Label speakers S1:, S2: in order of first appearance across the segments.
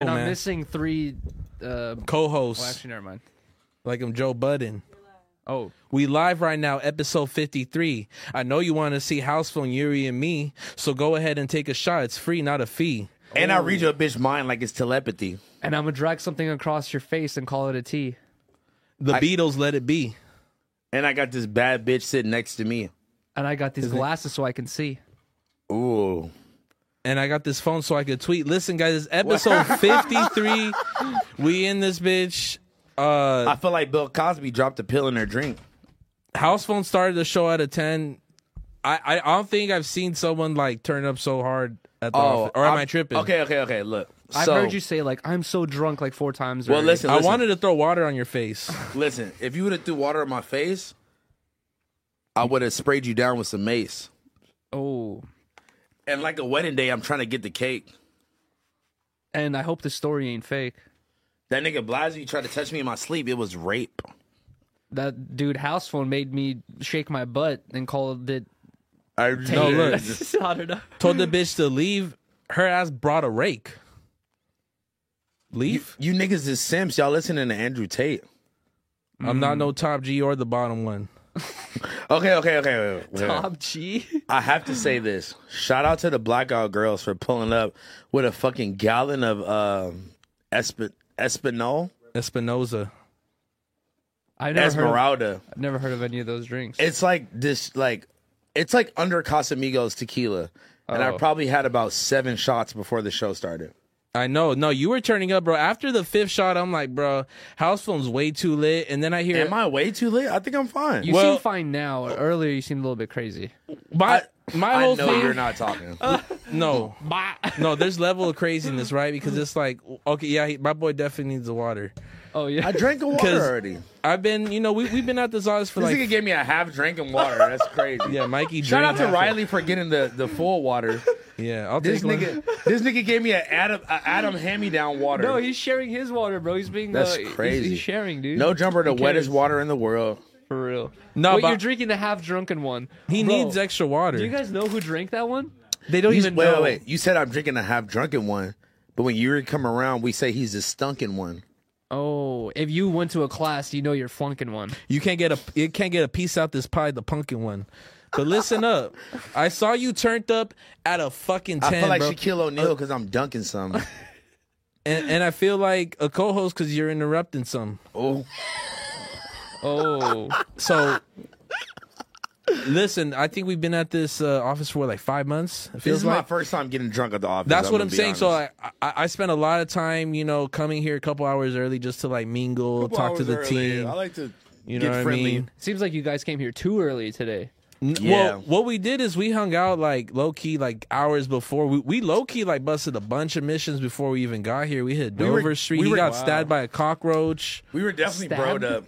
S1: And I'm
S2: man.
S1: missing three. Uh, well,
S2: co-hosts
S1: actually, never mind.
S2: like I'm Joe Budden.
S1: Oh,
S2: We live right now, episode 53. I know you want to see House Phone Yuri and me, so go ahead and take a shot. It's free, not a fee.
S3: And I read your bitch mind like it's telepathy.
S1: and I'm gonna drag something across your face and call it a T.
S2: The
S3: I-
S2: Beatles let it be.
S3: And I got this bad bitch sitting next to me.
S1: And I got these glasses so I can see.
S3: Ooh.
S2: And I got this phone so I could tweet. Listen, guys, it's episode 53. We in this bitch. Uh
S3: I feel like Bill Cosby dropped a pill in her drink.
S2: House Phone started the show out of 10. I, I I don't think I've seen someone like turn up so hard at the office. Or am
S3: Oh, I'm-
S2: I tripping?
S3: Okay, okay, okay. Look.
S1: I've
S3: So,
S1: heard you say like I'm so drunk like four times.
S3: Well,
S1: already.
S3: listen,
S2: I
S3: listen,
S2: wanted to throw water on your face.
S3: listen. If you would have threw water on my face, I would have sprayed you down with some mace.
S1: Oh,
S3: And like a wedding day, I'm trying to get the cake.
S1: and I hope the story ain't fake.
S3: That nigga Blasey tried to touch me in my sleep. It was rape.
S1: That dude house phone made me shake my butt and called it.
S3: I
S2: No, look.
S1: I don't know.
S2: told
S3: Mm-hmm.
S2: the bitch to leave. Her ass brought a rake. Leave?
S3: You niggas is simps. Y'all listening to Andrew Tate.
S2: I'm
S3: Mm.
S2: not no top G or the bottom one.
S3: Okay, okay, okay. wait, wait, wait.
S1: Top G.
S3: I have to say this. Shout out to the blackout girls for pulling up with a fucking gallon of um Esp- Espinol,
S2: Uh-huh. Espinoza.
S1: I never heard. Of,
S3: Esmeralda.
S1: I've never heard of any of those drinks.
S3: It's like this, like it's like under Casamigos tequila, and I
S1: Oh.
S3: probably had about seven shots before the show started.
S2: I know. No, you were turning up, bro. After the fifth shot, I'm like, bro, house phone's way too lit. And then I hear
S3: Am I way too late? I think I'm fine.
S1: you
S2: well-
S1: seem fine now. Earlier, you seemed a little bit crazy.
S2: my my
S3: I
S2: whole
S3: know
S2: thing.
S3: you're not talking.
S2: No,
S1: Bah.
S2: no. There's level of craziness, right? Because it's like, okay, yeah, he, my boy definitely needs the water.
S1: Oh yeah.
S3: I drank a water
S2: 'Cause-
S3: already.
S2: I've been, you know, we we've been at this office for
S3: This
S2: like,
S3: nigga gave me a half drink of water. That's crazy.
S2: yeah, Mikey.
S3: Shout
S2: drank
S3: out to
S2: half of-
S3: Riley for getting the, the full water.
S2: Yeah, I'll
S3: This
S2: take one.
S3: nigga, this nigga gave me an Adam a Adam hand me down water.
S1: No, he's sharing his water, bro. He's being
S3: That's
S1: uh, he's-
S3: crazy.
S1: He's, sharing, dude.
S3: No jumper, the
S1: Who
S3: wettest
S1: cares?
S3: water in the world.
S1: for real.
S2: No,
S1: Wait,
S2: but-
S1: you're drinking the half drunken one.
S2: He
S1: Bro,
S2: needs extra water.
S1: Do you guys know who drank that one?
S2: they don't
S3: He's-
S2: even
S3: wait,
S2: know.
S3: wait, wait. You said I'm drinking a half drunken one, but when you come around, we say he's a stunken one.
S1: Oh, if you went to a class, you know you're flunking one.
S2: You can't get a it can't get a piece out this pie, the pumpkin one. But listen up, I saw you turned up at a fucking ten,
S3: I feel like
S2: bro, Uh,
S3: Shaquille O'Neal because I'm dunking some.
S2: and, and I feel like a co-host because you're interrupting some.
S3: oh,
S1: Oh,
S2: So, listen, I think we've been at this uh, office for like five months. It
S3: this
S2: feels
S3: is
S2: like
S3: my first time getting drunk at the office.
S2: that's what
S3: gonna
S2: I'm
S3: be
S2: saying. So
S3: honest.
S2: I, I I spent a lot of time, you know, coming here a couple hours early just to like mingle, talk to the team.
S3: like to
S2: you know what I mean?
S1: seems like you guys came here too early today.
S2: N-
S3: Yeah.
S2: Well, what we did is we hung out like low key, like hours before. We, we low key like busted a bunch of missions before we even got here. We hit
S3: We were-
S2: Dover Street.
S3: we
S2: he
S3: were-
S2: got
S3: Wow.
S2: stabbed by a cockroach.
S3: We were definitely
S1: Stabbed?
S3: broed up.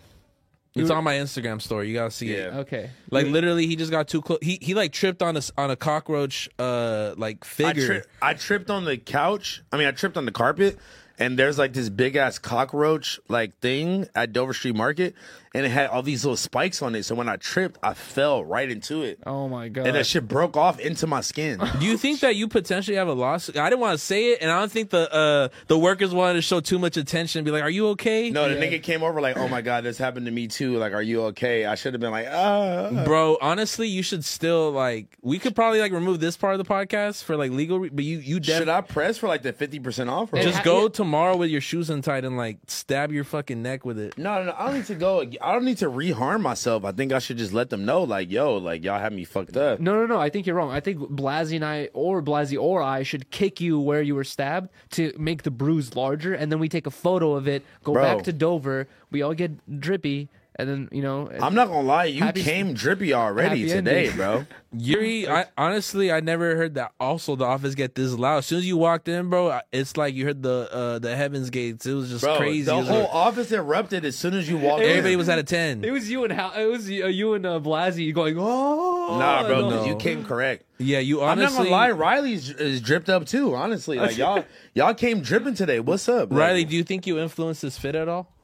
S2: It's on my Instagram story. You gotta see it.
S3: Yeah.
S1: Okay.
S2: Like literally, he just got too close. He he like tripped on a s- on a cockroach uh like
S3: I,
S2: figure.
S3: tri- I tripped on the couch. I mean, I tripped on the carpet, and there's like this big ass cockroach like thing at Dover Street Market, and it had all these little spikes on it. So when I tripped, I fell right into it,
S1: Oh my god.
S3: and that shit broke off into my skin.
S2: Do you think that you potentially have a lawsuit? I didn't want to say it, and I don't think the uh the workers wanted to show too much attention. and Be like, are you okay?
S3: No, the nigga came over like, oh my god, this happened to me too. Like, are you okay? I should have been like, ah.
S2: Bro, honestly, you should still like. We could probably like remove this part of the podcast for like legal, re- but you you definitely.
S3: Should I press for like the fifty percent off? Or
S1: It
S2: Just
S1: ha-
S2: go
S1: yeah.
S2: tomorrow with your shoes untied and like stab your fucking neck with it.
S3: no, no, no, I don't need to go. I don't need to reharm myself. I think I should just let them know, like, yo, like y'all had me fucked up.
S1: no, no, no. I think you're wrong. I think Blasey and I, or Blasey or I, should kick you where you were stabbed to make the bruise larger, and then we take a photo of it, go
S3: Bro.
S1: back to Dover. We all get drippy, and then you know.
S3: I'm not gonna lie, you
S1: Happy-
S3: came drippy already
S1: happy
S3: today,
S1: ending.
S3: bro.
S2: Yuri, I, honestly, I never heard that. Also, the office get this loud. As soon as you walked in, bro, I- it's like you heard the uh, the heavens gates. It was just
S3: Bro,
S2: crazy. It
S3: the
S2: was
S3: whole
S2: like-
S3: office erupted as soon as you walked in.
S2: everybody was at a ten.
S1: It was you and how it was you, uh, you and uh, Blasey going oh
S3: nah, bro,
S2: no.
S3: 'cause you came correct.
S2: yeah, you
S3: I'm
S2: honestly.
S3: not gonna lie, Riley's is dripped up too. Honestly, like y'all, y'all came dripping today. What's up, bro?
S2: Riley, do you think you influenced this fit at all?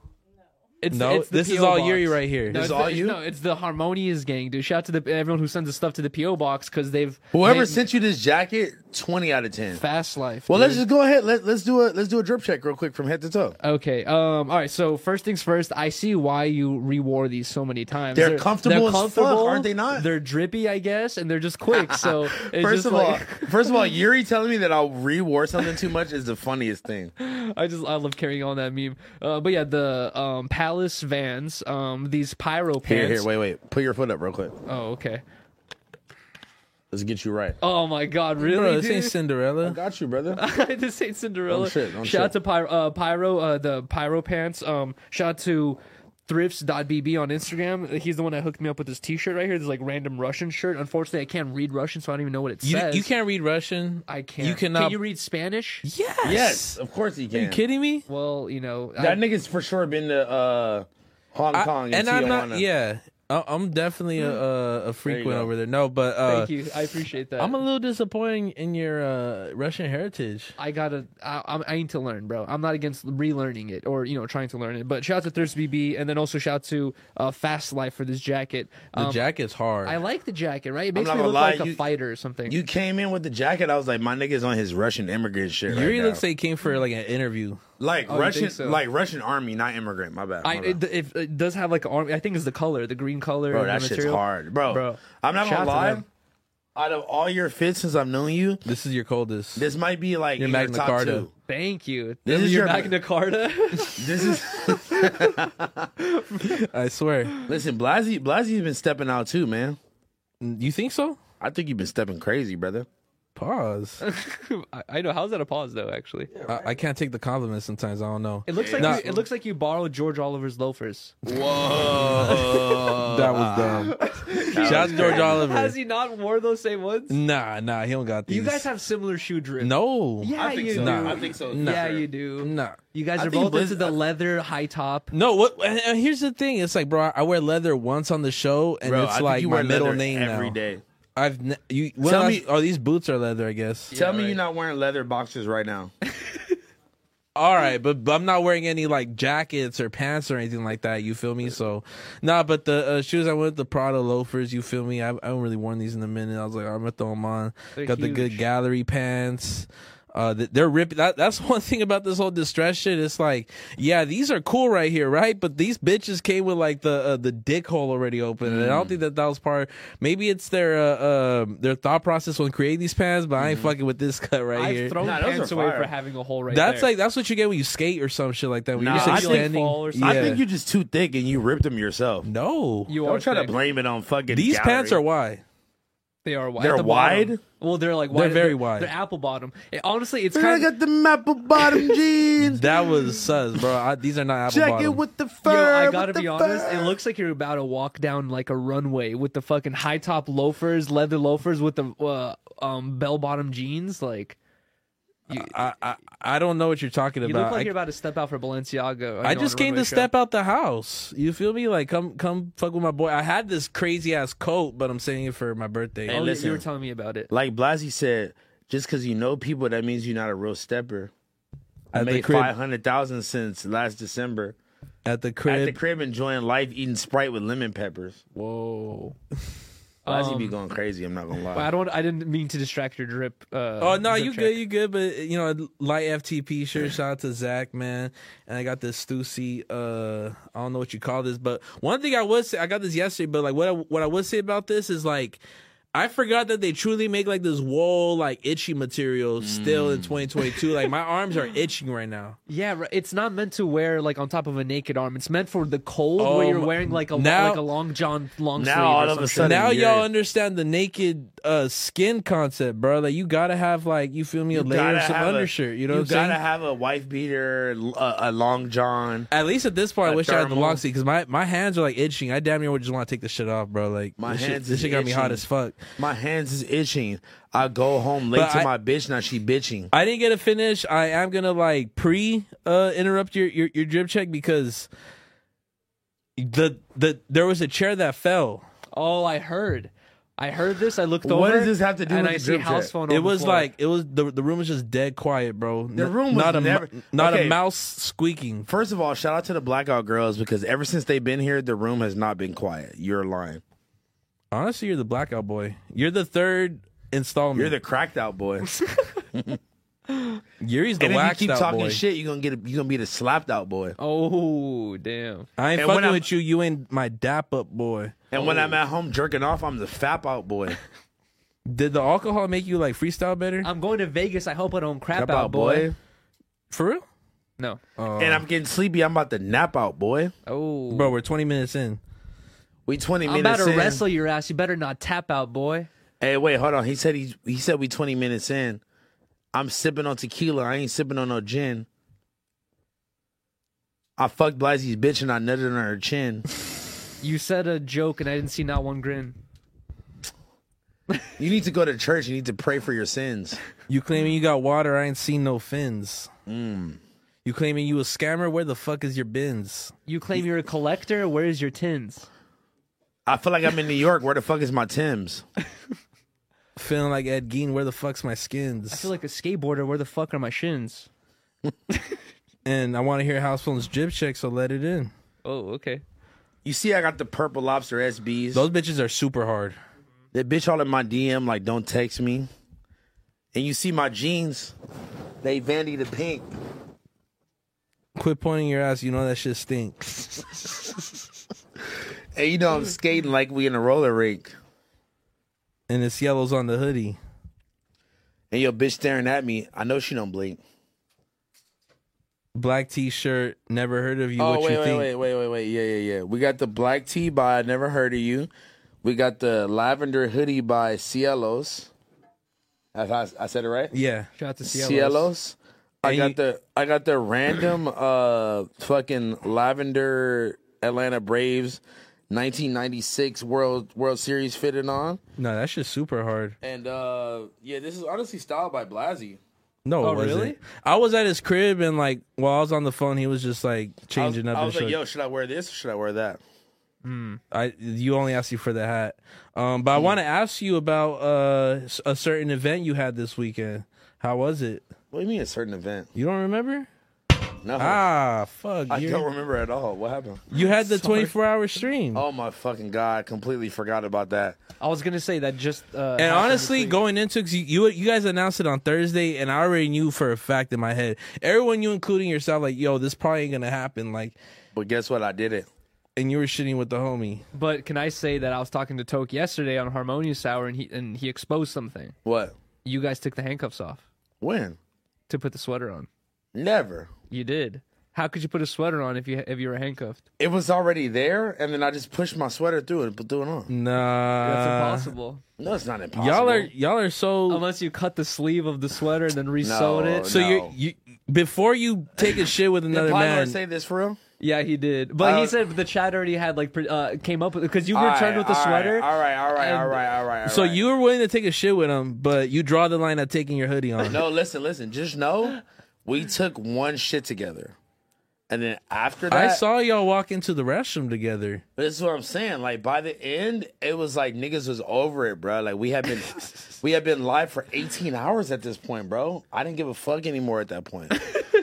S1: It's,
S2: No,
S1: it's the
S2: this is
S1: PO
S2: all
S1: box.
S2: Yuri right
S1: No,
S2: here. This
S3: is
S1: it's
S3: all
S1: the,
S3: you?
S1: No, it's the Harmonious gang, dude. Shout out to the everyone who sends the stuff to the PO box because they've
S3: Whoever
S1: they-
S3: sent you this jacket twenty out of ten.
S1: Fast life.
S3: Well,
S1: dude.
S3: let's just go ahead. Let, let's do a let's do a drip check real quick from head to toe.
S1: Okay. Um. All right. So first things first. I see why you rewore these so many times.
S3: They're comfortable as fuck, aren't they not?
S1: They're drippy, I guess, and they're just quick. So it's
S3: First
S1: just
S3: of
S1: like,
S3: all, first of all, Yuri telling me that I'll rewar something too much is the funniest thing.
S1: I just I love carrying on that meme. Uh, but yeah, the um palace vans, um these pyro pants.
S3: Here, here, wait, wait. Put your foot up real quick.
S1: Oh, okay.
S3: Let's get you right.
S1: Oh my God! Really,
S2: Bro, this
S1: dude? Oh,
S2: ain't Cinderella.
S3: Got you, brother.
S1: this ain't Cinderella.
S3: Don't shit, don't
S1: shout out
S3: shit.
S1: to Pyro, uh, Pyro uh, the Pyro Pants. Um, shout out to thrifts.bb on Instagram. He's the one that hooked me up with this T-shirt right here. This like random Russian shirt. Unfortunately, I can't read Russian, so I don't even know what it
S2: You,
S1: says.
S2: you can't read Russian.
S1: I can't.
S2: You cannot.
S1: Can you read Spanish?
S2: yes.
S3: Yes, of course he
S2: Are you
S3: can.
S2: kidding me?
S1: Well, you know,
S3: That
S1: I,
S3: nigga's for sure been to uh, Hong
S2: I-
S3: Kong and,
S2: and
S3: Tijuana.
S2: I'm not. Yeah, I- I'm definitely a, a a frequent
S3: go.
S2: over there. No, but uh,
S1: thank you. I appreciate that.
S2: I'm a little disappointed in your uh, Russian heritage.
S1: I gotta. I, I'm- I need to learn, bro. I'm not against relearning it or you know trying to learn it. But shout out to Thirst BB, and then also shout out to uh, Fast Life for this jacket.
S2: The
S1: Um,
S2: jacket's hard.
S1: I like the jacket, right? It makes
S3: not
S1: me
S3: gonna
S1: look
S3: lie,
S1: like a
S3: you-
S1: fighter or something.
S3: You came in with the jacket. I was like, my nigga's on his Russian immigrant shit.
S2: Yuri
S3: right now.
S2: looks like he came for like an interview.
S3: like
S1: you
S3: Russian,
S1: think so?
S3: like Russian army, not immigrant. My bad.
S1: I,
S3: My
S1: it,
S3: bad.
S1: if, it does have like an army. I think it's the color, the green color.
S3: bro,
S1: and
S3: that
S1: the
S3: shit's
S1: material.
S3: hard, bro.
S1: Bro,
S3: I'm not
S1: shout out
S3: gonna
S1: to
S3: lie.
S1: them.
S3: Out of all your fits since I've known you,
S2: This is your coldest.
S3: this might be like
S2: Your
S3: your
S2: Magna
S3: top
S2: Carta.
S3: two.
S1: Thank you.
S3: This is
S1: your
S3: your-
S1: Magna Carta.
S3: This is
S2: I swear.
S3: listen, Blasey. Blasey's been stepping out too, man.
S2: You think so?
S3: I think you've been stepping crazy, brother.
S2: Pause.
S1: I, I know. How's that a pause though? Actually,
S2: I, I can't take the compliments sometimes. I don't know.
S1: it looks like
S2: Nah.
S1: you, it looks like you borrowed George Oliver's loafers.
S3: Whoa,
S2: that was dumb. Shout out to George Oliver.
S1: Has he not wore those same ones?
S2: Nah, nah, he don't got these.
S1: You guys have similar shoe drip.
S2: no.
S1: Yeah, you do.
S2: Nah. I
S3: think so.
S1: Yeah, you do.
S2: Nah.
S1: You guys
S3: I
S1: are
S3: think
S1: both
S3: Blizz-
S1: into the leather high top.
S2: No, what? And, and here's the thing. It's like, bro, I wear leather once on the show, and
S3: Bro,
S2: it's
S3: I think
S2: like
S3: you
S2: my
S3: wear
S2: middle
S3: leather
S2: name
S3: every
S2: now.
S3: day.
S2: I've ne- you. when
S3: Tell
S2: last-
S3: me-
S2: oh, these boots are leather, I guess.
S3: Tell me
S1: right.
S3: you're not wearing leather boxers right now.
S2: All right, but, but I'm not wearing any like jackets or pants or anything like that. You feel me? So, nah. But the uh, shoes I went with the Prada loafers. You feel me? I, I haven't really worn these in a minute. I was like, I'm gonna throw them on.
S1: They're
S2: Got the good
S1: huge.
S2: gallery pants. Uh, th- they're ripping. That, that's one thing about this whole distress shit. It's like, yeah, these are cool right here, right? But these bitches came with like the uh, the dick hole already open, and I
S1: Mm.
S2: don't think that that was part. Maybe it's their uh, um their thought process when creating these pants, but I ain't fucking with this cut right here.
S1: Mm-hmm. I've thrown
S3: Nah, those
S1: pants
S3: are
S1: away
S3: fire.
S1: for having a hole right
S2: That's
S1: there.
S2: like that's what you get when you skate or some shit like that. When
S3: Nah,
S2: you're
S3: I
S2: just
S3: think-
S2: extending.
S1: fall or
S2: yeah.
S1: something.
S3: I think you're just too thick and you ripped them yourself.
S2: no.
S1: you are
S3: Don't try to
S1: thick.
S3: blame it on fucking.
S2: These
S3: gallery.
S2: pants are why.
S1: They are wide.
S3: They're
S1: at the bottom.
S3: wide?
S1: Well, they're like wide.
S2: They're very
S1: they're,
S2: wide.
S1: They're apple bottom. It- honestly, it's
S3: Girl, I
S1: kind of.
S3: got the apple bottom jeans.
S2: That was sus, bro. I, these are not apple
S3: Jacket
S2: bottom.
S3: with the
S1: Yo,
S3: fur.
S1: I
S3: with
S1: gotta
S3: the
S1: be honest.
S3: fur.
S1: It looks like you're about to walk down like a runway with the fucking high top loafers, leather loafers with the uh, um, bell bottom jeans. Like
S2: I, I I don't know what you're talking
S1: you
S2: about.
S1: look like
S2: I,
S1: you're about to step out for Balenciaga.
S2: I just came to step out the house. You feel me? Like come come fuck with my boy. I had this crazy ass coat, but I'm saying it for my birthday.
S1: Oh,
S3: Hey,
S1: you-
S3: listen.
S1: you were telling me about it.
S3: like Blasey said, just because you know people, that means you're not a real stepper. I
S2: At the
S3: made
S2: crib.
S3: five hundred thousand since last December
S2: at the
S3: at
S2: crib.
S3: the crib, enjoying life, eating Sprite with lemon peppers.
S1: Whoa.
S3: Blasey
S1: Um,
S3: be going crazy. I'm not gonna lie.
S1: I don't. I didn't mean to distract your drip. Uh,
S2: Oh no,
S1: drip
S2: you
S1: check.
S2: good, you good, but you know, light FTP shirt. Shout out to Zach, man. And I got this Stussy. Uh, I don't know what you call this, but one thing I would say, I got this yesterday, but like what I, what I would say about this is like. I forgot that they truly make like this wool, like itchy material still
S3: Mm.
S2: in 2022. Like my arms are itching right now.
S1: Yeah, right. it's not meant to wear like on top of a naked arm. It's meant for the cold where
S2: Oh,
S1: you're
S2: my-
S1: wearing like a
S2: now-
S1: like a long john, long
S3: Now
S1: sleeve. or
S3: all of
S1: some
S3: a
S1: shit.
S3: sudden-
S2: Now
S3: you're-
S2: y'all understand the naked uh, skin concept, bro. Like you gotta have like you feel me a layer
S3: Gotta
S2: of some
S3: have a-
S2: undershirt. You know
S3: you
S2: what I'm saying?
S3: gotta have a wife beater, l- a, a long john.
S2: At least at this point, I
S3: A
S2: wish I had the
S3: thermal.
S2: long sleeve because my, my hands are like itching. I damn near would just want to take this shit off, bro. Like
S3: My
S2: this
S3: hands
S2: shit, this
S3: is
S2: shit got me hot
S3: itching.
S2: as fuck.
S3: My hands is itching. I go home late
S2: But
S3: to
S2: I-
S3: my bitch. Now she bitching.
S2: I didn't get a finish. I am gonna like pre uh, interrupt your, your your drip check because the the there was a chair that fell.
S1: Oh, I heard, I heard this. I looked over.
S3: What does this have to do
S1: and
S3: with
S1: I
S3: the
S1: see
S3: drip
S1: house
S3: check?
S1: phone. on
S2: It
S1: the
S2: was
S1: floor.
S2: like it was the the room was just dead quiet, bro. The
S3: room was
S2: not a mu-
S3: never-
S2: not
S3: Okay.
S2: a mouse squeaking.
S3: First of all, shout out to the blackout girls because ever since they've been here, the room has not been quiet. You're lying.
S2: Honestly, you're the blackout boy. You're the third installment.
S3: You're the cracked out boy.
S2: Yuri's the
S3: and if
S2: waxed
S3: you keep
S2: out
S3: talking
S2: boy.
S3: shit, you're gonna get a, you're gonna be the slapped out boy.
S1: Oh damn!
S2: I ain't
S3: And when
S2: fucking
S3: I'm-
S2: with you. You ain't my dap up boy.
S3: And when
S1: Oh.
S3: I'm at home jerking off, I'm the fap out boy.
S2: Did the alcohol make you like freestyle better?
S1: I'm going to Vegas. I hope I don't crap,
S3: Fap
S1: out, boy.
S2: For real?
S1: No.
S3: And I'm getting sleepy. I'm about to nap out, boy.
S1: Oh,
S2: Bro, we're 20 minutes in.
S3: We 20
S1: I'm about
S3: minutes
S1: to
S3: in.
S1: wrestle your ass. You better not tap out, boy.
S3: Hey, wait, hold on. He said he he said we 20 minutes in. I'm sipping on tequila. I ain't sipping on no gin. I fucked Blasey's bitch and I nutted on her chin.
S1: You said a joke and I didn't see not one grin.
S3: You need to go to church. You need to pray for your sins.
S2: You claiming you got water. I ain't seen no fins. You claiming you a scammer. Where the fuck is your bins?
S1: You claim you're a collector. Where is your tins?
S3: I feel like I'm in New York. Where the fuck is my Tim's?
S2: Feeling like Ed Gein. Where the fuck's my skins?
S1: I feel like a skateboarder. Where the fuck are my shins?
S2: and I want to hear House Phone's jib check, so let it in.
S1: Oh, okay.
S3: You see, I got the purple lobster SBs.
S2: Those bitches are super hard.
S3: That bitch all in my DM like, don't text me. And you see my jeans, they Vandy the pink.
S2: Quit pointing your ass. You know that shit stink.
S3: And you know I'm skating like we in a roller rink.
S2: And it's yellows on the hoodie.
S3: And your bitch staring at me. I know she don't blink.
S2: Black t-shirt. Never heard of you. what
S3: Oh, wait,
S2: you
S3: wait,
S2: think?
S3: wait, wait, wait, wait. Yeah, yeah, yeah. We got the black tea by I Never Heard of You. We got the lavender hoodie by Cielos. I, I, I said it right?
S2: Yeah.
S1: Shout out to Cielos.
S3: Cielos. I
S2: And
S3: got
S2: you-
S3: the I got the random uh fucking lavender Atlanta Braves 1996 World World Series fitted on.
S2: No, that shit's super hard.
S3: And uh yeah, this is honestly styled by Blasey.
S2: No,
S1: Oh,
S2: it wasn't.
S1: really?
S2: I was at his crib and like while I was on the phone, he was just like
S3: I was,
S2: changing up
S3: I was
S2: his
S3: like,
S2: shirt.
S3: yo, should I wear this or should I wear that?
S2: I you only asked you for the hat. Um, but I
S3: Hmm.
S2: want to ask you about uh s- a certain event you had this weekend. How was it?
S3: What do you mean a certain event?
S2: You don't remember?
S3: No.
S2: Ah, fuck.
S3: I
S2: you
S3: don't remember at all. What happened?
S2: you had the 24 hour stream.
S3: Oh my fucking god! I completely forgot about that.
S1: I was gonna say that just. Uh,
S2: And
S1: happened
S2: honestly,
S1: this week.
S2: going into 'cause you, you you guys announced it on Thursday, and I already knew for a fact in my head, everyone you including yourself, like, yo, this probably ain't gonna happen. Like,
S3: But guess what? I did it.
S2: and you were shitting with the homie.
S1: But can I say that I was talking to Toke yesterday on Harmonious Hour and he and he exposed something.
S3: What?
S1: You guys took the handcuffs off
S3: When?
S1: to put the sweater on.
S3: Never.
S1: You did. How could you put a sweater on if you if you were handcuffed?
S3: It was already there, and then I just pushed my sweater through it and threw it on.
S2: Nah,
S3: Uh,
S1: That's impossible.
S3: No, it's not impossible.
S2: Y'all are y'all are so
S1: Unless you cut the sleeve of the sweater and then resewn
S3: No,
S1: it.
S2: so
S3: No.
S2: you you before you take a shit with another
S3: Did Pablo
S2: man.
S3: say this for real?
S1: Yeah, he did. But he
S3: Uh,
S1: said the chat already had like pre- uh, came up because you returned with the
S3: All right,
S1: sweater.
S3: All right, all right,
S1: and-
S3: all right, all right. all
S2: so
S3: right.
S2: you were willing to take a shit with him, but you draw the line at taking your hoodie on.
S3: no, listen, listen. Just know we took one shit together, and then after
S2: I
S3: that,
S2: saw y'all walk into the restroom together.
S3: this is what I'm saying. Like by the end, it was like niggas was over it, bro. Like we had been, we had been live for 18 hours at this point, bro. I didn't give a fuck anymore at that point.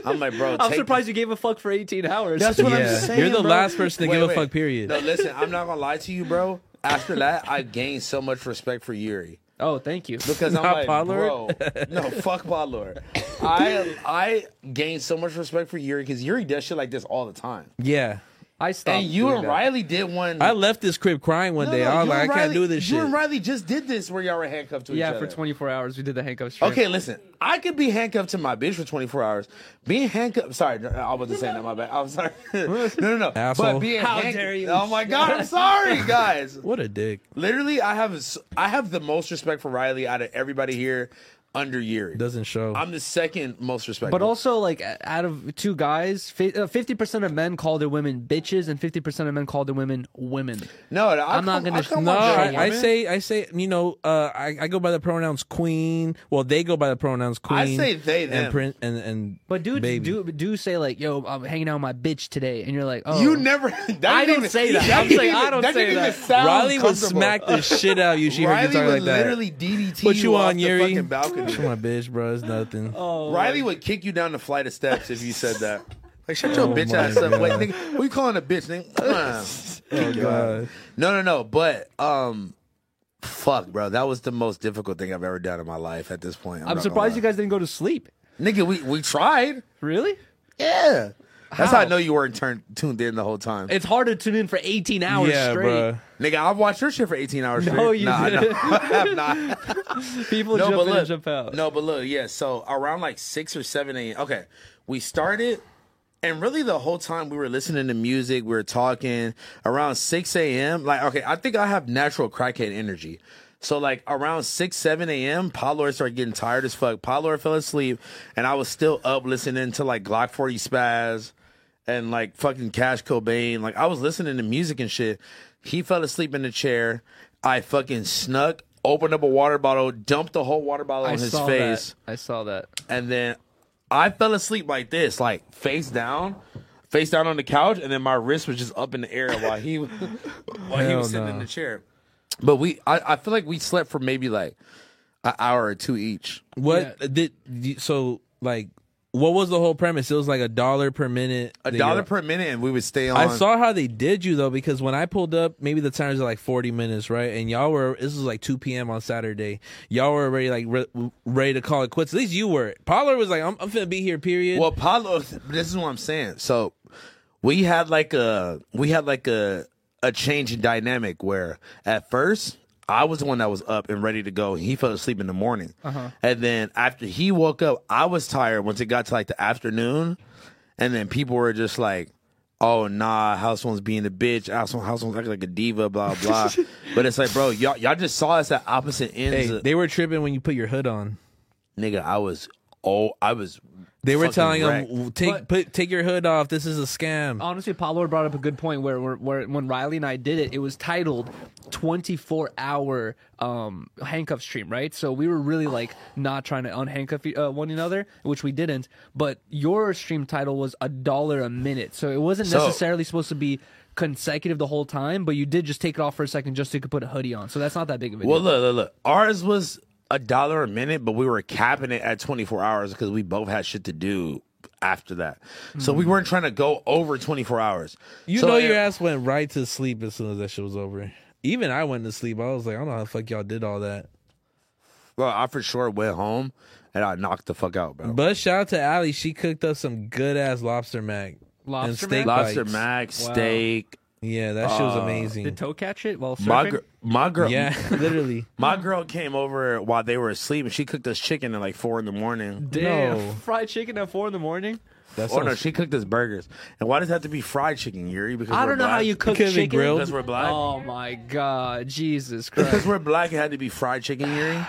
S3: I'm like, bro.
S1: I'm
S3: take-
S1: surprised you gave a fuck for 18 hours.
S3: That's what I'm
S2: Yeah.
S3: saying.
S2: You're the
S3: bro.
S2: last person to
S3: Wait,
S2: give a
S3: wait.
S2: fuck, period.
S3: No, listen, I'm not gonna lie to you, bro. After that, I gained so much respect for Yuri.
S1: oh, thank you.
S3: Because I'm
S2: Not
S3: like,
S2: Pod
S3: bro, no, fuck Pod Lord. I I gained so much respect for Yuri because Yuri does shit like this all the time.
S2: Yeah,
S1: I stopped.
S3: And you
S1: doing
S3: and
S1: that.
S3: Riley did one.
S2: I left this crib crying one
S3: No,
S2: day.
S3: no,
S2: I was
S3: you
S2: like, I
S3: and
S2: can't
S3: Riley-
S2: do this
S3: You
S2: shit.
S3: and Riley just did this where y'all were handcuffed to each
S1: Yeah,
S3: other.
S1: for 24 hours we did the handcuffs. strip.
S3: Okay, listen. I could be handcuffed to my bitch for 24 hours. Being handcuffed. Sorry, I wasn't saying that. My bad. I'm sorry. no, no, no.
S2: Asshole.
S3: But being
S1: How
S3: handcuffed-
S1: dare you.
S3: Oh my god. I'm sorry, guys.
S2: What a dick.
S3: Literally, I have s- I have the most respect for Riley out of everybody here under Yuri.
S2: Doesn't show.
S3: I'm the second most respectful.
S1: But also, like, uh, out of two guys, uh, fifty percent of men call their women bitches, and fifty percent of men call their women women.
S3: no, no, I
S1: I'm not
S3: come-
S1: gonna-
S3: I come
S2: No,
S3: on your
S2: I, I
S3: woman.
S2: say, I say, you know, uh, I, I go by the pronouns queen. Well, they go by the pronouns queen.
S3: I say they, them.
S2: and prin- and and.
S1: But dudes
S2: baby.
S1: do do say like, "Yo, I'm hanging out with my bitch today," and you're like, "Oh,
S3: you never.
S1: I
S3: That didn't
S1: don't
S3: even-
S1: say that. I'm
S3: didn't
S1: saying
S3: even-
S1: I don't
S3: that
S1: say
S3: didn't even
S1: that.
S3: sound
S2: Riley would
S3: comfortable.
S2: smack the shit out of you. She heard you
S3: Riley
S2: talk
S3: would
S2: like that.
S3: literally DDT
S2: Put you
S3: off
S2: on, Oh.
S3: the
S2: Yuri.
S3: fucking balcony. Oh,
S2: Come on, bitch, bro. It's nothing.
S3: Riley would kick you down the flight of steps if you said that. Like shut your bitch
S2: Oh my
S3: ass up. Wait,
S2: God.
S3: nigga, who you calling a bitch? Nigga? Come on.
S2: oh god.
S3: No, no, no. But um, Fuck, bro. That was the most difficult thing I've ever done in my life at this point.
S1: I'm surprised you guys didn't go to sleep.
S3: guys. Nigga, we, we tried.
S1: Really?
S3: Yeah. That's how? I
S1: How?
S3: know you weren't turned tuned in the whole time.
S1: It's hard to tune in for 18 hours
S2: yeah,
S1: straight.
S2: bro.
S3: Nigga, I've watched your shit for 18 hours straight.
S1: you
S3: nah,
S1: didn't.
S3: No, I'm not.
S1: People
S3: no,
S1: jump
S3: but
S1: in
S3: look,
S1: and jump out.
S3: No, but look, yeah. So around like six or seven a.m. Okay, we started, and really the whole time we were listening to music, we were talking. Around six a.m., like okay, I think I have natural crackhead energy. So like around six seven a.m., Pollard started getting tired as fuck. Pollard fell asleep, and I was still up listening to like Glock forty spaz and like fucking Cash Cobain. Like I was listening to music and shit. He fell asleep in the chair. I fucking snuck, opened up a water bottle, dumped the whole water bottle
S1: I
S3: on his
S1: saw
S3: face,
S1: that. I saw that.
S3: and then I fell asleep like this, like face down. Face down on the couch, and then my wrist was just up in the air while he was- while he
S2: Hell
S3: was sitting in
S2: no.
S3: the chair. But we, I, I feel like we slept for maybe like an hour or two each.
S2: What
S1: Yeah.
S2: did you- so like? What was the whole premise? It was like a dollar per minute.
S3: A
S2: that
S3: dollar
S2: you're-
S3: per minute, and we would stay on.
S2: I saw how they did you though, because when I pulled up, maybe the times are like forty minutes, right? And y'all were this was like two p.m. on Saturday. Y'all were already like re- ready to call it quits. At least you were. Pollard was like, "I'm, I'm finna be here." Period.
S3: Well, Paulo, this is what I'm saying. So we had like a we had like a a change in dynamic where at first I was the one that was up and ready to go. He fell asleep in the morning,
S2: Uh-huh.
S3: and then after he woke up, I was tired. Once it got to like the afternoon, and then people were just like. Oh nah, house one's being a bitch. House one, house one's acting like a diva. Blah blah. but it's like, bro, y'all, y'all just saw us at opposite
S2: hey,
S3: ends. of-
S2: they were tripping when you put your hood on.
S3: nigga, I was, oh, I was.
S2: They were
S3: fucking
S2: telling
S3: wrecked.
S2: him, "Take
S1: But- Uh,
S2: put take your hood off. This is a scam."
S1: Honestly, Paulo brought up a good point where, where, where when Riley and I did it, it was titled 24 hour um, handcuff stream, right? So we were really like not trying to unhandcuff uh, one another, which we didn't. But your stream title was a dollar a minute. So it wasn't
S3: So-
S1: necessarily supposed to be consecutive the whole time, but you did just take it off for a second just so you could put a hoodie on. So that's not that big of a deal.
S3: Well, look, look, look. Ours was a dollar a minute, but we were capping it at 24 hours because we both had shit to do after that. So we weren't trying to go over 24 hours.
S2: You
S3: So
S2: know
S3: it-
S2: your ass went right to sleep as soon as that shit was over. Even I went to sleep. I was like, I don't know how the fuck y'all did all that.
S3: Well, I for sure went home and I knocked the fuck out, bro.
S2: But shout out to Allie. She cooked up some good ass lobster mac.
S1: Lobster
S2: and steak
S1: mac?
S3: Lobster
S2: bites.
S3: mac,
S1: Wow.
S3: steak.
S2: Yeah, that shit was
S1: did
S2: amazing.
S1: Toe catch it while surfing?
S3: My, gr- my girl,
S2: Yeah, literally.
S3: my girl came over while they were asleep and she cooked us chicken at like four in the morning.
S1: Damn,
S2: No.
S1: fried chicken at four in the morning.
S2: That's
S3: Oh no, she cooked us burgers. And why does it have to be fried chicken, Yuri? Because
S1: I
S3: we're
S1: don't know how
S3: black?
S1: you cook
S2: could've been
S1: chicken.
S2: grilled.
S3: Because we're black.
S1: Oh my god, Jesus
S3: Because
S1: Christ!
S3: we're black, it had to be fried chicken, Yuri.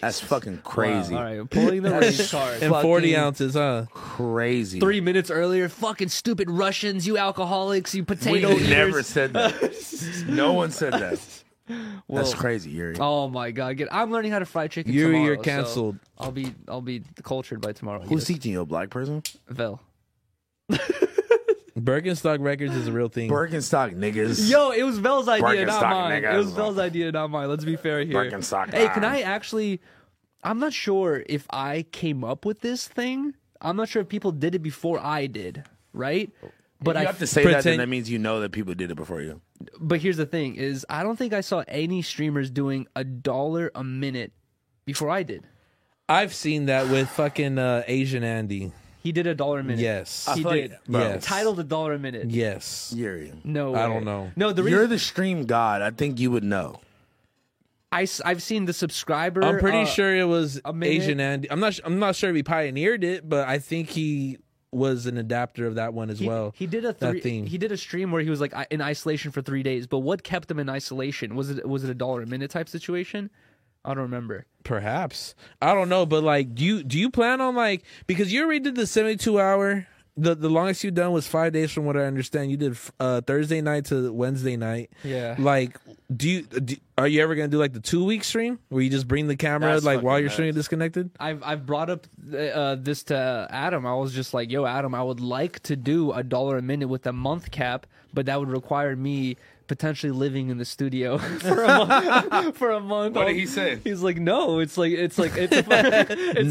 S3: That's fucking crazy.
S1: Ah, All right, pulling the race card.
S2: and forty
S3: fucking-
S2: ounces, huh?
S3: Crazy.
S1: Three minutes earlier, fucking stupid Russians, you alcoholics, you
S3: We
S1: potato eaters.
S3: never said that. no one said that. That's
S1: Well,
S3: crazy, Yuri.
S1: Oh my god, get! I'm learning how to fry chicken.
S2: Yuri,
S1: tomorrow,
S2: you're
S1: so
S2: canceled.
S1: I'll be, I'll be cultured by tomorrow.
S3: Who's
S1: yes.
S3: teaching you, a black person?
S1: Vel?
S2: Birkenstock Records is a real thing.
S3: Birkenstock niggas.
S1: Yo, it was Vel's idea, not
S3: Birkenstock,
S1: mine.
S3: nigga.
S1: It was Vel's idea, not mine. Let's be fair here.
S3: Birkenstock,
S1: Hey, can
S3: ah.
S1: I actually? I'm not sure if I came up with this thing. I'm not sure if people did it before I did, right? But
S3: You
S1: I
S3: have to say that, then
S2: pretend-
S3: that means you know that people did it before you.
S1: but here's the thing: is I don't think I saw any streamers doing a dollar a minute before I did.
S2: I've seen that with fucking uh, Asian Andy.
S1: He did a dollar a minute.
S2: Yes.
S1: he
S3: feel like-
S1: did.
S3: bro.
S2: Yes.
S1: Titled a dollar a minute.
S2: Yes.
S3: Yuri.
S1: No,
S2: I
S1: way.
S2: don't know.
S1: No, the
S3: You're
S1: reason
S3: the stream god. I think you would know.
S1: I, have seen the subscriber.
S2: I'm pretty
S1: uh,
S2: sure it was
S1: a minute?
S2: Asian Andy. I'm not. su- I'm not sure if he pioneered it, but I think he was an adapter of that one as
S1: He,
S2: well.
S1: he did a
S2: that
S1: three,
S2: theme.
S1: he did a stream where he was like i- in isolation for three days. But what kept him in isolation was it was it a dollar a minute type situation? I don't remember.
S2: Perhaps I don't know, but like, do you do you plan on like because you already did the seventy two hour. The the longest you done was five days, from what I understand. You did uh, Thursday night to Wednesday night.
S1: Yeah.
S2: Like, do you do, are you ever gonna do like the two week stream where you just bring the camera
S3: That's
S2: like while
S3: fucking
S2: your
S3: nuts.
S2: stream is disconnected?
S1: I've I've brought up uh, uh, this to Adam. I was just like, "Yo, Adam, I would like to do a dollar a minute with a month cap, but that would require me potentially living in the studio for a month. for a month. Um,
S3: What did he say?
S1: He's like, no, it's like it's like it's a, fu- it's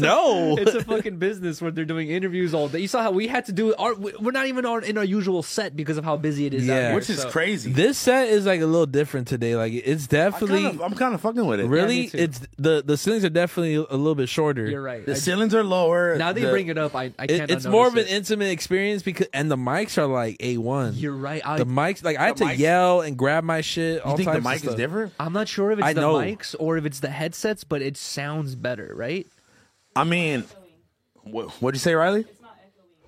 S1: a,
S2: No.
S1: it's a fucking business where they're doing interviews all day. You saw how we had to do our we're not even on in our usual set because of how busy it is. out
S2: Yeah.
S1: here,
S2: Which
S3: Which is
S1: so-
S3: crazy.
S2: This set is like a little different today. Like it's
S3: I'm
S2: definitely
S3: kind of, I'm kind of fucking with it.
S2: really
S1: me too.
S2: it's the the ceilings are definitely a little bit shorter.
S1: You're right.
S3: The
S1: I-
S3: ceilings are lower.
S1: now they
S3: the-
S1: bring it up. I, I
S2: It-
S1: can't.
S2: it's
S1: unnotice
S2: more of an
S1: it.
S2: intimate experience because and the mics are like a one.
S1: You're right. I,
S2: the mics like I had to
S3: The mics-
S2: yell and grab my shit.
S3: You
S2: All
S3: think the
S2: types of
S3: mic is
S2: stuff.
S3: different?
S1: I'm not sure if it's
S2: I
S1: the
S2: know.
S1: mics or if it's the headsets, but it sounds better, right?
S3: I mean, what, what'd you say, Riley?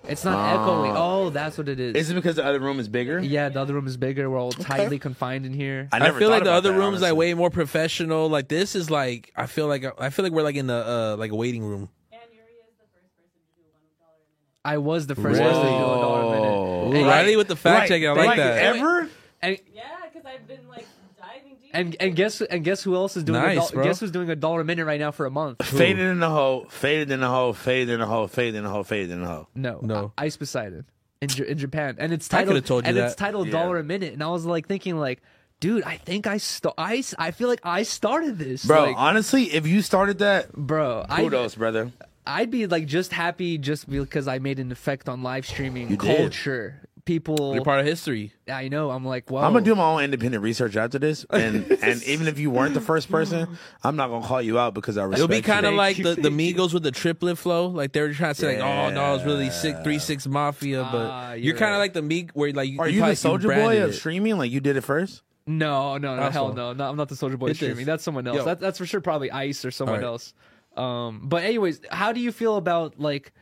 S1: It's not
S2: Ah.
S1: echoing. Oh, that's what it is.
S3: Is it because the other room is bigger?
S1: yeah, the other room is bigger. We're all tightly confined in here.
S3: I
S2: I,
S3: never
S2: feel
S3: thought
S2: like the
S3: about
S2: other
S3: that,
S2: room's like
S3: honestly.
S2: way more professional. Like this is like I feel like I feel like we're like in the uh like a waiting room.
S4: And Yuri is the first person to do one dollar a minute.
S1: I was the first person to do a dollar a
S3: Whoa.
S1: minute. And-
S2: Riley with the fact checking, I like
S3: Right,
S2: that.
S3: Ever?
S1: And,
S4: Yeah, because I've been like diving deep.
S1: and and guess and guess who else is doing
S2: Nice,
S1: a dollar
S2: bro.
S1: guess who's doing a dollar a minute right now for a month?
S3: Faded in the hole, faded in the hole, faded in the hole, faded in the hole, faded in the hole.
S1: No,
S2: No.
S1: I- Ice Poseidon in J- in Japan, and it's
S2: I
S1: titled
S2: could've told you
S1: and it's
S2: that.
S1: titled
S3: Yeah.
S1: dollar a minute, and I was like thinking like, dude, I think I st- I, s- I feel like I started this,
S3: Bro,
S1: Like,
S3: honestly, if you started that,
S1: bro, I
S3: kudos, brother.
S1: I'd be like just happy just because I made an effect on live streaming
S3: You did.
S1: culture. People,
S2: You're part of history.
S1: I know. I'm like, wow.
S2: Oh.
S3: I'm gonna do my own independent research after this, and and even if you weren't the first person, I'm not gonna call you out because I respect.
S2: It'll be
S3: you.
S2: kind of
S1: Thank
S2: like
S1: you,
S2: the, the
S1: thank
S2: Migos with the triplet flow. Like they were trying to say, like, oh no, it's really sick three six mafia. But
S1: Ah,
S2: you're,
S1: you're
S2: kind
S1: right.
S2: of like the Meek where like you,
S3: Are you the
S2: probably-
S3: soldier
S2: branded
S3: boy of
S2: it.
S3: streaming? Like you did it first?
S1: No, no, no,
S2: That's
S1: hell
S2: all.
S1: no, no. I'm not the Soldier Boy
S2: It is.
S1: streaming. That's someone else.
S2: Yo.
S1: That, that's for sure. Probably Ice or someone
S2: Alright.
S1: else. Um, but anyways, how do you feel about like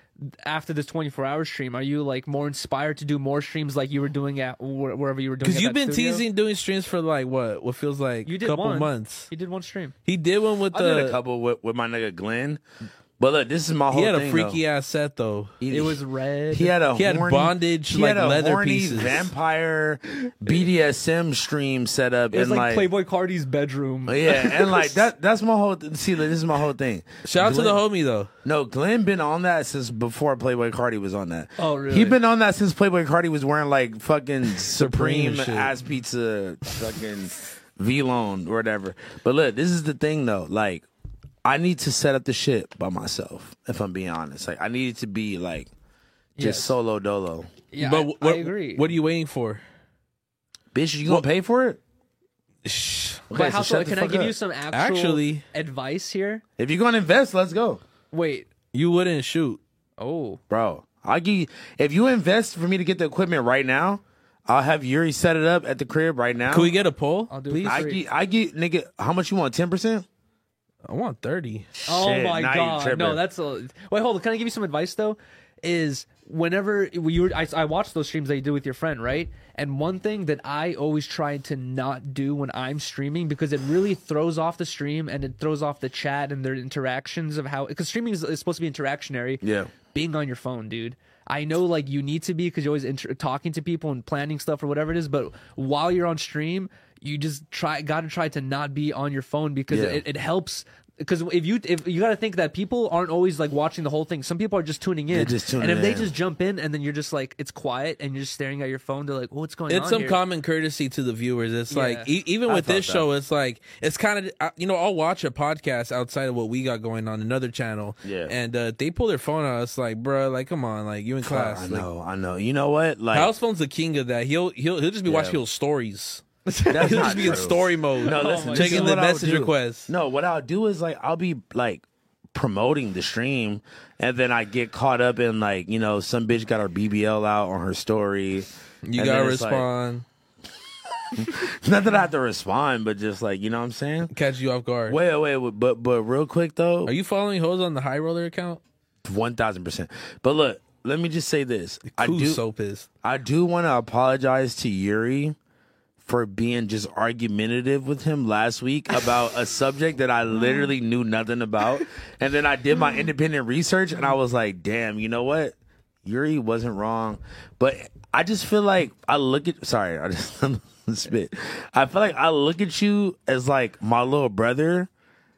S1: after this 24 hour stream? Are you like more inspired to do more streams like you were doing at where- wherever you were doing?
S2: Because
S1: at
S2: you've
S1: that
S2: been
S1: studio?
S2: teasing doing streams for like what what feels like
S1: You
S2: a
S1: did
S2: couple
S1: one.
S2: months.
S1: You did one stream.
S2: He did one with
S3: I did a
S2: the.
S3: couple with, with my nigga Glenn, but look, this is my whole.
S2: He had a
S3: thing,
S2: freaky
S3: though.
S2: ass set though.
S1: It was red.
S3: He had a
S2: He had
S3: horny-
S2: bondage,
S3: he had
S2: like,
S3: a
S2: leather
S3: horny
S2: pieces.
S3: vampire BDSM stream set up,
S1: It was
S3: and
S1: like,
S3: like,
S1: Playboy Cardi's bedroom.
S3: yeah, and like that. That's my whole. See, like, this is my whole thing.
S2: Shout out to the
S3: Glenn-
S2: homie though.
S3: No, Glenn been on that since before Playboy Cardi was on that.
S1: Oh, really?
S3: He been on that since Playboy Cardi was wearing like fucking
S2: Supreme
S3: Supreme,
S2: shit.
S3: ass pizza, fucking V loan or whatever. But look, this is the thing though. Like, I need to set up the shit by myself. If I'm being honest, like I need it to be like
S1: Yes.
S3: just solo dolo.
S1: yeah.
S2: but
S1: I,
S2: what,
S1: I agree.
S2: What are you waiting for?
S3: Bitch, you gonna pay for it?
S2: Shh.
S3: Okay,
S1: but how
S3: so shut the
S1: can I
S3: fuck
S1: give
S3: up.
S1: you some actual
S2: Actually-
S1: advice here?
S3: If you're gonna invest, let's go,
S1: Wait.
S2: You wouldn't shoot.
S1: Oh.
S3: bro. I will give. You, if you invest for me to get the equipment right now, I'll have Yuri set it up at the crib right now.
S2: Can we get a poll?
S1: I'll do it.
S2: please.
S1: I-
S3: I
S1: Three.
S3: get, I get, nigga. How much you want? Ten percent?
S2: I want thirty.
S1: Oh
S3: Shit,
S1: my
S3: now you
S1: god! No,
S3: tripping.
S1: that's a wait. Hold on. Can I give you some advice though? Is whenever you were, I, I watched those streams that you do with your friend, right? And one thing that I always try to not do when I'm streaming because it really throws off the stream and it throws off the chat and their interactions of how because streaming is, is supposed to be interactionary.
S3: Yeah.
S1: being on your phone, dude. I know like you need to be because you're always inter- talking to people and planning stuff or whatever it is. But while you're on stream, you just try got to try to not be on your phone because
S3: Yeah.
S1: it, it helps. Because if you if you got to think that people aren't always like watching the whole thing. Some people are just tuning in,
S3: They're just tuning
S1: and if they
S3: in.
S1: just jump in and then you're just like it's quiet and you're just staring at your phone, they're like, what's going on?
S2: It's some
S1: here?
S2: common courtesy to the viewers. It's like
S1: Yeah.
S2: e- even
S3: I
S2: with
S3: thought
S2: this show, it's like it's kind of you know I'll watch a podcast outside of what we got going on another channel.
S3: Yeah.
S2: and uh, they pull their phone out. It's like, bruh, like come on, like you in class.
S3: I
S2: like,
S3: know, I know. You know what? Like
S2: House phone's the king of that. He'll he'll he'll just be watching people's stories.
S3: that's
S2: He'll
S3: not
S2: just be in
S3: true.
S2: story mode.
S3: No, listen. this is
S2: checking the
S3: what I'll
S2: message
S3: do.
S2: requests.
S3: No, what I'll do is like I'll be like promoting the stream, and then I get caught up in like you know some bitch got her BBL out on her story.
S2: You
S3: and
S2: gotta
S3: then it's like-
S2: respond.
S3: not that I have to respond, but just like you know what I'm saying.
S2: Catch you off guard.
S3: Wait, wait, wait, but but real quick though,
S2: Are you following Hose on the High Roller account?
S3: one thousand percent. But look, let me just say this: I
S2: Who's
S3: do
S2: so pissed?
S3: I do want to apologize to Yuri for being just argumentative with him last week about a subject that I literally knew nothing about. And then I did my independent research and I was like, damn, you know what? Yuri wasn't wrong. But I just feel like I look at sorry, I just spit. I feel like I look at you as like my little brother.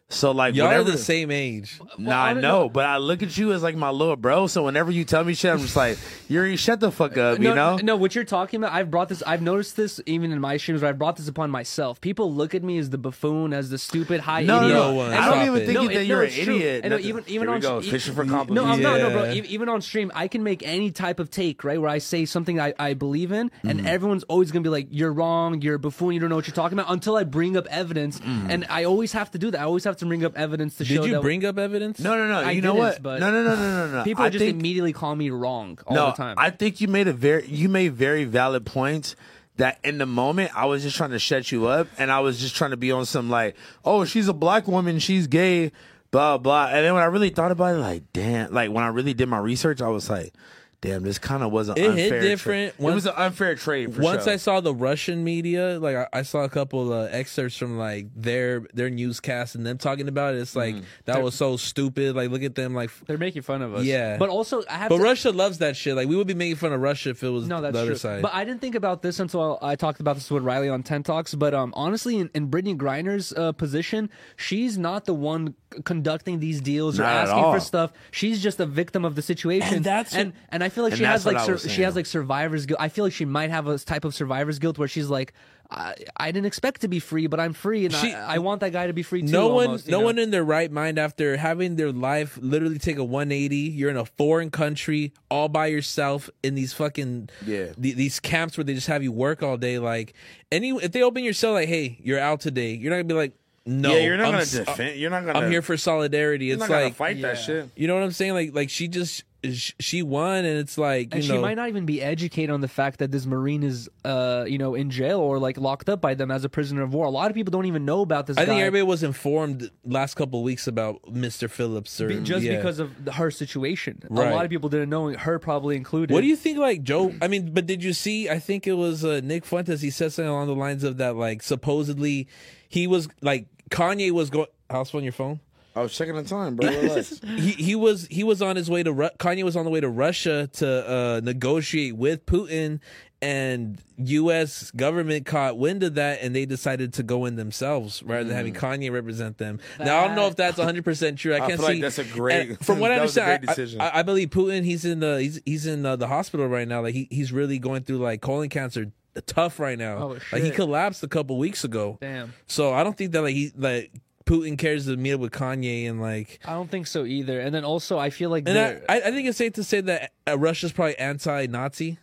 S3: So like
S2: Y'all
S3: whenever
S2: are the same age.
S3: Nah, I
S1: don't
S3: know, but I look at you as like my little bro. So whenever you tell me shit, I'm just like, Yuri, shut the fuck up,
S1: no,
S3: you know?
S1: no, what you're talking about, I've brought this. I've noticed this even in my streams where I've brought this upon myself. People look at me as the buffoon, as the stupid high
S3: No, no,
S1: idiot.
S2: no,
S1: And
S2: I don't even
S3: think
S1: it-
S3: that you're an
S1: it's true.
S3: idiot.
S1: And no,
S3: Nothing.
S1: even even
S3: Here we
S1: on
S3: go, fishing for
S1: No, I'm not, no, bro.
S2: Yeah.
S1: E- Even on stream, I can make any type of take, right? Where I say something I, I believe in, and
S3: Mm-hmm.
S1: everyone's always gonna be like, "You're wrong. You're a buffoon. You don't know what you're talking about." Until I bring up evidence,
S3: Mm.
S1: and I always have to do that. I always have to bring up evidence to show
S2: Did you
S1: that
S2: bring up evidence?
S3: No, no, no.
S1: I
S3: you know
S1: didn't,
S3: what?
S1: but-
S3: No, no, no, no, no, no.
S1: people
S3: I
S1: just
S3: think,
S1: immediately call me wrong all
S3: no,
S1: the time.
S3: I think you made a very, you made very valid points. That in the moment, I was just trying to shut you up, and I was just trying to be on some like, oh, she's a black woman, she's gay, blah blah. And then when I really thought about it, like, damn, like when I really did my research, I was like, damn, this kind of was an
S2: It hit
S3: unfair. tra-
S2: different
S3: it
S2: once-
S3: was an unfair trade. For
S2: Once
S3: sure.
S2: I saw the Russian media, like I, I saw a couple uh, excerpts from like their their newscast and them talking about it. It's like
S3: Mm.
S2: that was so stupid. Like look at them. Like, f-
S1: They're making fun of us.
S2: Yeah.
S1: But also, I have
S2: but
S1: to.
S2: Russia loves that shit. Like we would be making fun of Russia if it was
S1: no, that's
S2: the other
S1: true.
S2: side.
S1: But I didn't think about this until I I talked about this with Riley on Ten Talks. But um, honestly, in, in Brittany Griner's uh, position, she's not the one c- conducting these deals or
S3: Not at
S1: asking
S3: all.
S1: for stuff. She's just a victim of the situation.
S2: And that's-
S1: and, and I feel like
S3: And
S1: she has
S3: that's what
S1: like
S3: I
S1: sur-
S3: was
S1: she
S3: saying.
S1: has like survivor's guilt. I feel like she might have a type of survivor's guilt where she's like, I, I didn't expect to be free, but I'm free, and
S2: She-
S1: I, I want that guy to be free too.
S2: no one,
S1: almost, you
S2: no
S1: know?
S2: one in their right mind after having their life literally take a 180. You're in a foreign country all by yourself in these fucking
S3: Yeah.
S2: the- these camps where they just have you work all day. Like any, if they open your cell, like hey, you're out today. You're not gonna be like. No,
S3: yeah, you're not
S2: I'm
S3: gonna
S2: s- uh,
S3: defend. You're not gonna.
S2: I'm here for solidarity.
S3: You're
S2: It's
S3: not gonna
S2: like
S3: fight
S1: yeah.
S3: that shit.
S2: you know what I'm saying. Like like she just sh- she won, and it's like you
S1: and
S2: know
S1: she might not even be educated on the fact that this marine is uh you know in jail or like locked up by them as a prisoner of war a lot of people don't even know about this
S2: I
S1: guy
S2: think everybody was informed last couple of weeks about Mr. Phillips or
S1: be- just
S2: yeah.
S1: because of the- her situation a lot
S2: Right.
S1: of people didn't know her probably included
S2: What do you think, like Joe? I mean, but did you see? I think it was uh, Nick Fuentes. He said something along the lines of that, like supposedly he was like Kanye was going. House on your phone.
S3: I was checking the time, bro. Relax.
S2: he he was he was on his way to Ru- Kanye was on the way to Russia to uh, negotiate with Putin, and U.S. government caught wind of that, and they decided to go in themselves rather than
S3: Mm.
S2: having Kanye represent them. Now I don't know if that's 100 percent true. I can't
S3: feel
S2: see.
S3: like that's a great-
S2: and from what I
S3: that was a
S2: understand,
S3: great
S2: I-
S3: decision.
S2: I, I, I believe Putin. He's in the he's he's in uh, the hospital right now. Like he he's really going through like colon cancer. uh, Tough right now.
S1: Oh,
S2: Like he
S1: shit.
S2: collapsed a couple weeks ago.
S1: Damn.
S2: So I don't think that like he like Putin cares to meet up with Kanye and like
S1: i don't think so either and then also i feel like
S2: and I,
S1: they're-
S2: I I think it's safe to say that uh, Russia's probably anti-Nazi.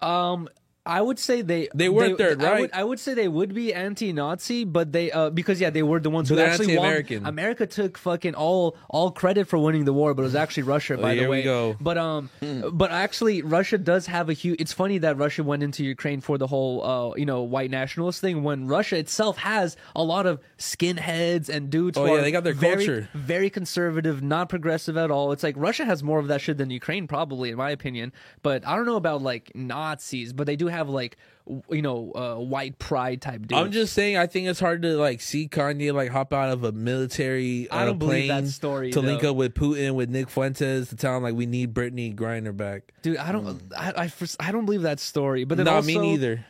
S1: Um, I would say they
S2: They weren't third,
S1: I
S2: right?
S1: would, I would say they would be anti-Nazi, but they uh because yeah, they were the ones who
S2: But they're
S1: actually
S2: anti-American.
S1: won. America took fucking all all credit for winning the war, but it was actually Russia. By
S2: here
S1: the
S2: we
S1: way,
S2: go. Hmm.
S1: but um, but actually, Russia does have a huge. It's funny that Russia went into Ukraine for the whole uh you know white nationalist thing when Russia itself has a lot of skinheads and dudes.
S2: Oh,
S1: who
S2: yeah,
S1: are
S2: they got their
S1: very-
S2: culture.
S1: very conservative, not progressive at all. It's like Russia has more of that shit than Ukraine, probably, in my opinion. But I don't know about like Nazis, but they do have like w- you know uh, white pride type dudes.
S2: I'm just saying, I think it's hard to like see Kanye like hop out of a military uh,
S1: I don't
S2: plane
S1: believe that story,
S2: to link
S1: though.
S2: up with Putin with Nick Fuentes to tell him like we need Brittany Griner back.
S1: dude. I don't. I, I, for- I don't believe that story. But then
S2: Not
S1: also,
S2: Mm. me neither.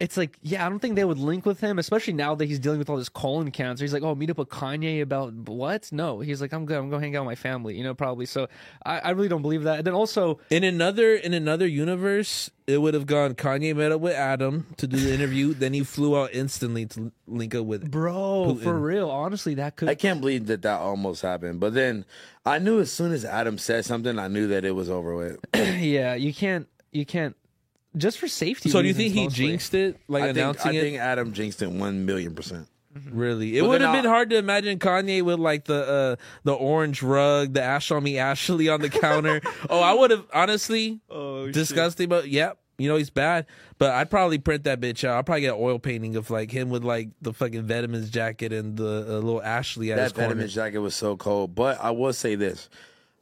S1: It's like yeah, I don't think they would link with him, especially now that he's dealing with all this colon cancer. He's like, oh, meet up with Kanye about what? No, he's like, I'm good. I'm going to hang out with my family. You know, probably. So I, I really don't believe that. And then also,
S2: In another in another universe, it would have gone Kanye met up with Adam to do the interview, then he flew out instantly to l- link up with.
S1: bro, for
S2: Putin.
S1: real, honestly, that could
S3: I can't believe that that almost happened. But then I knew as soon as Adam said something, I knew that it was over with.
S1: Yeah, you can't. You can't. Just for safety.
S2: So do you think
S1: reasons
S2: he
S1: mostly.
S2: jinxed it, like
S3: I think,
S2: announcing
S3: I
S2: it?
S3: think Adam jinxed it one million percent.
S2: Really, it
S3: But
S2: would
S3: then
S2: have
S3: I-
S2: been hard to imagine Kanye with like the uh, the orange rug, the Ash on Me Ashley on the counter. oh, I would have honestly
S1: Oh,
S2: disgusting, but yep, you know he's bad. But I'd probably print that bitch out. I'd probably get an oil painting of like him with like the fucking Venomous jacket and the uh, little Ashley at his
S3: That
S2: corner.
S3: Venomous jacket was so cold. But I will say this: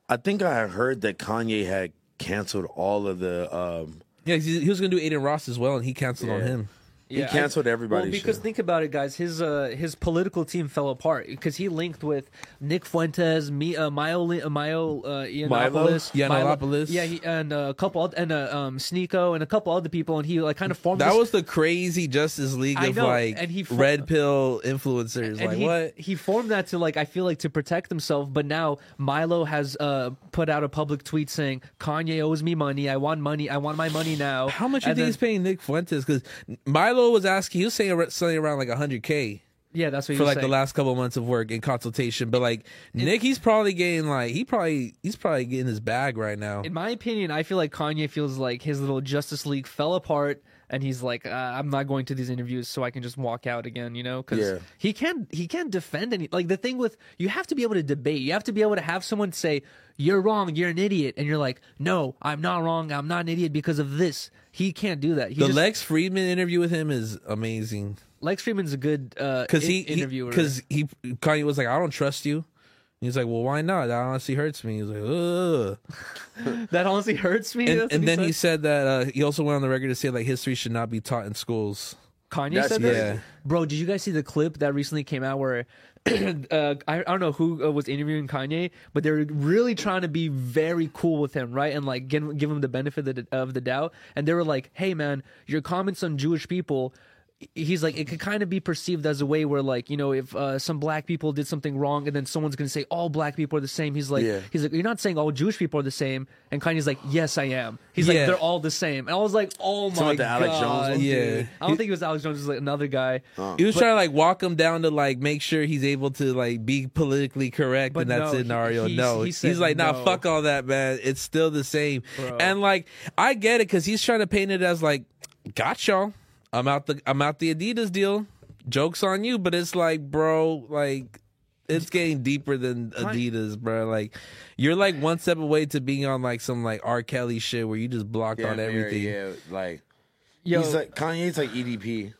S3: I think I had heard that Kanye had canceled all of the. Um,
S2: Yeah, 'cause he he was gonna do Aiden Ross as well, and he canceled on him.
S1: Yeah, I-
S3: canceled everybody's
S1: Well, because
S3: shit.
S1: think about it, guys. His uh, his political team fell apart because he linked with Nick Fuentes, Mi uh, Milo, uh, Milo uh, Yiannopoulos,
S2: Yiannopoulos.
S1: Milo- yeah, he, and uh, a couple, oth- and uh, um, Sneeko, and a couple other people, and he like kind of formed.
S2: That
S1: this-
S2: was the crazy Justice League
S1: I
S2: of
S1: know,
S2: like
S1: and he fu-
S2: red pill influencers.
S1: and
S2: like
S1: he,
S2: what?
S1: he formed that to like I feel like to protect himself, but now Milo has uh, put out a public tweet saying Kanye owes me money. I want money. I want my money now.
S2: How much you
S1: And
S2: think
S1: then-
S2: he's paying Nick Fuentes? Because Milo was asking, he was saying ar- something around like 100k
S1: Yeah, that's what he
S2: for
S1: was
S2: like the
S1: saying.
S2: last couple of months of work and consultation. But like Nick, he's probably getting like he probably he's probably getting his bag right now.
S1: In my opinion, I feel like Kanye feels like his little Justice League fell apart, and he's like, uh, "I'm not going to these interviews, so I can just walk out again," you know? Because
S3: Yeah.
S1: he can he can defend any like the thing with you have to be able to debate. You have to be able to have someone say, "You're wrong. You're an idiot," and you're like, "No, I'm not wrong. I'm not an idiot because of this." He can't do that. He
S2: The
S1: just,
S2: Lex Friedman interview with him is amazing
S1: Lex Friedman's a good uh,
S2: because
S1: in-
S2: he
S1: interviewer.
S2: because he, Kanye was like, I don't trust you. And He's like, well, why not? That honestly hurts me. He's like, ugh.
S1: that honestly hurts me.
S2: And,
S1: that's
S2: and
S1: what
S2: then he
S1: said.
S2: said that uh, he also went on the record to say like history should not be taught in schools.
S1: Kanye
S3: That's
S1: said
S3: crazy.
S1: that.
S2: Yeah.
S1: Bro, did you guys see the clip that recently came out where uh, I, I don't know who uh, was interviewing Kanye, but they were really trying to be very cool with him, right? And like give, give him the benefit of the, of the doubt. And they were like, "Hey, man, your comments on Jewish people." He's like, it could kind of be perceived as a way where, like, you know, if uh, some black people did something wrong, and then someone's gonna say all black people are the same. He's like,
S3: Yeah.
S1: he's like, you're not saying all Jewish people are the same. And Kanye's like, yes, I am. He's
S2: Yeah.
S1: like, they're all the same. And I was like, oh my
S3: Someone with the
S1: god,
S3: Alex Jones one?
S2: Yeah.
S1: I don't think it was Alex Jones. It was like another guy.
S2: He was trying to like walk him down to like make sure he's able to like be politically correct,
S1: But
S2: and that's
S1: no,
S2: it,
S1: he-
S2: Nario.
S1: he-
S2: no,
S1: he
S2: he's
S1: said
S2: like, nah,
S1: no.
S2: fuck all that, man. It's still the same.
S1: Bro.
S2: And like, I get it because he's trying to paint it as like, got y'all. I'm out the I'm out the Adidas deal. Jokes on you, but it's like, bro, like. It's getting deeper than Adidas, bro. Like, you're like one step away to being on like some like R. Kelly shit where you just blocked on
S3: Mary,
S2: everything.
S3: Yeah, like
S1: Yo,
S3: he's like Kanye's like E EDP,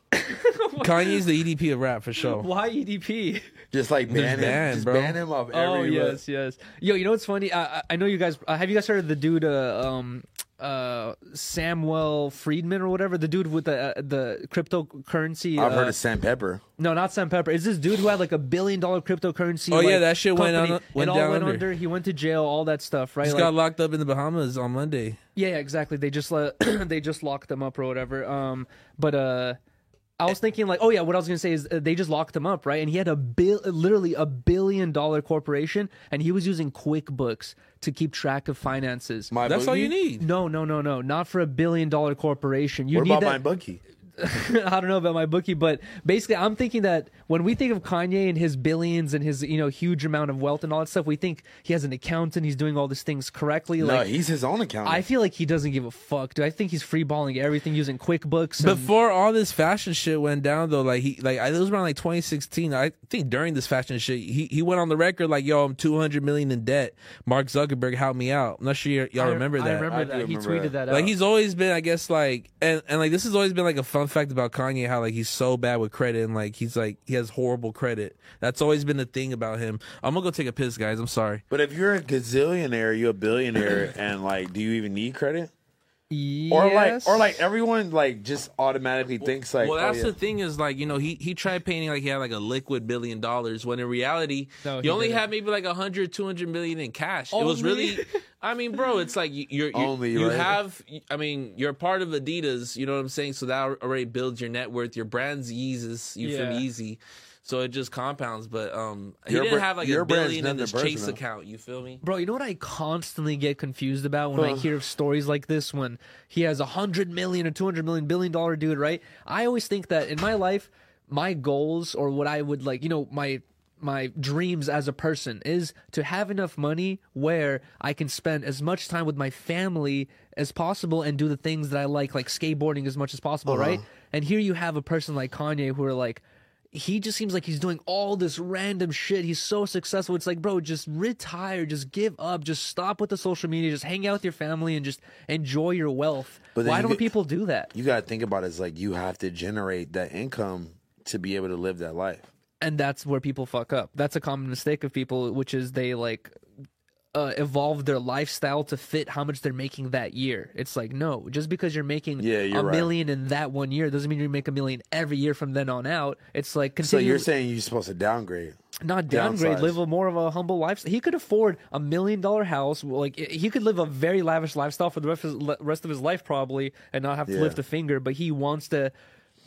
S2: Kanye's the EDP of rap for
S3: oh.
S2: sure.
S1: why EDP?
S3: just like ban him,
S2: banned,
S3: just
S2: bro.
S3: ban him off every.
S1: oh yes, yes. Yo, you know what's funny? I, I- I know you guys. Uh, have you guys heard of the dude, uh, um, uh, Samuel Friedman or whatever? The dude with the uh, the cryptocurrency.
S3: I've
S1: uh,
S3: heard of Sam Pepper.
S1: No, not Sam Pepper. It's this dude who had like a billion dollar cryptocurrency.
S2: Oh, yeah,
S1: like,
S2: that shit went
S1: company.
S2: on- went
S1: it all
S2: down
S1: went
S2: under.
S1: under. He went to jail. All that stuff, right?
S2: Just
S1: Like-
S2: got locked up in the Bahamas on Monday.
S1: yeah, yeah, exactly. They just let they just locked them up or whatever. Um, but uh. I was thinking like, oh yeah, what I was gonna say is uh, they just locked him up, right? And he had a bill, literally a billion dollar corporation, and he was using QuickBooks to keep track of finances.
S3: My
S2: That's all
S3: bookie?
S2: you need.
S1: no, no, no, no, not for a billion dollar corporation. You
S3: What
S1: need
S3: about my
S1: that.
S3: bookie?
S1: I don't know about my bookie, but basically, I'm thinking that when we think of Kanye and his billions and his you know huge amount of wealth and all that stuff, we think he has an accountant, he's doing all these things correctly.
S3: No,
S1: like,
S3: he's his own account.
S1: I feel like he doesn't give a fuck, dude. I think he's freeballing everything using QuickBooks. And,
S2: Before all this fashion shit went down, though, like he, like I, it was around like 2016. I think during this fashion shit, he he went on the record like, "Yo, I'm 200 million in debt. Mark Zuckerberg helped me out." I'm not sure y- y'all remember that.
S1: I remember
S3: I do
S1: that. he
S3: remember
S1: tweeted that.
S3: that.
S1: out.
S2: Like he's always been, I guess, like and and like this has always been like a fun fact about Kanye, how like he's so bad with credit and like he's like he has horrible credit. That's always been a thing about him. I'm gonna go take a piss, guys. I'm sorry.
S3: but if you're a gazillionaire, you're a billionaire, and like, do you even need credit?
S1: yes.
S3: Or like, or like everyone like just automatically thinks like,
S2: well,
S3: oh,
S2: that's
S3: yeah.
S2: the thing is like you know he he tried painting like he had like a liquid billion dollars when in reality
S1: No, he
S2: you only
S1: didn't.
S2: had maybe like 100 200 million in cash. It was
S1: Only?
S2: really I mean bro it's like you- you're, you're
S3: Only,
S2: you
S3: right?
S2: have I mean you're part of Adidas, you know what I'm saying? So that already builds your net worth. Your brand's Yeezus, you feel
S1: Yeah.
S2: me? Yeezy. So it just compounds, but um he
S3: Your
S2: didn't
S3: bra-
S2: have like
S3: your
S2: a
S3: brand's
S2: billion in
S3: nothing
S2: his Chase
S3: personal.
S2: account, you feel me?
S1: Bro, you know what I constantly get confused about when I
S3: Huh.
S1: hear of stories like this when he has a hundred million or two hundred million billion dollar dude, right? I always think that in my life, my goals or what I would like, you know, my my dreams as a person is to have enough money where I can spend as much time with my family as possible and do the things that I like, like skateboarding as much as possible, right? And here you have a person like Kanye who are like he just seems like he's doing all this random shit. He's so successful. It's like, bro, just retire, just give up, just stop with the social media, just hang out with your family and just enjoy your wealth.
S3: But then
S1: Why
S3: you
S1: don't
S3: get-
S1: people do that?
S3: you gotta think about it, is like you have to generate that income to be able to live that life.
S1: And that's where people fuck up. That's a common mistake of people, which is they like uh, evolve their lifestyle to fit how much they're making that year. It's like no, just because you're making
S3: Yeah, you're
S1: a
S3: right.
S1: million in that one year doesn't mean you make a million every year from then on out. It's like
S3: So
S1: continue,
S3: you're saying you're supposed to downgrade?
S1: not downgrade,
S3: downsize.
S1: live a more of a humble lifestyle. He could afford a million dollar house, like i- he could live a very lavish lifestyle for the rest of his, le- rest of his life probably, and not have to
S3: Yeah.
S1: lift a finger. But he wants to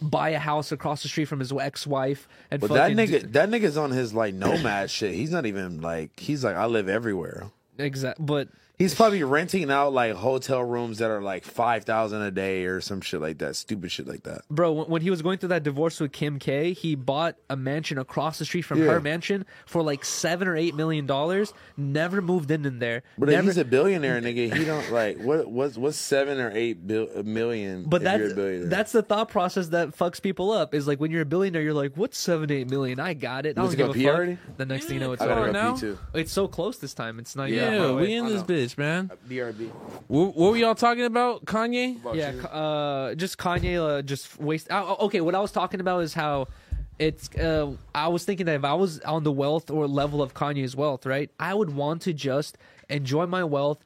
S1: buy a house across the street from his ex wife and
S3: But that
S1: fucking
S3: nigga, that nigga's on his like nomad shit. He's not even like he's like I live everywhere.
S1: exact. But
S3: He's probably renting out like hotel rooms that are like five thousand a day or some shit like that. Stupid shit like that.
S1: Bro, when- when he was going through that divorce with Kim K, he bought a mansion across the street from
S3: Yeah.
S1: her mansion for like seven or eight million dollars. Never moved in in there.
S3: But if
S1: never,
S3: he's a billionaire, nigga. He don't like what what's what's seven or eight bil- million.
S1: but
S3: if
S1: that's
S3: you're a billionaire?
S1: that's the thought process that fucks people up. Is like when you're a billionaire, you're like, "What's seven eight million? I got it. I
S3: Let's
S1: don't give
S3: go
S1: a
S3: pee
S1: fuck."
S3: already?
S1: The next thing you know, it's
S3: I
S2: Come
S1: over.
S2: on
S3: gotta go
S2: now.
S3: pee too.
S1: It's so close this time. It's not.
S2: Yeah,
S1: even far away.
S2: we in this bitch, man.
S3: BRB.
S2: What, what were y'all talking about, Kanye?
S1: yeah, Ka- uh, just Kanye, uh, just waste. Uh, okay, what I was talking about is how it's. Uh, I was thinking that if I was on the wealth or level of Kanye's wealth, right, I would want to just enjoy my wealth,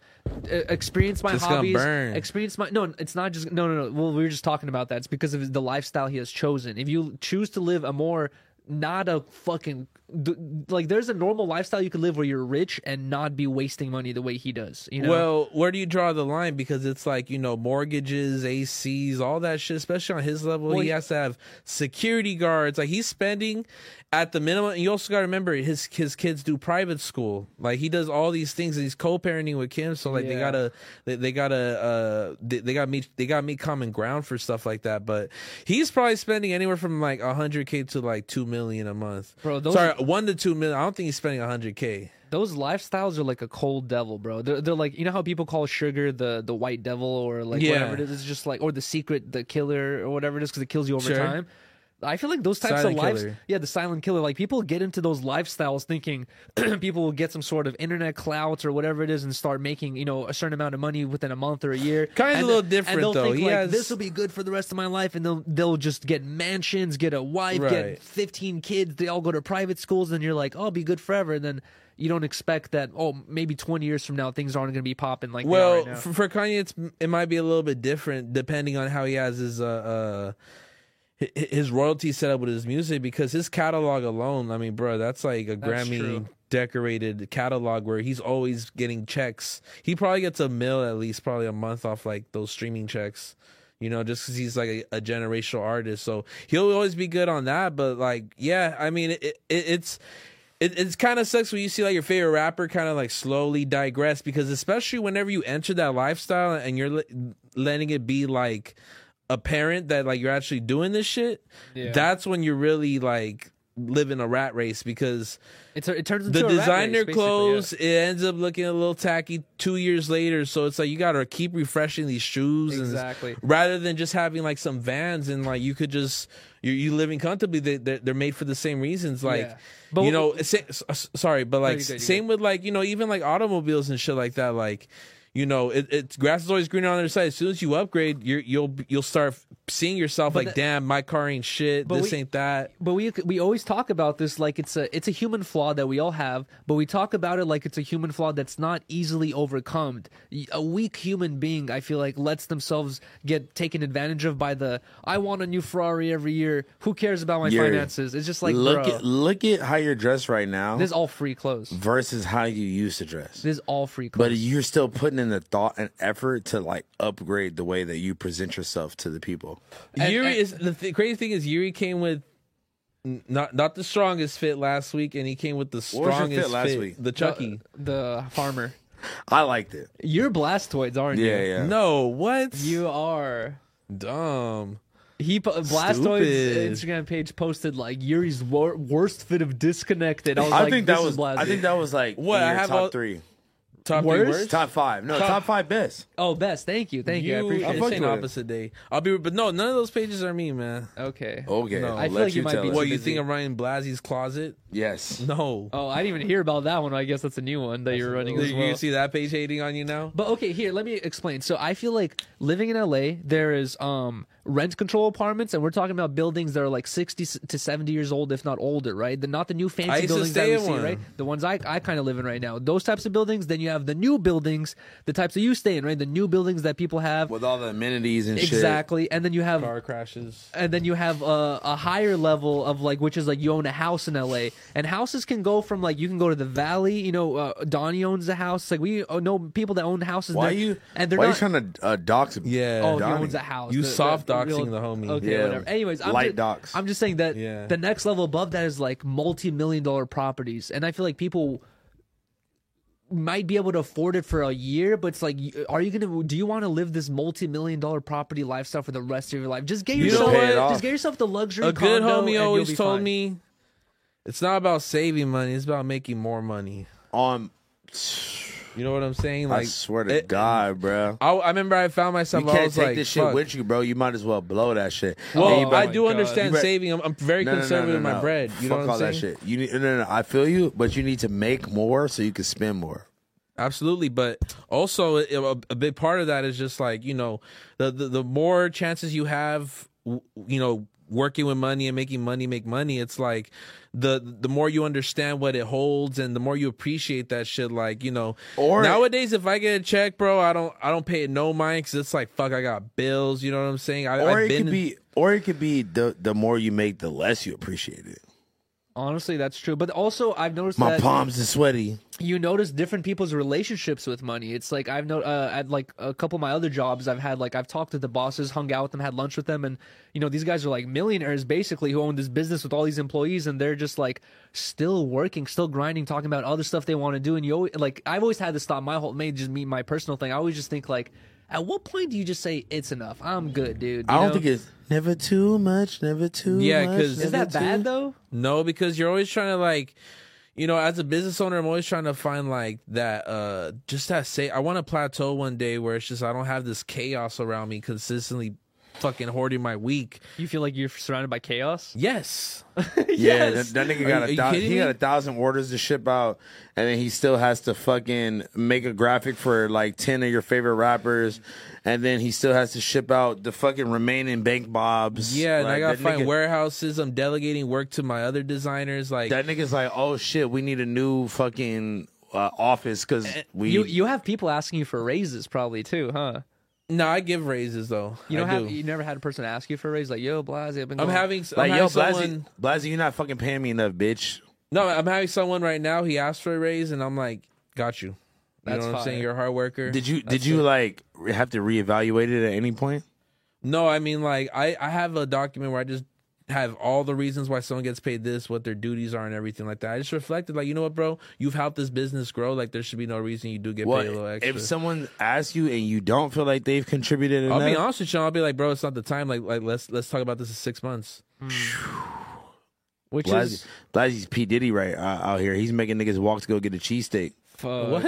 S1: uh, experience my
S2: Just gonna
S1: hobbies,
S2: burn.
S1: experience my. No, it's not just. No, no, no. Well, we were just talking about that. It's because of the lifestyle he has chosen. If you choose to live a more not a fucking d- like there's a normal lifestyle you could live where you're rich and not be wasting money the way he does you know
S2: Well, where do you draw the line? Because it's like you know mortgages, ACs, all that shit. Especially on his level, he
S1: he-
S2: has to have security guards. Like he's spending at the minimum. And you also got to remember his his kids do private school. Like he does all these things. And he's co-parenting with Kim, so like they
S1: Yeah.
S2: gotta they, they gotta uh they, they got meet they got meet common ground for stuff like that. But he's probably spending anywhere from like hundred k to like two million a month.
S1: Bro, those-
S2: sorry, one to two million. I don't think he's spending hundred k.
S1: Those lifestyles are like a cold devil, bro. They're, they're like you know how people call sugar the the white devil or like
S2: Yeah.
S1: whatever it is. It's just like or the secret, the killer or whatever it is because it kills you over
S2: Sure.
S1: time. I feel like those types
S2: Silent
S1: of lives,
S2: killer.
S1: yeah, the silent killer. Like people get into those lifestyles thinking people will get some sort of internet clout or whatever it is and start making you know a certain amount of money within a month or a year.
S2: Kinda
S1: And
S2: a little
S1: the-
S2: different,
S1: and they'll
S2: though.
S1: Think,
S2: He
S1: like,
S2: has-
S1: This will be good for the rest of my life, and they'll they'll just get mansions, get a wife,
S2: Right.
S1: get 15 kids, they all go to private schools, and you're like, oh, I'll be good forever. And then you don't expect that, oh, maybe 20 years from now, things aren't going to be popping like
S2: Well,
S1: they are right now.
S2: for, for Kanye, it's, it might be a little bit different depending on how he has his uh, uh hi- his royalty set up with his music because his catalog alone, I mean, bro, that's like a
S1: That's
S2: Grammy
S1: true.
S2: decorated catalog where he's always getting checks. He probably gets a mill at least, probably a month off like those streaming checks. You know, just because he's like a, a generational artist, so he'll always be good on that. But like, yeah, I mean, it, it, it's it, it's kind of sucks when you see like your favorite rapper kind of like slowly digress because especially whenever you enter that lifestyle and you're le- letting it be like apparent that like you're actually doing this shit that's when you're really like living a rat race because
S1: It's a, it turns into
S2: the
S1: a rat race,
S2: designer
S1: basically, yeah.
S2: clothes it ends up looking a little tacky two years later so it's like you gotta keep refreshing these shoes and it's-
S1: Exactly.
S2: rather than just having like some vans and like you could just you you living comfortably they they're, they're made for the same reasons like
S1: Yeah. But
S2: you
S1: wh-
S2: know sa- s- s- sorry but like
S1: you're good, you're
S2: same with like you know even like automobiles and shit like that like you know it, it's grass is always greener on the other side as soon as you upgrade you're, you'll you'll start seeing yourself like
S1: that-
S2: damn my car ain't shit
S1: But
S2: this
S1: we-
S2: ain't that
S1: but we we always talk about this like it's a it's a human flaw that we all have, but we talk about it like it's a human flaw that's not easily overcome. Y- A weak human being, I feel like, lets themselves get taken advantage of by the I want a new Ferrari every year. Who cares about my
S3: Yeah.
S1: finances? It's just like
S3: look
S1: bro,
S3: at look at how you're dressed right now
S1: this is all free clothes.
S3: versus how you used to dress.
S1: This is all free clothes.
S3: But you're still putting in the thought and effort to like upgrade the way that you present yourself to the people.
S1: And-
S2: Yuri
S1: and-
S2: is the th- crazy thing is Yuri came with n- not not the strongest fit last week, and he came with the
S3: What was your
S2: strongest
S3: fit last week?
S2: the Chucky.
S1: Uh, the farmer.
S3: I liked it.
S1: You're Blastoids, aren't you?
S3: Yeah, yeah.
S2: No, what?
S1: You are.
S2: dumb.
S1: He po-
S2: Stupid.
S1: Blastoid's Instagram page posted like Yuri's wor- worst fit of disconnected. I was
S3: I
S1: like,
S3: think
S1: this
S3: that
S1: is
S3: was.
S1: Blastoid.
S3: I think that was like
S2: What,
S3: in
S2: I
S3: your
S2: have
S3: top
S2: all-
S3: three.
S2: top three
S1: Worst?
S2: worst.
S3: Top five. No, top, five best.
S1: Oh, best. Thank you. Thank you. I
S2: you,
S1: appreciate
S2: I'm
S1: it.
S3: fucked
S2: saying
S3: with it.
S2: opposite day. I'll be, but no, none of those pages are me, man.
S1: Okay.
S3: Okay.
S2: No.
S3: I'll
S2: I
S1: feel
S3: let
S1: like you might
S3: tell
S1: be
S3: us.
S1: too
S2: What you
S1: busy.
S2: think I'm running Blasey's closet?
S3: Yes.
S2: No,
S1: Oh, I didn't even hear about that one. I guess that's a new one that you're running
S2: you,
S1: as well.
S2: you see that page hating on you now?
S1: But okay, here, let me explain. So I feel like living in LA, there is um rent control apartments and we're talking about buildings that are like 60 to 70 years old if not older, right? The not the new fancy
S2: used to
S1: buildings that
S2: stay
S1: we
S2: in
S1: see,
S2: one.
S1: right? The ones I I kind of live in right now. Those types of buildings, then you have the new buildings, the types that you stay in, right? The new buildings that people have.
S3: With all the amenities and shit.
S1: exactly. And then you have
S2: Car crashes.
S1: and then you have uh, a, a higher level of like which is like you own a house in la and houses can go from like you can go to the valley you know uh, donnie owns a house like we uh, know people that own houses
S3: Why
S1: that-
S3: you?
S1: and they're
S3: why
S1: not,
S3: you trying to uh, dox? him?
S2: Yeah.
S1: Oh,
S3: Donnie.
S1: he owns a house.
S2: You
S1: The- the-
S2: soft
S1: the
S2: doxing
S1: real-
S2: the homie.
S1: Okay,
S3: Yeah,
S1: whatever. Anyways, I'm
S3: light
S1: just,
S3: dox.
S1: I'm just saying that
S2: Yeah.
S1: the next level above that is like multi-million dollar properties, and I feel like people might be able to afford it for a year, but it's like, y- are you gonna? Do you want to live this multi-million dollar property lifestyle for the rest of your life? Just get
S2: know
S1: yourself,
S3: what?
S1: just get yourself the luxury.
S2: A good
S1: condo and
S2: homie
S1: you'll
S2: always
S1: be
S2: told
S1: fine.
S2: me, it's not about saving money; it's about making more money.
S3: Um,
S2: You know what I'm saying?
S3: I
S2: Like,
S3: swear to
S2: it-
S3: God, bro.
S2: I, I remember I found myself.
S3: You
S2: I
S3: can't
S2: was
S3: take
S2: like,
S3: this shit
S2: fuck.
S3: with you, bro. You might as well blow that shit.
S1: Hey,
S2: Well,
S1: bro.
S2: I
S1: Oh
S2: do
S1: my God.
S2: understand
S3: You bet-
S2: saving. I'm, I'm very
S3: No, no, no,
S2: conservative
S3: no,
S2: with my
S3: no.
S2: bread. You know
S3: Fuck
S2: what I'm
S3: all
S2: saying?
S3: that shit. You need, no, no, no. I feel you, but you need to make more so you can spend more.
S2: Absolutely, but also it- a, a big part of that is just like you know, the the, the more chances you have, w- you know, working with money and making money make money. It's like the the more you understand what it holds and the more you appreciate that shit. Like you know,
S3: Or-
S2: nowadays if I get a check, bro, I don't I don't pay it no mind because it's like fuck, I got bills. You know what I'm saying? I,
S3: Or
S2: I've
S3: it
S2: been
S3: could be, or it could be the the more you make, the less you appreciate it.
S1: Honestly, that's true. But also, I've noticed
S3: My
S1: that
S3: palms are sweaty.
S1: you notice different people's relationships with money. It's like I've no uh, at like a couple of my other jobs, I've had like I've talked to the bosses, hung out with them, had lunch with them, and you know these guys are like millionaires basically who own this business with all these employees, and they're just like still working, still grinding, talking about other stuff they want to do. And you always, like I've always had this thought. My whole may just mean my personal thing. I always just think like, at what point do you just say it's enough? I'm good, dude.
S3: I
S1: you
S3: don't
S1: know?
S3: think it's never too much, never too
S2: Yeah,
S3: much.
S2: 'cause-
S1: is
S3: never
S1: that
S3: too-
S1: bad though.
S2: No, because you're always trying to like, you know, as a business owner, I'm always trying to find like that, uh, just that say, I want to plateau one day where it's just, I don't have this chaos around me consistently fucking hoarding my week.
S1: You feel like you're surrounded by chaos.
S2: Yes.
S3: Yeah,
S2: Yes.
S3: that, that nigga
S2: Are
S3: got
S2: you- are
S3: a
S2: you
S3: thousand.
S2: kidding
S3: He
S2: me?
S3: got a thousand orders to ship out, and then he still has to fucking make a graphic for like ten of your favorite rappers, and then he still has to ship out the fucking remaining bank bobs.
S2: Yeah. And I
S3: Like,
S2: got to
S3: that
S2: find
S3: nigga-
S2: warehouses. I'm delegating work to my other designers. Like,
S3: That nigga's like, oh shit, we need a new fucking uh, office because
S2: Eh,
S3: we.
S1: You you have people asking you for raises probably too, huh?
S2: no, I give raises though.
S1: You don't
S2: I
S1: have
S2: do.
S1: you never had a person ask you for a raise like yo Blasey I've been
S2: I'm
S1: going-
S2: having, I'm
S3: like
S2: having
S3: yo,
S2: someone.
S3: Blasey, Blasey, you're not fucking paying me enough, bitch.
S2: No, I'm having someone right now. He asked for a raise, and I'm like, got you. You
S1: That's
S2: know what I'm saying?
S1: fire.
S2: You're a hard worker.
S3: Did you did you like have to reevaluate it at any point?
S2: No, I mean like I I have a document where I just have all the reasons why someone gets paid this, what their duties are, and everything like that. I just reflected like, you know what, bro, you've helped this business grow. Like there should be no reason you do get
S3: Well,
S2: paid a little extra.
S3: if someone asks you and you don't feel like they've contributed enough,
S2: I'll be honest with you, I'll be like, bro, it's not the time. Like like let's let's talk about this in six months.
S1: which
S3: Blasey,
S1: is
S3: Blasey's P Diddy right uh, out here. He's making niggas walk to go get a cheesesteak,
S1: fuck.
S2: What?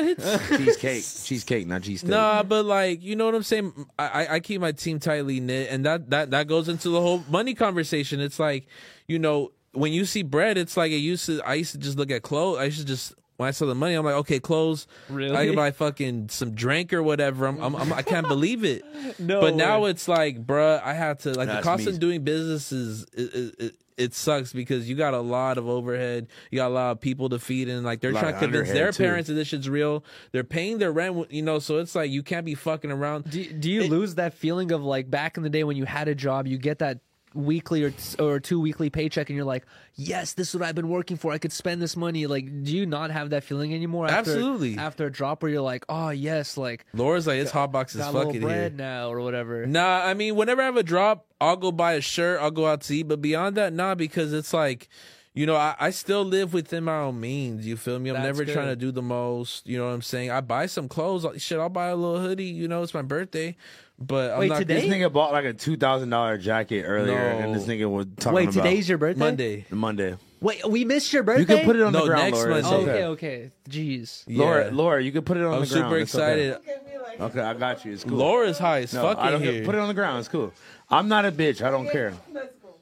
S3: cheesecake, cheesecake, not cheesesteak.
S2: Nah, but like you know what I'm saying. I, I- I keep my team tightly knit, and that that that goes into the whole money conversation. It's like you know when you see bread, it's like it used to. I used to just look at clothes. I used to just when I saw the money, I'm like, okay, clothes. I
S1: Really?
S2: can buy fucking some drink or whatever. I'm, I'm, I'm I can't believe it.
S1: No
S2: but now
S1: way.
S2: it's like, bruh, I have to like the
S3: That's
S2: cost
S3: me.
S2: of doing business is. It, it, it, it sucks because you got a lot of overhead. You got a lot of people to feed, and like they're
S3: Lot
S2: trying
S3: of
S2: to convince
S3: underhead,
S2: their
S3: too.
S2: parents that this shit's real. They're paying their rent, you know. So it's like you can't be fucking around.
S1: Do, do you lose that feeling of like back in the day when you had a job, you get that weekly or or two weekly paycheck, and you're like, yes, this is what I've been working for. I could spend this money. Like, do you not have that feeling anymore? After,
S2: Absolutely.
S1: After a drop where you're like, oh yes, like
S2: Laura's like, it's hot box is
S1: got a little
S2: fucking
S1: bread
S2: here.
S1: now or whatever.
S2: Nah, I mean, whenever I have a drop, I'll go buy a shirt. I'll go out to eat. But beyond that, nah, because it's like, you know, I, I still live within my own means. You feel me? I'm
S1: That's
S2: never
S1: good.
S2: trying to do the most. You know what I'm saying? I buy some clothes. Shit, I'll buy a little hoodie. You know, it's my birthday. But I'm
S1: Wait,
S2: not
S1: today?
S3: this nigga bought like a two thousand dollar jacket earlier,
S2: No.
S3: and this nigga was talking
S1: Wait,
S3: about
S1: today's your birthday.
S2: Monday.
S3: Monday.
S1: Wait, we missed your birthday.
S3: You can put it on
S2: No,
S3: the ground,
S2: next
S3: Laura. It's
S2: Monday.
S1: Oh,
S3: okay.
S1: okay, okay. Jeez.
S3: Laura,
S2: Yeah.
S3: Laura, you can put it on
S2: I'm
S3: the ground.
S2: super
S3: It's okay.
S2: excited.
S4: Look at me like,
S3: Okay, I got you. It's cool.
S2: Laura's high as
S3: no,
S2: fuck
S3: I
S2: in
S3: don't
S2: here.
S3: Put it on the ground. It's cool. I'm not a bitch. I don't care.
S4: that's cool.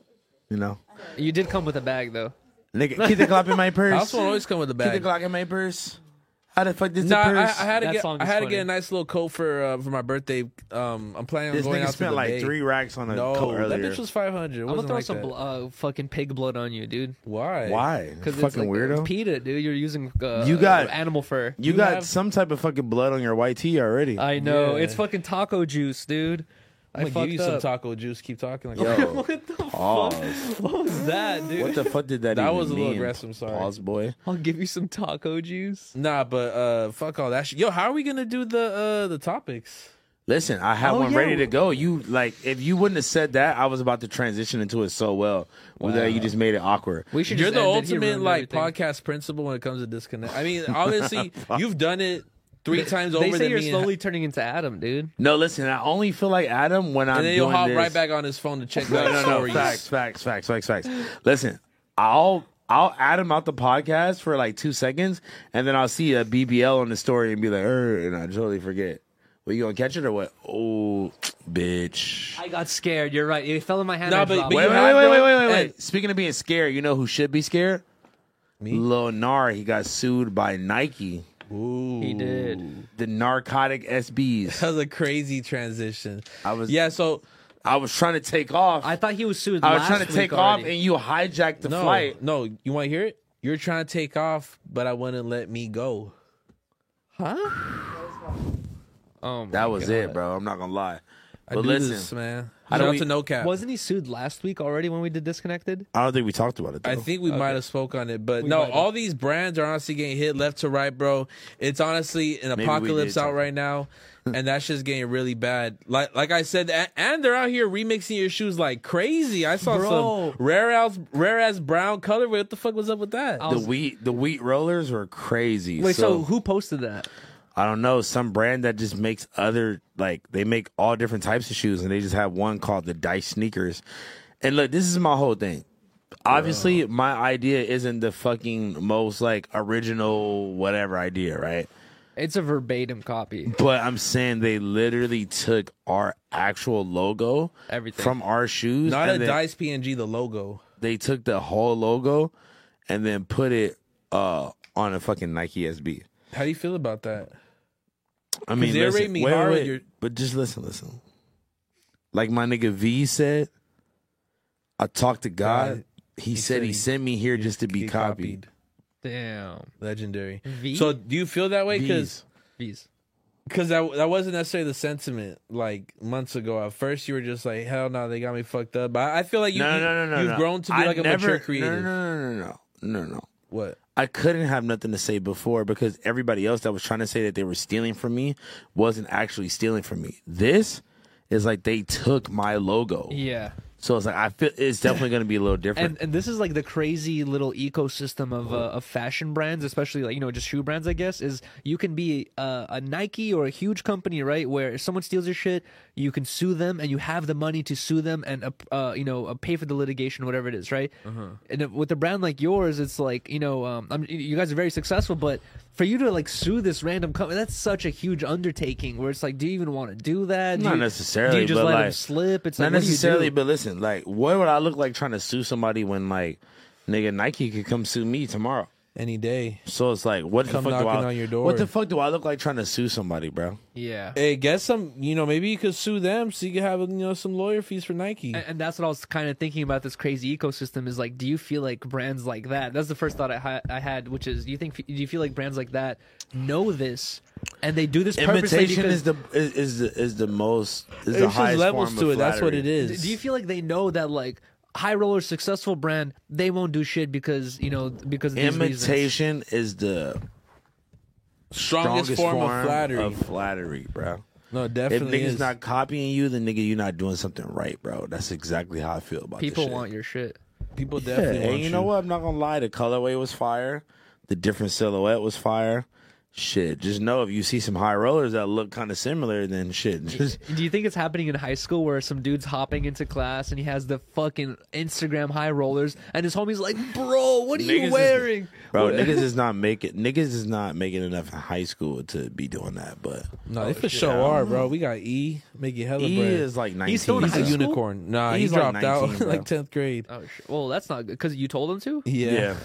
S3: You know,
S1: You did come with a bag though.
S3: nigga, keep the clock in my
S2: I
S3: purse.
S2: also always come with a
S3: Keep the
S2: bag.
S3: clock in my purse. How the fuck did
S2: No,
S3: the
S2: I, I
S3: purse?
S2: had to
S1: That
S2: get
S1: song
S2: I
S1: is
S2: had to
S1: funny.
S2: get a nice little coat for uh, for my birthday. Um, I'm planning on
S3: this
S2: going
S3: nigga
S2: out to
S3: spent
S2: the
S3: like
S2: Bay.
S3: three racks on a coat
S2: No, that
S3: earlier.
S2: bitch was 500. It
S1: I'm gonna
S2: wasn't
S1: throw
S2: like
S1: some
S2: that.
S1: bl- uh, fucking pig blood on you, dude.
S2: Why?
S3: Why?
S1: Because
S3: Fucking
S1: it's like
S3: weirdo.
S1: PETA, dude. You're using uh,
S3: You got-
S1: animal fur.
S3: you
S2: You
S3: got
S2: have-
S3: some type of fucking blood on your white tee already.
S1: I know.
S2: Yeah.
S1: It's fucking taco juice, dude.
S2: I'm
S1: I
S2: gonna give you
S1: fucked
S2: some
S1: up.
S2: taco juice. Keep talking like that.
S3: Yo,
S1: What the
S3: pause.
S1: fuck? What was that, dude?
S3: What the fuck did that?
S2: That
S3: even
S2: was a little
S3: mean?
S2: aggressive, I'm sorry.
S3: Pause, boy.
S1: I'll give you some taco juice.
S2: Nah, but uh, fuck all that shit. Yo, how are we gonna do the uh the topics?
S3: Listen, I have
S1: Oh,
S3: one
S1: yeah.
S3: ready to go. You like, if you wouldn't have said that, I was about to transition into it so well. With that, you just made it awkward.
S1: We should.
S2: You're
S1: just
S2: the
S1: end it. He
S2: ultimate
S1: ruined
S2: like
S1: everything.
S2: podcast principal when it comes to disconnect. I mean, obviously you've done it three times
S1: They
S2: over.
S1: say
S2: than
S1: you're
S2: me and-
S1: slowly turning into Adam, dude.
S3: No, listen, I only feel like Adam when I'm
S2: and then
S3: doing
S2: he'll hop
S3: this.
S2: right back on his phone to check
S3: No,
S2: my
S3: no, no.
S2: stories.
S3: Facts, facts, facts, facts, facts. Listen, I'll I'll add him out the podcast for like two seconds, and then I'll see a BBL on the story and be like, er, and I totally forget. Well, you gonna catch it or what? Oh, bitch.
S1: I got scared. You're right. It fell in my hand.
S2: Nah,
S1: I
S2: but-
S1: dropped
S2: but
S1: it.
S3: Wait,
S2: you
S3: wait,
S2: have,
S3: wait, wait, wait,
S2: bro?
S3: wait, wait,
S2: Hey.
S3: Speaking of being scared, you know who should be scared? Me. Lil Nar. He got sued by Nike,
S2: Ooh.
S1: he did.
S3: the narcotic SBs.
S2: That was a crazy transition.
S3: I was-
S2: yeah. So
S3: I was trying to take off.
S1: I thought he was sued.
S3: I was
S1: last
S3: trying to
S1: week
S3: take off,
S1: already.
S3: and you hijacked the
S2: no,
S3: flight.
S2: no. You want to hear it? You're trying to take off, but I wouldn't let me go.
S1: huh? Oh, my
S3: That was
S1: God.
S3: it, bro. I'm not gonna lie.
S2: I
S3: But
S2: do
S3: listen,
S2: this, man.
S3: I
S2: Shout
S3: don't
S2: out to
S3: e-
S2: No Cap.
S1: Wasn't he sued last week already when we did disconnected?
S3: I don't think we talked about it. Though.
S2: I think we might have spoke on it, but
S1: We
S2: no,
S1: might have.
S2: all these brands are honestly getting hit left to right, bro. It's honestly an
S3: we
S2: apocalypse
S3: did
S2: out
S3: talk.
S2: right now, and that's just getting really bad. Like like I said, a- and they're out here remixing your shoes like crazy. I saw
S1: Bro.
S2: some rare ass rare ass brown color. What the fuck was up with that?
S1: I
S3: the
S1: was-
S3: wheat the wheat rollers were crazy.
S1: Wait, so,
S3: so,
S1: who posted that?
S3: I don't know some brand that just makes other like they make all different types of shoes, and they just have one called the Dice sneakers. And look, this is my whole thing. Obviously, my idea isn't the fucking most like original whatever idea, right?
S1: It's a verbatim copy.
S3: But I'm saying they literally took our actual logo
S1: Everything.
S3: from our shoes.
S2: Not
S3: and
S2: a
S3: then-
S2: Dice PNG, the logo.
S3: they took the whole logo and then put it uh on a fucking Nike SB.
S2: How do you feel about that?
S3: I mean,
S2: they
S3: listen,
S2: rate me
S3: wait,
S2: hard,
S3: wait,
S2: you're-
S3: but just listen, listen. Like my nigga V said, I talked to God.
S2: God,
S3: He, said,
S2: said
S3: he
S2: he-
S3: sent me here just to be
S2: Get
S3: copied.
S1: Damn.
S2: Legendary.
S1: V?
S2: So do you feel that way? Because
S3: V's.
S1: Jeez.
S2: Because that that wasn't necessarily the sentiment like months ago. At first, you were just like, "Hell no, they got me fucked up." But I I feel like you,
S3: no,
S2: you,
S3: no, no, no.
S2: you've
S3: no.
S2: grown to be
S3: I
S2: like a
S3: never-
S2: mature creative.
S3: No, no, no, no, no, no, no.
S2: What?
S3: I couldn't have nothing to say before because everybody else that was trying to say that they were stealing from me wasn't actually stealing from me. This is like they took my logo.
S1: Yeah.
S3: So it's like I feel it's definitely going to be a little different.
S1: and and this is like the crazy little ecosystem of uh, of fashion brands, especially like you know just shoe brands. I guess is you can be uh, a Nike or a huge company, right? Where if someone steals your shit, you can sue them, and you have the money to sue them and uh, uh, you know uh, pay for the litigation, whatever it is, right?
S3: Uh-huh.
S1: And if- with a brand like yours, it's like you know um, I'm, you guys are very successful, but for you to like sue this random company, that's such a huge undertaking. Where it's like, do you even want to do that? Do
S3: not
S1: you-
S3: necessarily,
S1: Do you just
S3: but
S1: let them
S3: like-
S1: slip? It's
S3: Not
S1: like, what do you
S3: necessarily,
S1: do?
S3: but listen, like what would I look like trying to sue somebody when like nigga Nike could come sue me tomorrow?
S2: Any day.
S3: So it's like what
S2: Come
S3: the fuck do
S2: knocking
S3: I
S2: on your door.
S3: What the fuck do I look like trying to sue somebody, bro?
S1: yeah.
S2: Hey, guess some. You know, maybe you could sue them so you could have you know some lawyer fees for Nike.
S1: And, and that's what I was kind of thinking about this crazy ecosystem is like, do you feel like brands like that? That's the first thought I, ha- I had, which is, do you think, do you feel like brands like that know this and they do this purposely?
S3: Imitation
S1: Because,
S3: is the is, is the is the most is the
S2: There's just
S3: highest
S2: levels
S3: form
S2: to
S3: of
S2: it. That's what
S3: flattery.
S2: it is.
S1: do you feel like they know that like high roller successful brand they won't do shit because you know because of these reasons?
S3: Imitation is the
S2: strongest,
S3: strongest
S2: form,
S3: form
S2: of flattery?
S3: of flattery, bro.
S2: no,
S3: If
S2: definitely.
S3: niggas
S2: is.
S3: not copying you, then nigga, you're not doing something right, bro. That's exactly how I feel about this
S1: people
S3: shit.
S1: want your shit.
S2: people
S3: Yeah,
S2: definitely.
S3: and
S2: want
S3: you know what? I'm not gonna lie. The colorway was fire. The different silhouette was fire. shit, just know if you see some high rollers that look kind of similar, then shit, just
S1: Do you think it's happening in high school where some dude's hopping into class and he has the fucking Instagram high rollers and his homie's like, bro, what are
S3: Niggas
S1: you
S3: is-
S1: wearing?
S3: bro,
S1: What-
S3: niggas is not making niggas is not making enough in high school to be doing that. But
S2: No, they for sure are, bro. We got E, Mickey Hella
S3: he
S2: bread.
S3: is like nineteen.
S1: He's still in
S2: He's
S1: high
S2: a
S1: school?
S2: unicorn. Nah,
S3: He's
S2: he
S3: like
S2: dropped
S3: 19,
S2: out
S3: bro.
S2: like tenth grade.
S1: Oh, shit. Well, that's not good because you told him to?
S2: Yeah.
S3: Yeah.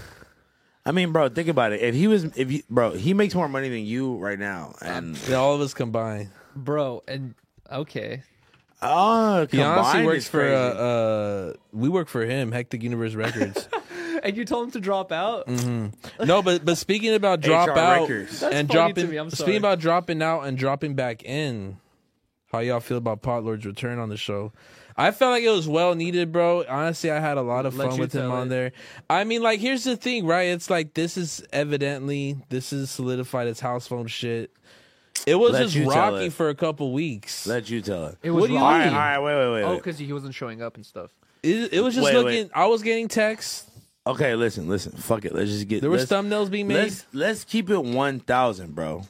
S3: I mean, bro, think about it. If he was, if you, bro, he makes more money than you right now, and
S2: Yeah, all of us combined.
S1: Bro, and okay.
S3: oh,
S2: He honestly
S3: combined
S2: works
S3: is
S2: for uh,
S3: crazy.
S2: uh we work for him, Hectic Universe Records.
S1: And you told him to drop out?
S2: Mm-hmm. no, but but speaking about drop
S3: HR
S2: out
S3: Records.
S1: That's
S2: and
S1: funny
S2: dropping
S1: to me, I'm sorry.
S2: speaking about dropping out and dropping back in. How y'all feel about Potlord's return on the show? I felt like it was well needed, bro. Honestly, I had a lot of
S1: Let
S2: fun
S1: you
S2: with him
S1: tell
S2: on
S1: it.
S2: there. I mean, like, here's the thing, right? It's like this is evidently this is solidified as house phone shit. It was
S3: Let
S2: just
S3: you tell
S2: rocky
S3: it.
S2: for a couple weeks.
S3: Let you tell it.
S1: It was
S2: What do you
S3: all right, all
S1: Rocky.
S3: right, wait, wait, wait.
S1: Oh,
S3: wait.
S1: because he wasn't showing up and stuff.
S2: It, it was just
S3: Wait, wait.
S2: looking. I was getting texts.
S3: Okay, listen, listen. Fuck it. Let's just get.
S2: There were
S3: let's-
S2: thumbnails being made.
S3: Let's let's keep it one thousand, bro.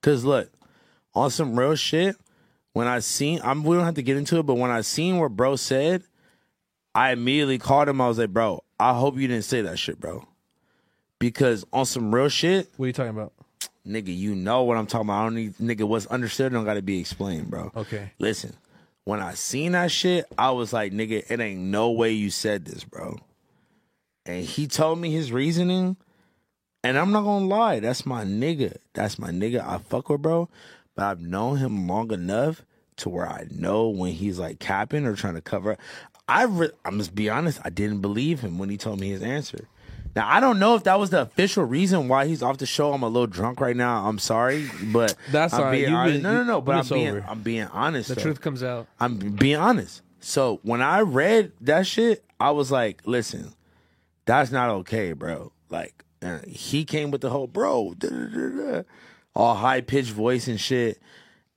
S3: Cause look, on some real shit. When I seen, I'm we don't have to get into it, but when I seen what bro said, I immediately called him. I was like, bro, I hope you didn't say that shit, bro. Because on some real shit,
S2: What are you talking about?
S3: nigga, you know what I'm talking about. I don't need nigga. What's understood don't got to be explained, bro.
S2: Okay.
S3: Listen, when I seen that shit, I was like, nigga, it ain't no way you said this, bro. And he told me his reasoning. And I'm not gonna lie, that's my nigga. That's my nigga I fuck with, bro. But I've known him long enough to where I know when he's like capping or trying to cover. I re- I'm just be honest, I didn't believe him when he told me his answer. Now I don't know if that was the official reason why he's off the show. I'm a little drunk right now. I'm sorry, but
S2: That's
S3: I'm
S2: all right.
S3: being
S2: You
S3: honest.
S2: really-
S3: no, no, no. But I'm
S2: it's
S3: being,
S2: over.
S3: I'm being honest.
S1: The
S3: though.
S1: truth comes out.
S3: I'm being honest. So when I read that shit, I was like, listen, that's not okay, bro. Like, uh, he came with the whole bro, da, da, da, da, all high pitched voice and shit.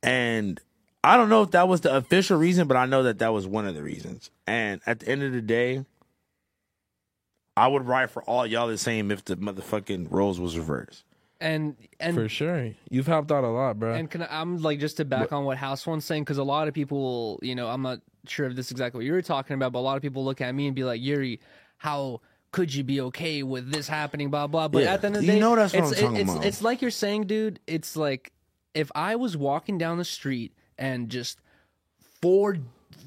S3: And I don't know if that was the official reason, but I know that that was one of the reasons. And at the end of the day, I would ride for all y'all the same if the motherfucking roles was reversed.
S1: And and
S2: For sure. You've helped out a lot, bro.
S1: And can I, I'm like just to back on what House One's saying because a lot of people, you know, I'm not sure if this is exactly what you were talking about, but a lot of people look at me and be like, Yuri, how could you be okay with this happening? Blah blah. But
S3: Yeah.
S1: at the end of the
S3: You
S1: day,
S3: know that's what
S1: it's,
S3: I'm talking
S1: it's,
S3: about.
S1: it's like you're saying, dude. It's like if I was walking down the street and just four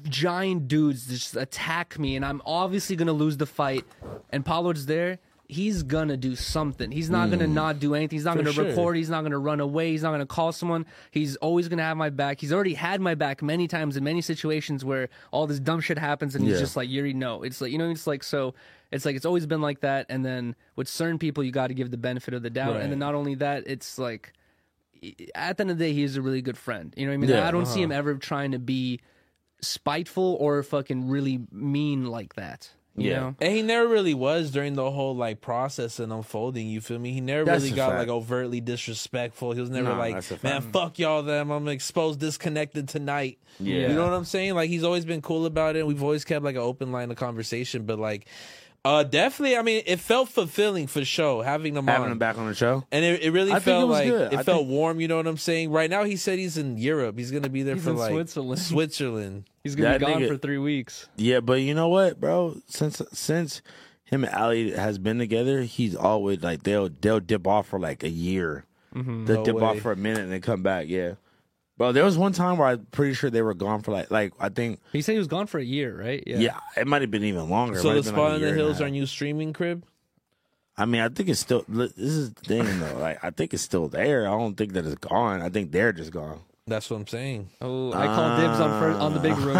S1: giant dudes just attack me, and I'm obviously gonna lose the fight. And Pollard's there. He's gonna do something. He's not gonna not do anything. He's not gonna
S2: Hmm. sure.
S1: record. He's not gonna run away. He's not gonna call someone. He's always gonna have my back. He's already had my back many times in many situations where all this dumb shit happens, and he's
S3: Yeah.
S1: just like Yuri. No, it's like you know, it's like so. It's like it's always been like that. And then with certain people, you got to give the benefit of the doubt.
S2: Right.
S1: And then not only that, it's like at the end of the day, he is a really good friend. You know what I mean?
S3: Yeah, uh-huh.
S1: I don't see him ever trying to be spiteful or fucking really mean like that. You
S3: Yeah.
S1: know?
S2: And he never really was during the whole like process and unfolding. You feel me? He never
S3: That's
S2: really
S3: a
S2: got
S3: fact.
S2: like overtly disrespectful. He was never
S3: Nah, that's a
S2: like, man, fuck y'all. Them, I'm exposed, disconnected tonight.
S3: Yeah.
S2: you know what I'm saying? Like he's always been cool about it. We've always kept like an open line of conversation, but like. Uh, definitely. I mean, it felt fulfilling for sure having them
S3: Having
S2: on.
S3: him back on the show.
S2: and it, it really
S3: I think it
S2: felt
S3: was
S2: like
S3: good.
S2: it
S3: I
S2: felt
S3: think-
S2: warm. You know what I'm saying? Right now, he said he's in Europe. He's gonna be there
S1: He's
S2: for
S1: in
S2: like
S1: Switzerland.
S2: Switzerland.
S1: He's gonna be
S3: That
S1: gone
S3: nigga-
S1: for three weeks.
S3: Yeah, but you know what, bro? Since since him and Ali has been together, he's always like they'll they'll dip off for like a year. They'll
S2: Mm-hmm. No
S3: dip
S2: way.
S3: off for a minute and then come back. Yeah, bro. There was one time where I'm pretty sure they were gone for like like I think
S1: He said he was gone for a year, right?
S3: yeah, it might have been even longer. It
S2: So
S3: might
S2: the
S3: have been, like,
S2: spot
S3: a
S2: in the
S3: year and a
S2: hills
S3: half.
S2: are new streaming crib.
S3: I mean, I think it's still. li- This is the thing though. Like I think it's still there. I don't think that it's gone. I think they're just gone.
S2: That's what I'm saying.
S1: Oh, I call dibs on first, on the big room.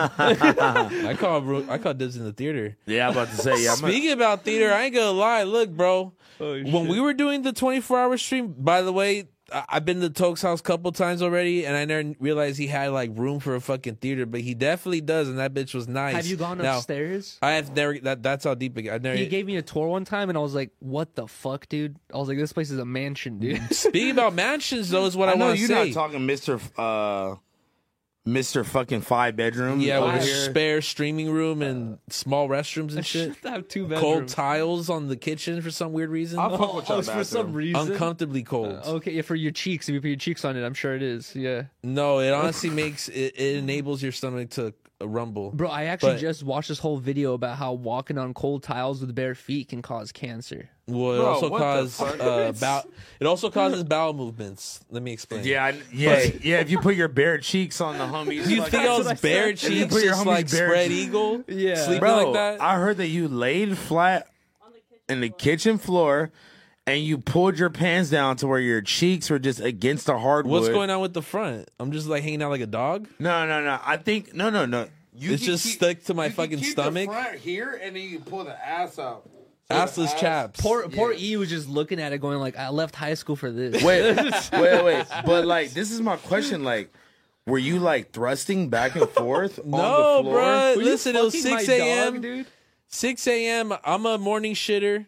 S2: I call ro- I call dibs in the theater.
S3: Yeah, I'm about to say. Yeah, I'm
S2: Speaking about theater, I ain't gonna lie. Look, bro, when we were doing the 24 hour stream, by the way, I- I've been to Tokes house couple times already, and I never realized he had like room for a fucking theater, but he definitely does, and that bitch was nice.
S1: Have you gone
S2: Now,
S1: upstairs?
S2: I have never. That, that's how deep it got. I never.
S1: He gave me a tour one time, and I was like, "What the fuck, dude?" I was like, "This place is a mansion, dude."
S2: Speaking about mansions, though, is what I,
S3: I know
S2: want to
S3: you're
S2: say.
S3: not talking Mr. F- Uh, Mister fucking five bedroom.
S2: Yeah,
S3: over
S2: with a
S3: here. Uh,
S2: spare streaming room and small restrooms and shit.
S1: I have two
S2: Cold
S1: bedrooms.
S2: tiles on the kitchen for some weird reason.
S3: I'll fuck with y'all
S1: Oh, for some
S3: bathroom.
S1: reason.
S2: Uncomfortably
S3: Uh,
S2: cold.
S1: Okay, yeah, for your cheeks. If you put your cheeks on it, I'm sure it is. Yeah.
S2: No, it honestly makes it, it enables your stomach to rumble.
S1: Bro, I actually
S2: But-
S1: just watched this whole video about how walking on cold tiles with bare feet can cause cancer.
S2: Well, it
S3: Bro,
S2: also
S3: what the
S2: cause
S3: fuck?
S2: uh, bow- It also causes bowel movements. Let me explain.
S3: Yeah, I- yeah, yeah. If you put your bare cheeks on the homies,
S2: You
S3: like-
S2: think I was bare
S3: If you
S2: cheeks,
S3: put your
S2: just
S3: homies
S2: like
S3: bare
S2: spread
S3: cheeks-
S2: eagle,
S1: Yeah.
S2: sleeping
S3: bro?
S2: like that.
S3: I heard that you laid flat
S4: On the kitchen.
S3: in the kitchen floor and you pulled your pants down to where your cheeks were just against the hardwood.
S2: What's going on with the front? I'm just like hanging out like a dog.
S3: No, no, no. I think no, no, no. You
S2: It's
S3: can
S2: just stuck to my
S3: you can
S2: fucking
S3: keep
S2: stomach.
S3: The front here, and then you pull the ass out.
S2: Assless chaps.
S1: Poor poor
S3: Yeah.
S1: E was just looking at it, going like, "I left high school for this."
S3: Wait, wait, wait. But like, this is my question. Like, were you like thrusting back and forth
S2: No,
S3: on the floor?
S2: bruh.
S1: Were you
S2: listen, it was
S1: fucking my
S2: 6 a.m..
S1: dog, dude.
S2: 6 a.m. I'm a morning shitter,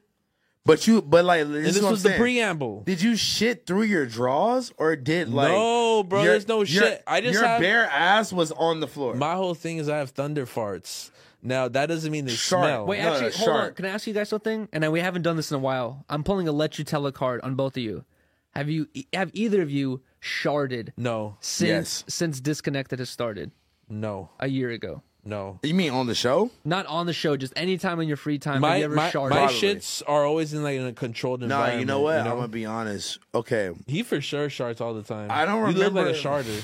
S3: But you, but like, this,
S2: and
S3: is
S2: this
S3: what I'm
S2: was the
S3: saying.
S2: preamble.
S3: Did you shit through your drawers or did like?
S2: No, bro,
S3: your-
S2: there's no
S3: your-
S2: shit. I just
S3: your
S2: have-
S3: bare ass was on the floor.
S2: My whole thing is I have thunder farts. Now that doesn't mean they
S3: Shark.
S2: smell.
S1: Wait,
S3: No, no,
S1: actually, hold on.
S3: shark.
S1: Can I ask you guys something? And I- we haven't done this in a while. I'm pulling a let you tell a card on both of you. Have you? e, Have either of you sharded
S2: no,
S1: since
S3: Yes.
S1: since disconnected has started
S2: no,
S1: a year ago?
S2: no.
S3: you mean on the show?
S1: Not on the show, just any time in your free time. have
S2: My
S1: you ever
S2: my,
S1: sharded?
S2: my
S3: Probably.
S2: shits are always in like in a controlled
S3: No,
S2: environment.
S3: you know what? I'm
S2: know?
S3: gonna be honest. Okay,
S2: He for sure sharts all the time.
S3: I don't
S2: You look like a
S3: remember-
S2: sharder.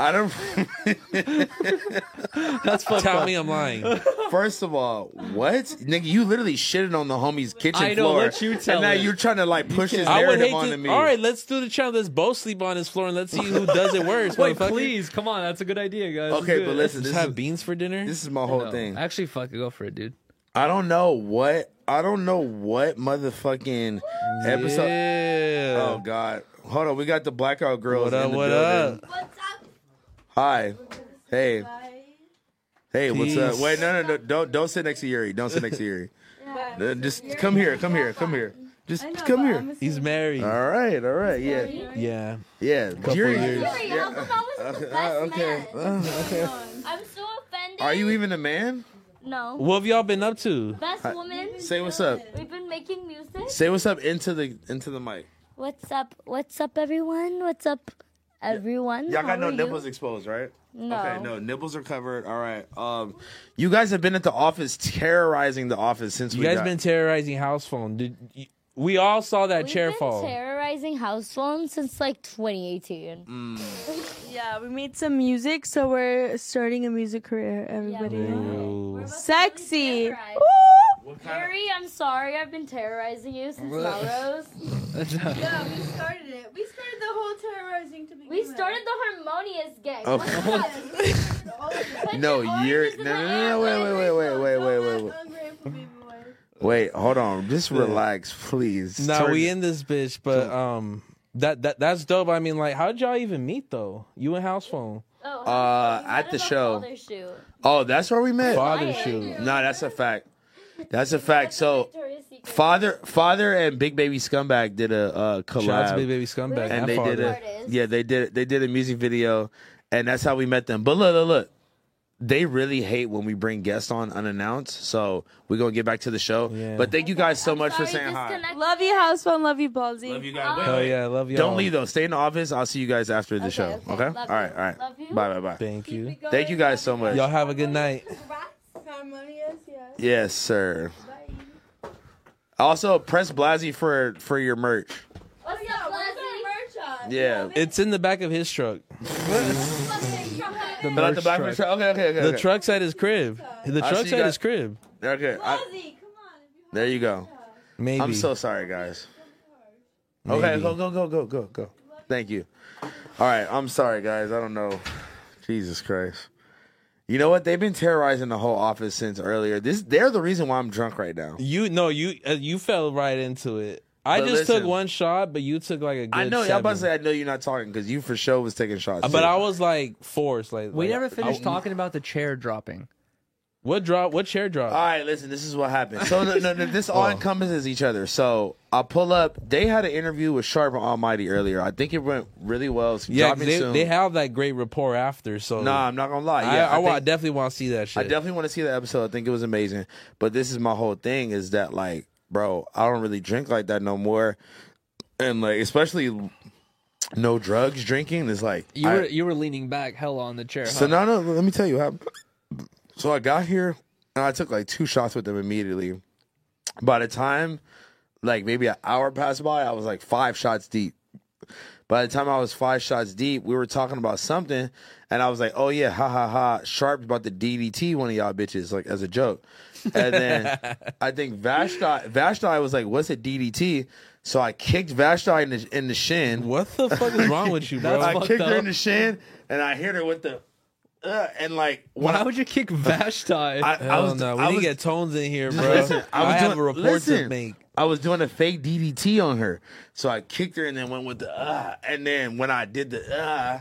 S3: I don't.
S1: That's fucked
S2: Tell
S1: up.
S2: me I'm lying.
S3: First of all, what nigga? You literally shitted on the homie's kitchen
S1: I know,
S3: floor,
S1: let you tell
S3: and now
S1: it.
S3: you're trying to like push his
S2: I would
S3: narrative
S2: hate
S3: onto
S2: to.
S3: me.
S2: All right, let's do the challenge. Let's both sleep on this floor and let's see who does it worse.
S1: Wait,
S2: motherfucker.
S1: please, come on. That's a good idea, guys. Let's
S3: Okay,
S1: do
S3: but
S1: it.
S3: listen,
S2: Just
S3: this
S2: have
S3: is,
S2: beans for dinner.
S3: this is my whole
S1: No,
S3: thing.
S1: Oh, Actually, fuck, it, go for it, dude.
S3: I don't know what. I don't know what motherfucking episode.
S2: Yeah.
S3: Oh God! Hold on, we got the blackout girls.
S2: what up?
S3: in the
S2: What
S3: building.
S2: up?
S4: What's up,
S3: Hi. Hey,
S4: guys?
S3: hey, what's up?
S2: Peace.
S3: Wait, no, no, no, don't, don't sit next to Yuri. Don't sit next to Yuri.
S4: Yeah.
S3: Uh, Just come here, come here, come here. Just come here.
S2: He's married.
S3: All right, all right, yeah,
S2: Yeah.
S3: yeah.
S2: Yuri-
S5: Yuri,
S3: Yeah. Uh,
S5: Alphabet was the best
S3: okay.
S5: man.
S3: Uh, okay.
S5: I'm so offended.
S3: Are you even a man?
S5: No.
S2: What have y'all been up to?
S5: Best woman.
S3: Say what's up.
S5: We've been making music.
S3: Say what's up into the into the mic.
S5: What's up? What's up, everyone? What's up, everyone?
S3: Y'all
S5: How
S3: got no
S5: are you?
S3: nipples exposed, right?
S5: No.
S3: Okay, no nipples are covered. All right. Um, you guys have been at the office terrorizing the office since
S2: You
S3: we
S2: guys
S3: got.
S2: been terrorizing house phone. Did you, we all saw that
S5: We've
S2: chair
S5: been
S2: fall?
S5: terrorizing house phones since like 2018.
S3: Mm.
S6: Yeah, we made some music, so we're starting a music career, everybody.
S2: Ooh.
S6: Sexy.
S5: Terrorized. Yuri, I'm sorry. I've been terrorizing you since Melrose.
S4: Yeah, we started it. We started the whole terrorizing to begin
S5: We started the harmonious gang.
S3: Oh.
S5: What's up? Put
S3: no,
S5: your oranges
S3: you're
S5: in
S3: no,
S5: the
S3: no, no, no,
S5: air.
S3: wait, wait, wait, wait, wait, wait, wait, wait. Hold on, just relax, please.
S2: Nah,
S3: Turn-
S2: we in this bitch, but um, that that that's dope. I mean, like, how did y'all even meet though? You and house phone,
S5: Oh,
S3: Uh,
S5: we
S3: at
S5: met
S3: the
S5: about
S3: show.
S5: Father Shoot.
S3: Oh, that's where we met.
S2: father
S5: Why?
S2: shoot.
S3: Nah, that's a fact. That's a fact. So,
S5: Victoria's Secret.
S3: father, father, and Big Baby Scumbag did a uh, collab.
S2: Shout out to Big Baby Scumbag.
S3: and
S2: that
S3: they did
S2: father.
S3: a
S5: Artist.
S3: yeah they did they did a music video and that's how we met them but look look look they really hate when we bring guests on unannounced so we're gonna get back to the show
S2: Yeah.
S3: but thank you guys so
S5: I'm
S3: much for
S5: sorry,
S3: saying hi
S5: disconnect-
S6: Love you, house phone. Love you, Ballsy.
S3: guys
S2: Hell yeah, I love y'all.
S3: don't leave though stay in the office i'll see you guys after the
S5: Okay,
S3: show
S5: okay.
S3: okay,
S5: Love
S3: all
S5: you.
S3: right all right
S5: Love you.
S3: bye bye bye
S2: Thank you.
S3: thank you guys so much
S2: Y'all have a good night.
S3: yes sir also press Blasi for for your merch
S5: What's up, Leslie?
S3: yeah
S2: It's in the back of his truck.
S1: The
S3: Fill out the
S1: merch
S3: back
S1: truck.
S3: for truck. Okay, okay, okay.
S2: The
S3: okay.
S2: truck's at his crib. The
S3: I
S2: truck's
S3: see
S2: at
S3: that.
S2: his crib.
S3: Okay, I- there you go.
S2: Maybe.
S3: I'm so sorry, guys.
S2: Maybe.
S3: Okay, go, go, go, go, go, go. Thank you. All right, I'm sorry, guys. I don't know. Jesus Christ. You know what? They've been terrorizing the whole office since earlier. This they're the reason why I'm drunk right now.
S2: You no, you uh, you fell right into it. I
S3: But
S2: just took
S3: listen.
S2: one shot, but you took like a good.
S3: I know. Y'all about to
S2: seven.
S3: say I know you're not talking because you for sure was taking shots.
S2: But
S3: too.
S2: I was like forced. Like
S1: We
S2: like,
S1: never
S2: I-
S1: finished talking about the chair dropping.
S2: What drop? What chair drop?
S3: All right, listen. This is what happened. So no, no, no,
S2: Oh.
S3: this all encompasses each other. So I pull up. They had an interview with Sharp and Almighty earlier. I think it went really well. It's
S2: yeah, 'cause
S3: dropping
S2: they,
S3: soon.
S2: they have that great rapport after. So
S3: nah, I'm not gonna lie.
S2: I,
S3: Yeah,
S2: I, wa-
S3: think-
S2: definitely want to see that shit.
S3: I definitely want to see the episode. I think it was amazing. But this is my whole thing is that like, bro, I don't really drink like that no more. And like especially no drugs drinking is like
S1: You
S3: I-
S1: were you were leaning back hell on the chair.
S3: So
S1: huh?
S3: no no, let me tell you how So I got here and I took like two shots with them immediately. By the time like maybe an hour passed by, I was like five shots deep. By the time I was five shots deep, we were talking about something, and I was like, "Oh yeah, ha ha ha!" Sharp about the DDT one of y'all bitches, like as a joke. And then I think Vashti, Vashti was like, "What's a DDT?" So I kicked Vashti in the in the shin.
S2: what the fuck is wrong with you, bro?
S1: That's
S3: I
S1: fucked
S3: kicked her
S1: up.
S3: in the shin, and I hit her with the, uh, and like when
S1: Why
S3: I,
S1: would you kick Vashti?
S3: I, I
S2: Hell
S3: was,
S2: no, we
S3: I
S2: need
S3: was,
S2: to get tones in here, bro.
S3: listen, I was
S2: have
S3: doing-
S2: a report to
S3: listen.
S2: make.
S3: I was doing a fake DDT on her, so I kicked her and then went with the uh, and then when I did the uh,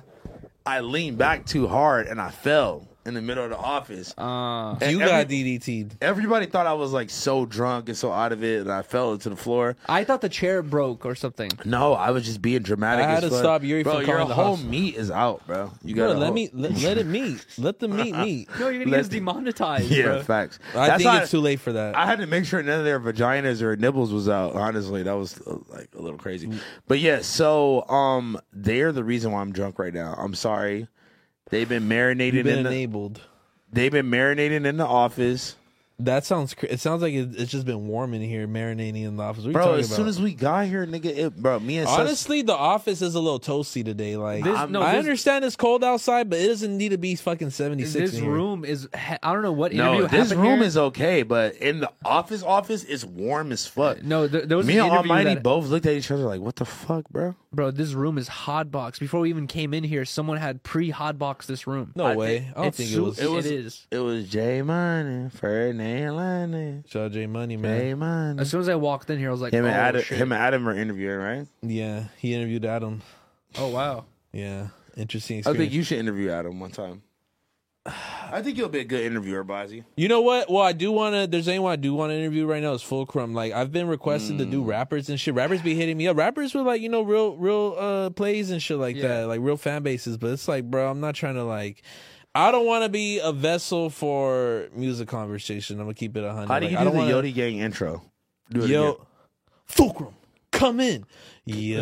S3: I leaned back too hard and I fell in the middle of the office.
S1: uh,
S3: And
S2: You
S3: every-
S2: got DDT'd.
S3: Everybody thought I was like so drunk and so out of it, and I fell to the floor.
S1: I thought the chair broke or something.
S3: No, I was just being dramatic.
S2: I had to
S3: as fuck.
S2: stop Yuri
S3: bro,
S2: from
S3: your
S2: calling the
S3: whole
S2: house.
S3: meat is out, bro. You got
S2: Bro, let me let, let it meet. Let the meat meet.
S1: No, you're gonna
S3: Let
S1: get us
S3: the-
S1: demonetized.
S3: Yeah,
S1: bro.
S3: facts.
S2: I
S3: That's
S2: think
S3: how
S2: it's too late for that.
S3: I had to make sure none of their vaginas or nipples was out. Honestly, that was uh, like a little crazy.
S1: Mm.
S3: But yeah, so um, they're the reason why I'm drunk right now. I'm sorry. They've been marinated
S2: You've been
S3: in the,
S2: enabled.
S3: they've been marinating in the office,
S2: That sounds. cr- It sounds like it, it's just been warm in here, marinating in the office. What are you
S3: bro.
S2: talking
S3: As
S2: about?
S3: soon as we got here, nigga, it, bro, me and Sus-
S2: Honestly, the office is a little toasty today. Like,
S1: This-
S2: I'm-
S1: no,
S2: I
S1: this-
S2: understand it's cold outside, but it doesn't need to be fucking seventy six.
S1: This room is. he- I don't know what interview
S3: no, this
S1: happened
S3: room
S1: here.
S3: is okay, but in the office, office it's warm as fuck.
S1: No, th- there was
S3: me
S1: an
S3: and
S1: interview
S3: Almighty
S1: that-
S3: both looked at each other like, "What the fuck, bro?"
S1: bro. This room is hot box. Before we even came in here, someone had pre hot box this room.
S2: No way. I don't
S1: It's
S2: think it
S1: su-
S2: was.
S1: It,
S3: was-
S1: is.
S3: It was Jay Money, Ferdinand Lonnie,
S2: Shout out J Money, man.
S3: Jay Money.
S1: As soon as I walked in here, I was like,
S3: Him
S1: oh,
S3: and Adam,
S1: shit.
S3: him and Adam are interviewing, right?
S2: Yeah, he interviewed Adam.
S1: oh wow.
S2: Yeah, interesting.
S3: I
S2: Experience.
S3: think you should interview Adam one time. I think you'll be a good interviewer, Bozzy.
S2: You know what? Well, I do want to. There's anyone I do want to interview right now is Fulcrum. Like I've been requested to do rappers and shit. Rappers be hitting me up. Rappers with like you know real real uh plays and shit like
S1: Yeah.
S2: that, like real fan bases. But it's like, bro, I'm not trying to like. I don't want to be a vessel for music conversation. I'm gonna keep it a hundred.
S3: How do
S2: Like,
S3: you
S2: I
S3: do
S2: don't
S3: the
S2: wanna-
S3: Yodi Gang intro? Do it again.
S2: Yo, Fulcrum, come in. Yo,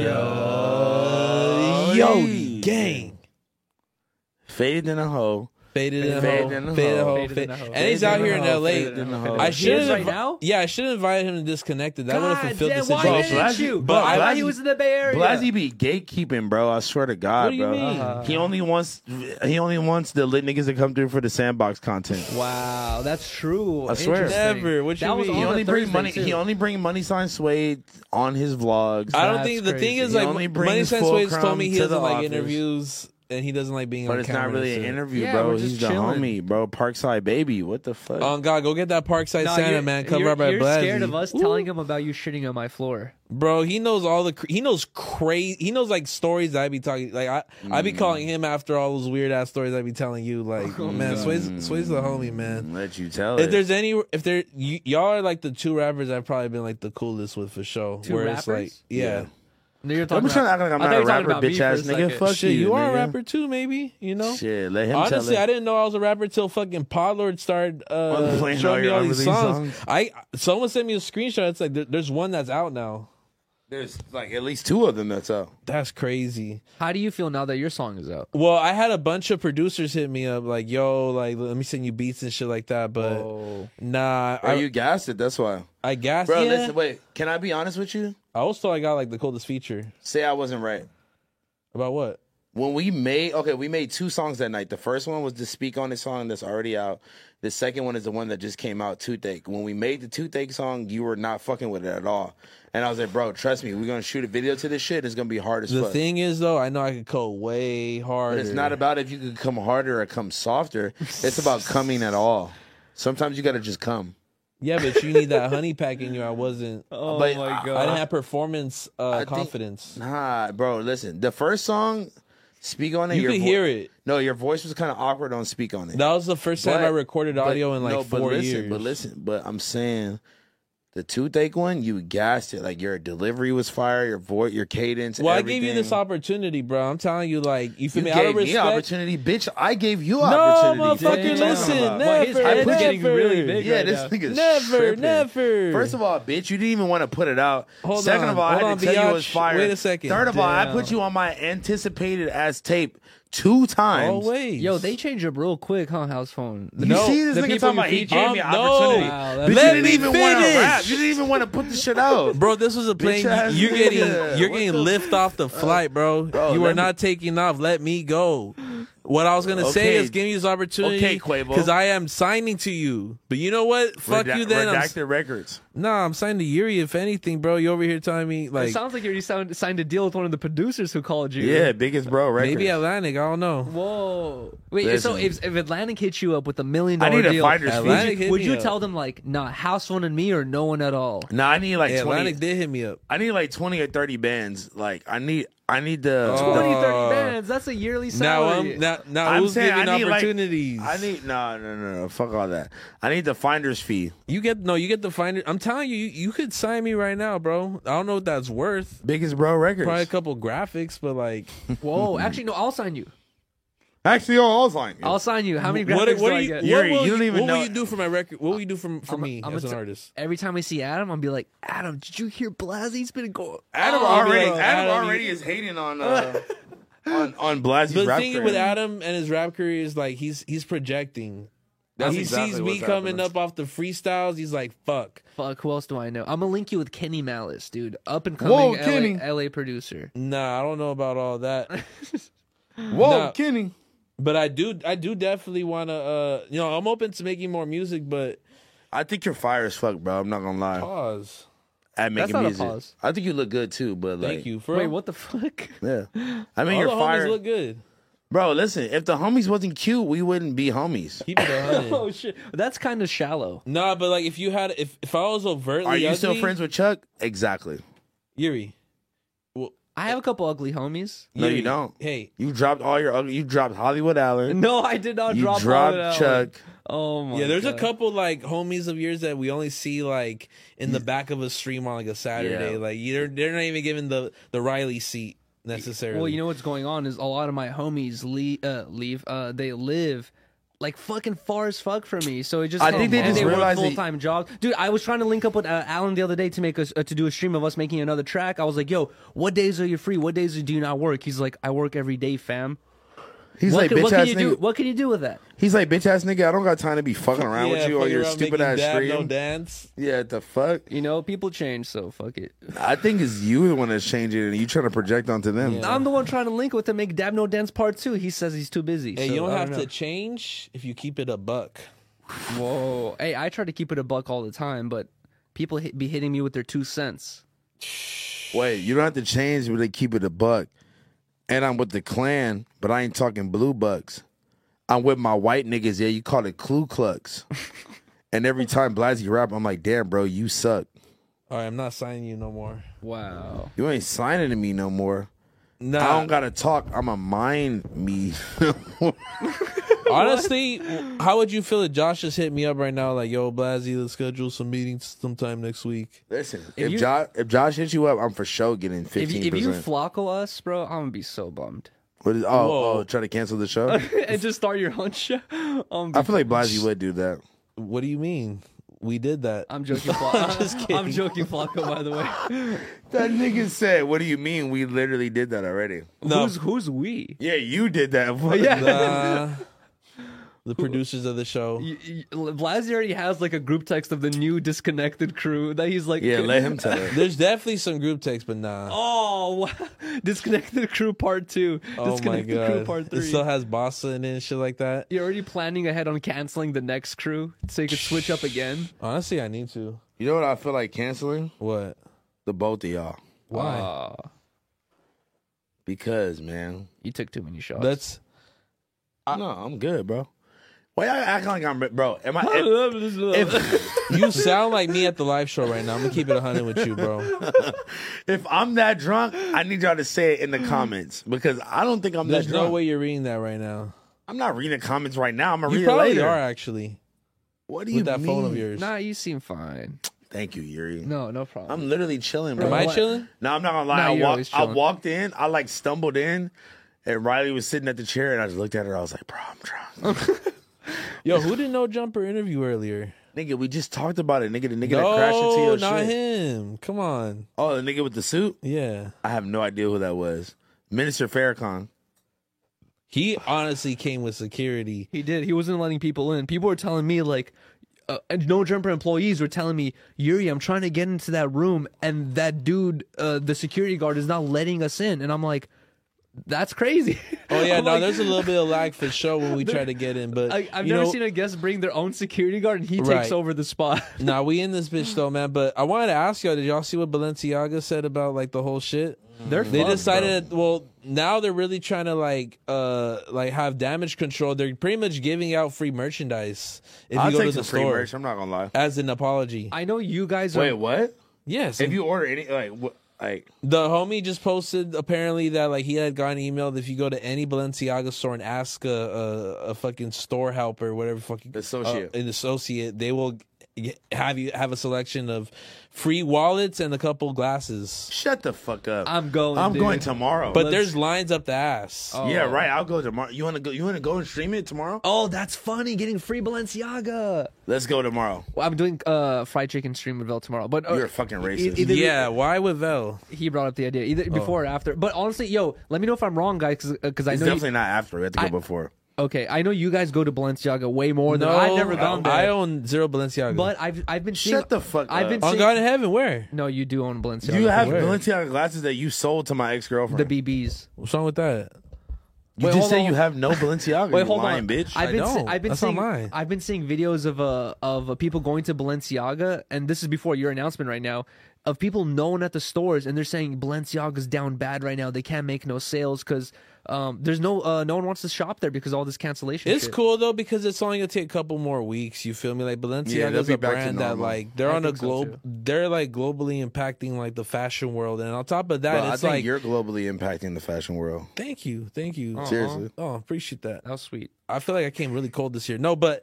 S2: Yodi gang.
S3: faded in a hoe.
S2: Faded in a
S3: Faded in
S2: hole.
S3: a
S2: Faded in a
S3: hole.
S2: hole.
S1: Faded in a hole.
S2: And he's out here in L.A.
S3: Faded in a hoe.
S2: I
S1: He
S2: should
S1: is right
S2: invi-
S1: now?
S2: Yeah, I should have invited him to disconnected. That would have fulfilled the
S1: why
S2: situation.
S3: Bro,
S1: didn't
S3: Blasi-
S1: you?
S3: but
S1: I thought
S3: Blasi-
S1: he was in the Bay Area.
S3: Blasi be gatekeeping, bro. I swear to God,
S2: What do you
S3: bro. Uh-huh.
S2: mean?
S3: He only wants he only wants the lit niggas to come through for the sandbox content.
S1: Wow, that's true.
S3: I swear.
S1: Interesting.
S2: Never. What you
S1: that was
S2: mean?
S1: on
S3: He
S1: a
S3: only bring
S1: Thursday,
S3: money.
S1: too.
S3: He only bring money sign suede on his vlogs.
S2: I don't
S1: That's
S2: think the thing
S1: crazy.
S2: is
S3: He
S2: like
S3: only
S2: Money
S3: brings
S2: Sense Ways told
S3: Fulcrum
S2: me he
S3: to the
S2: doesn't like
S3: office.
S2: interviews and he doesn't like being
S3: but
S2: on
S3: it's
S2: camera
S3: not
S2: and
S3: really an
S2: shit.
S3: interview,
S1: Yeah,
S3: bro.
S1: we're just
S3: He's the
S1: chilling.
S3: homie, bro. Parkside baby. What the fuck?
S2: On Oh, God, go get that Parkside
S1: No,
S2: Santa
S1: you're-
S2: man cover
S1: you're,
S2: up by
S1: you're
S2: Blasi.
S1: scared of us
S2: Ooh.
S1: telling him about you shitting on my floor.
S2: Bro, he knows all the cr- he knows crazy he knows like stories that I be talking like I I be calling him after all those weird ass stories I be telling you like man Sway's Sway's the homie man.
S3: Let you tell
S2: If
S3: it.
S2: there's any if there y- y'all are like the two rappers I've probably been like the coolest with for sure.
S1: Two
S2: where it's like
S1: rappers?
S2: yeah.
S3: Yeah.
S1: No, you're
S3: I'm
S1: talking
S3: trying to
S1: about,
S3: act like I'm
S1: I thought you
S3: not a
S1: were talking
S3: rapper,
S1: about me
S3: bitch
S1: for a
S3: ass nigga.
S1: second.
S3: Fuck
S2: Oh, Shit,
S3: you.
S2: you, are a
S3: nigga.
S2: rapper too, maybe. You know.
S3: Shit, let him tell
S2: Honestly,
S3: it.
S2: I didn't know I was a rapper till fucking Podlord started
S3: I'm
S2: uh,
S3: playing all
S2: showing me
S3: your
S2: all these
S3: unreleased
S2: songs.
S3: songs.
S2: I someone sent me a screenshot. It's like there, there's one that's out now.
S3: There's like at least two of them that's out.
S2: That's crazy.
S1: How do you feel now that your song is out?
S2: Well, I had a bunch of producers hit me up like, "Yo, like, let me send you beats and shit like that." But
S1: Whoa.
S2: nah,
S3: Oh. Are
S2: I,
S3: you gassed it? That's why.
S2: I guess.
S3: Bro,
S2: yeah.
S3: listen, wait. Can I be honest with you?
S2: I was told I got like the coldest feature
S3: Say I wasn't right.
S2: about what?
S3: When we made okay, we made two songs that night. The first one was the Speak On It song that's already out. The second one is the one that just came out, Toothache. When we made the Toothache song, you were not fucking with it at all. And I was like, bro, trust me, we're gonna shoot a video to this shit. It's gonna be hard as
S2: The
S3: fuck.
S2: thing is, though, I know I could code way harder.
S3: But it's not about if you could come harder or come softer. It's about coming at all. Sometimes you gotta just come.
S2: Yeah, but you need that honey pack in you. I wasn't.
S1: Oh
S3: But
S1: my
S3: I-
S2: I
S1: god.
S2: didn't have performance uh,
S3: think-
S2: confidence.
S3: Nah, bro, listen. The first song, Speak on it.
S2: You
S3: your
S2: could
S3: vo-
S2: hear it.
S3: No, your voice was kind of awkward on speak on it.
S2: That was the first time
S3: But-
S2: I recorded audio
S3: but-
S2: in like
S3: no,
S2: four
S3: but listen,
S2: years.
S3: But listen, but I'm saying the toothache one, you gassed it. Like your delivery was fire, your voice, your cadence.
S2: well, I
S3: everything.
S2: gave you this opportunity, bro. I'm telling you, like you
S3: You
S2: feel me? Out
S3: gave
S2: of
S3: me
S2: respect.
S3: opportunity, bitch. I gave you
S2: no,
S3: opportunity. What you
S2: motherfucker,
S3: talking
S2: listen.
S1: Well,
S3: about?
S2: Never,
S1: his output's
S2: never,
S1: getting really big.
S3: Yeah,
S1: right
S3: this
S1: now.
S3: nigga's
S2: never,
S3: tripping.
S2: never.
S3: First of all, bitch, you didn't even want to put it out.
S2: Hold
S3: Second
S2: on,
S3: of all, I
S2: hold
S3: had
S2: on,
S3: to tell you it was
S2: biatch.
S3: fire.
S2: Wait a second.
S3: Third of all, I
S1: Damn.
S3: put you on my anticipated as tape two times.
S2: Always.
S1: Yo, they change up real quick, huh? House phone. The
S3: You
S1: peop-
S3: see this
S1: the
S3: nigga
S1: people
S3: talking about
S1: you
S3: he
S1: feature-
S3: gave me
S2: Um, no.
S1: Wow,
S3: opportunity. Bitch,
S1: that's-
S3: you
S2: Let
S3: didn't
S2: me
S3: even want to
S2: finish.
S3: rap. You didn't even want to put the shit out.
S2: Bro, this was a plane.
S3: ass
S2: You're
S3: nigga.
S2: getting, you're
S3: What
S2: getting
S3: the
S2: lift off the flight, bro. you
S3: let
S2: are
S3: me-
S2: not taking off. Let me go. What I was gonna say
S3: Okay.
S2: is give me this opportunity,
S3: Okay, Quavo.
S2: because I am signing to you. But you know what? Fuck
S3: Redac-
S2: you. Then I'm,
S3: Redacted records.
S2: nah, I'm signing to Yuri. If anything, bro, you over here telling me
S1: it
S2: like
S1: sounds like you already sound, signed a deal with one of the producers who called you.
S3: Yeah, biggest bro records.
S2: maybe Atlantic. I don't know.
S1: Whoa. Wait, so
S3: Listen.
S1: if, if Atlantic hits you up with a million
S3: I
S1: dollar
S3: need a
S1: deal,
S3: finder's fee.
S1: would
S2: Atlantic
S1: you,
S2: hit
S1: would
S2: me
S1: you
S2: up.
S1: tell them like, nah, house one and me or no one at all?
S3: Nah, I need like
S2: Yeah, Atlantic
S3: 20.
S2: did hit me up.
S3: I need like 20 or 30 bands. Like I need I need the
S2: Oh.
S1: 20, 30
S2: Uh,
S1: bands. That's a yearly
S2: Now
S1: salary.
S2: I'm now, now
S3: I'm
S2: who's
S3: saying
S2: giving
S3: I need, like-
S2: opportunities?
S3: I need no no no no fuck all that. I need the finder's fee.
S2: you get no, you get the finder. I'm telling you, you, you could sign me right now, bro. I don't know what that's worth.
S3: Biggest bro records.
S2: Probably a couple graphics, but like
S1: Whoa, actually, no, I'll sign you.
S3: Actually, oh, I was lying.
S1: I'll sign you. How many graphics
S2: what, what
S1: do
S2: do
S1: I
S2: you,
S1: get?
S2: what
S3: Yuri,
S2: will
S3: you don't
S2: you-
S3: even
S2: what
S3: know-
S2: will you do for my record? What will you do for for
S1: I'm a-
S2: me
S1: I'm a
S2: as an
S1: t-
S2: artist?
S1: Every time I see Adam, I'll be like, Adam, did you hear Blasey's been going?
S3: Adam
S2: Oh,
S3: already
S2: bro,
S3: Adam,
S2: Adam,
S3: already
S2: you-
S3: is hating on uh, on on Blasie's
S2: But the
S3: rap
S2: thing
S3: career.
S2: with Adam and his rap career is like he's he's projecting.
S3: That's
S2: he
S3: exactly
S2: sees me
S3: what's
S2: coming
S3: happening.
S2: up off the freestyles. He's like, "Fuck,
S1: Fuck, who else do I know? I'm gonna link you with Kenny Malice, dude, up and coming
S3: Whoa,
S1: LA,
S3: Kenny.
S1: LA producer.
S2: nah, I don't know about all that."
S3: Whoa,
S2: Nah.
S3: Kenny.
S2: but I do, I do definitely want to. uh You know, I'm open to making more music, but
S3: I think you're fire as fuck, bro. I'm not gonna lie.
S2: pause.
S3: At making
S1: not a
S3: music,
S1: pause.
S3: I think you look good too. But like,
S2: Thank you for
S1: Wait, what the fuck?
S3: Yeah, I mean
S2: All
S3: you're
S2: the homies
S3: fire,
S2: look good.
S3: bro. Listen, if the homies wasn't cute, we wouldn't be homies.
S2: Keep it a hundred.
S1: Oh shit, that's kind of shallow.
S2: nah, but like if you had, if if I was overtly,
S3: Are you still
S2: ugly-
S3: friends with Chuck? Exactly.
S2: Yuri?
S1: I have a couple ugly homies.
S3: No, you
S2: Yuri,
S3: don't.
S2: Hey,
S3: You dropped all your ugly. You dropped Hollywood Allen.
S1: No, I did not
S3: you
S1: drop all
S3: dropped
S1: that.
S3: Chuck.
S1: Oh my.
S2: yeah, there's
S1: God.
S2: a couple like homies of yours that we only see like in the back of a stream on like a Saturday.
S3: Yeah.
S2: Like you're they're not even given the the Riley seat necessarily.
S1: Well, you know what's going on is a lot of my homies leave. Uh, leave. Uh, they live. Like fucking far as fuck from me, so it just.
S3: I think they
S1: and
S3: just
S1: they work
S3: realized that-
S1: full time jobs, dude. I was trying to link up with uh, Alan the other day to make us uh, to do a stream of us making another track. I was like, "Yo, what days are you free? What days do you not work?" He's like, "I work every day, fam."
S3: He's
S1: what
S3: like
S1: can,
S3: bitch
S1: what can
S3: ass
S1: you do?
S3: nigga.
S1: What can you do with that?
S3: He's like bitch ass nigga. I don't got time to be fucking around with
S2: Yeah,
S3: you on
S2: fucking
S3: your
S2: around
S3: stupid
S2: making
S3: ass
S2: dab,
S3: stream.
S2: No dance.
S3: yeah, the fuck.
S1: You know, people change, so fuck it.
S3: I think it's you the one that's changing it and you trying to project onto them.
S2: Yeah.
S1: I'm the one trying to link with to make Dab No Dance Part Two. He says he's too busy.
S2: Hey,
S1: so
S2: you don't
S1: I
S2: have
S1: know.
S2: to change if you keep it a buck.
S1: Whoa. Hey, I try to keep it a buck all the time, but people hit, be hitting me with their two cents.
S3: Wait, you don't have to change, but they keep it a buck. And I'm with the clan, but I ain't talking blue bucks. I'm with my white niggas. Yeah, you call it Ku Klux. and every time Blasey rap, I'm like, damn, bro, you suck.
S2: All right, I'm not signing you no more.
S1: Wow.
S3: You ain't signing to me no more.
S2: No,
S3: I don't gotta talk. I'm a mind me.
S2: honestly, how would you feel if Josh just hit me up right now, like, "Yo, Blazzy, let's schedule some meetings sometime next week."
S3: Listen, if,
S1: you-
S3: Josh if Josh hits you up, I'm for sure getting
S1: If
S3: fifteen
S1: you, if you
S3: percent.
S1: flockle us, bro, I'm gonna be so bummed.
S3: What is, oh,
S2: Whoa.
S3: oh, try to cancel the show.
S1: and just start your own show. Um,
S3: I feel like Blasey would do that.
S2: What do you mean? We did that.
S1: I'm joking, Flocko. I'm
S2: just
S1: I'm
S2: kidding.
S1: joking, Flocko. By the way,
S3: That nigga said, "What do you mean? We literally did that already."
S2: No.
S1: who's who's we?
S3: Yeah, you did that.
S2: Nah. the producers of the show.
S1: You- you- Blasey already has like a group text of the new disconnected crew that he's like,
S3: yeah, let him tell it.
S2: There's definitely some group text, but nah.
S1: Oh, wow. disconnected crew part two.
S2: Oh my
S1: disconnected
S2: god!
S1: crew part
S2: It
S1: three.
S2: still has Bossa in it and shit like that.
S1: You're already planning ahead on canceling the next crew so you could switch up again.
S2: Honestly, I need to.
S3: You know what I feel like canceling?
S2: What?
S3: The both of y'all.
S2: Why?
S1: Aw,
S3: Because, man.
S1: you took too many shots.
S2: That's
S3: no, I'm good, bro. Why y'all acting like I'm bro? Am I? If,
S1: If,
S3: if,
S2: You sound like me at the live show right now. I'm gonna keep it hundred with you, bro.
S3: if I'm that drunk, I need y'all to say it in the comments because I don't think I'm
S2: There's
S3: that
S2: no
S3: drunk.
S2: way you're reading that right now.
S3: I'm not reading the comments right now. I'm gonna
S2: You
S3: read it
S2: probably
S3: later.
S2: are actually
S3: What do you
S2: with that
S3: mean?
S2: phone of yours.
S1: nah, you seem fine.
S3: Thank you, Yuri.
S1: No, no problem.
S3: I'm literally chilling, bro.
S2: Am I
S1: What?
S2: chilling?
S3: No, I'm not gonna lie.
S1: No,
S3: I,
S1: you're
S3: walk,
S1: always
S3: I
S1: chilling.
S3: walked in, I like stumbled in, and Riley was sitting at the chair, and I just looked at her. I was like, "Bro, I'm drunk."
S2: Yo, who did No Jumper interview earlier?
S3: nigga, we just talked about it. Nigga, the nigga that crashed into
S2: No,
S3: your
S2: not
S3: shit.
S2: him. Come on.
S3: Oh, the nigga with the suit.
S2: Yeah,
S3: I have no idea who that was. Minister Farrakhan.
S2: he honestly came with security.
S1: He did. He wasn't letting people in. People were telling me like, uh, and no jumper employees were telling me, Yuri, I'm trying to get into that room, and that dude, uh, the security guard, is not letting us in. And I'm like, that's crazy.
S2: Oh yeah,
S1: I'm
S2: no,
S1: like-
S2: there's a little bit of lag for sure when we try to get in, but
S1: I, I've
S2: you
S1: never
S2: know,
S1: seen a guest bring their own security guard, and he
S2: Right.
S1: takes over the spot.
S2: Nah, we in this bitch though, man. But I wanted to ask y'all, did y'all see what Balenciaga said about like the whole shit?
S1: They're
S2: They
S1: fucked,
S2: decided well, now they're really trying to like uh like have damage control. They're pretty much giving out free merchandise if
S3: I'll
S2: you go
S3: take
S2: to
S3: some
S2: the
S3: free
S2: store
S3: merch. I'm not gonna lie.
S2: as an apology.
S1: I know you guys are.
S3: Wait, what?
S2: yes.
S3: If you order any, like, what, like,
S2: the homie just posted apparently that like he had gotten emailed if you go to any Balenciaga store and ask a a, a fucking store helper, whatever fucking
S3: Associate.
S2: uh, an associate, they will g- have you have a selection of free wallets and a couple glasses.
S3: shut the fuck up.
S1: I'm going,
S3: I'm
S1: dude.
S3: going tomorrow.
S2: But there's lines up the ass.
S3: yeah, right. I'll go tomorrow. You wanna go? You wanna go and stream it tomorrow?
S1: Oh, that's funny! Getting free Balenciaga.
S3: Let's go tomorrow.
S1: Well, I'm doing uh fried chicken stream with Vel tomorrow. But uh,
S3: You're a fucking racist.
S1: either-
S2: yeah, why with Vel?
S1: he brought up the idea
S2: Oh.
S1: either before or after. But honestly, yo, let me know if I'm wrong, guys, because I
S3: it's
S1: know. you-
S3: definitely not after. We have to go
S1: I-
S3: before.
S1: okay, I know you guys go to Balenciaga way more than
S2: No,
S1: I've never gone there.
S2: I own zero Balenciaga.
S1: but I've I've been seeing,
S3: Shut the fuck
S1: I've
S3: up.
S1: been
S2: on
S1: seeing,
S2: God in Heaven, where?
S1: No, you do own Balenciaga.
S3: You have
S2: Where?
S3: Balenciaga glasses that you sold to my ex girlfriend.
S1: the BBs.
S2: What's wrong with that?
S3: You
S1: Wait,
S3: just
S1: hold
S3: say
S1: on.
S3: you have no Balenciaga.
S1: Wait,
S3: you
S1: hold
S3: lying,
S1: on,
S3: bitch.
S1: I've
S2: I
S1: been se-
S2: don't.
S1: I've been
S2: That's not
S1: seeing
S2: mine.
S1: I've been seeing videos of uh of uh, people going to Balenciaga, and this is before your announcement right now. Of people known at the stores, and they're saying Balenciaga's down bad right now. They can't make no sales because um, there's no uh, no one wants to shop there because all this cancellation.
S2: It's
S1: shit.
S2: cool though because it's only gonna take a couple more weeks. You feel me? Like Balenciaga
S3: Yeah, they'll
S2: is
S3: be
S2: a
S3: back to
S2: brand that
S3: normal.
S2: like they're
S1: I
S2: on a
S1: think so,
S2: globe.
S1: too.
S2: they're like globally impacting like the fashion world, and on top of that,
S3: Bro, I
S2: it's
S3: think
S2: like
S3: you're Uh-huh. globally impacting the fashion world.
S2: thank you, thank you.
S3: Seriously.
S2: Oh, appreciate that.
S1: That was sweet.
S2: I feel like I came really cold this year. No, but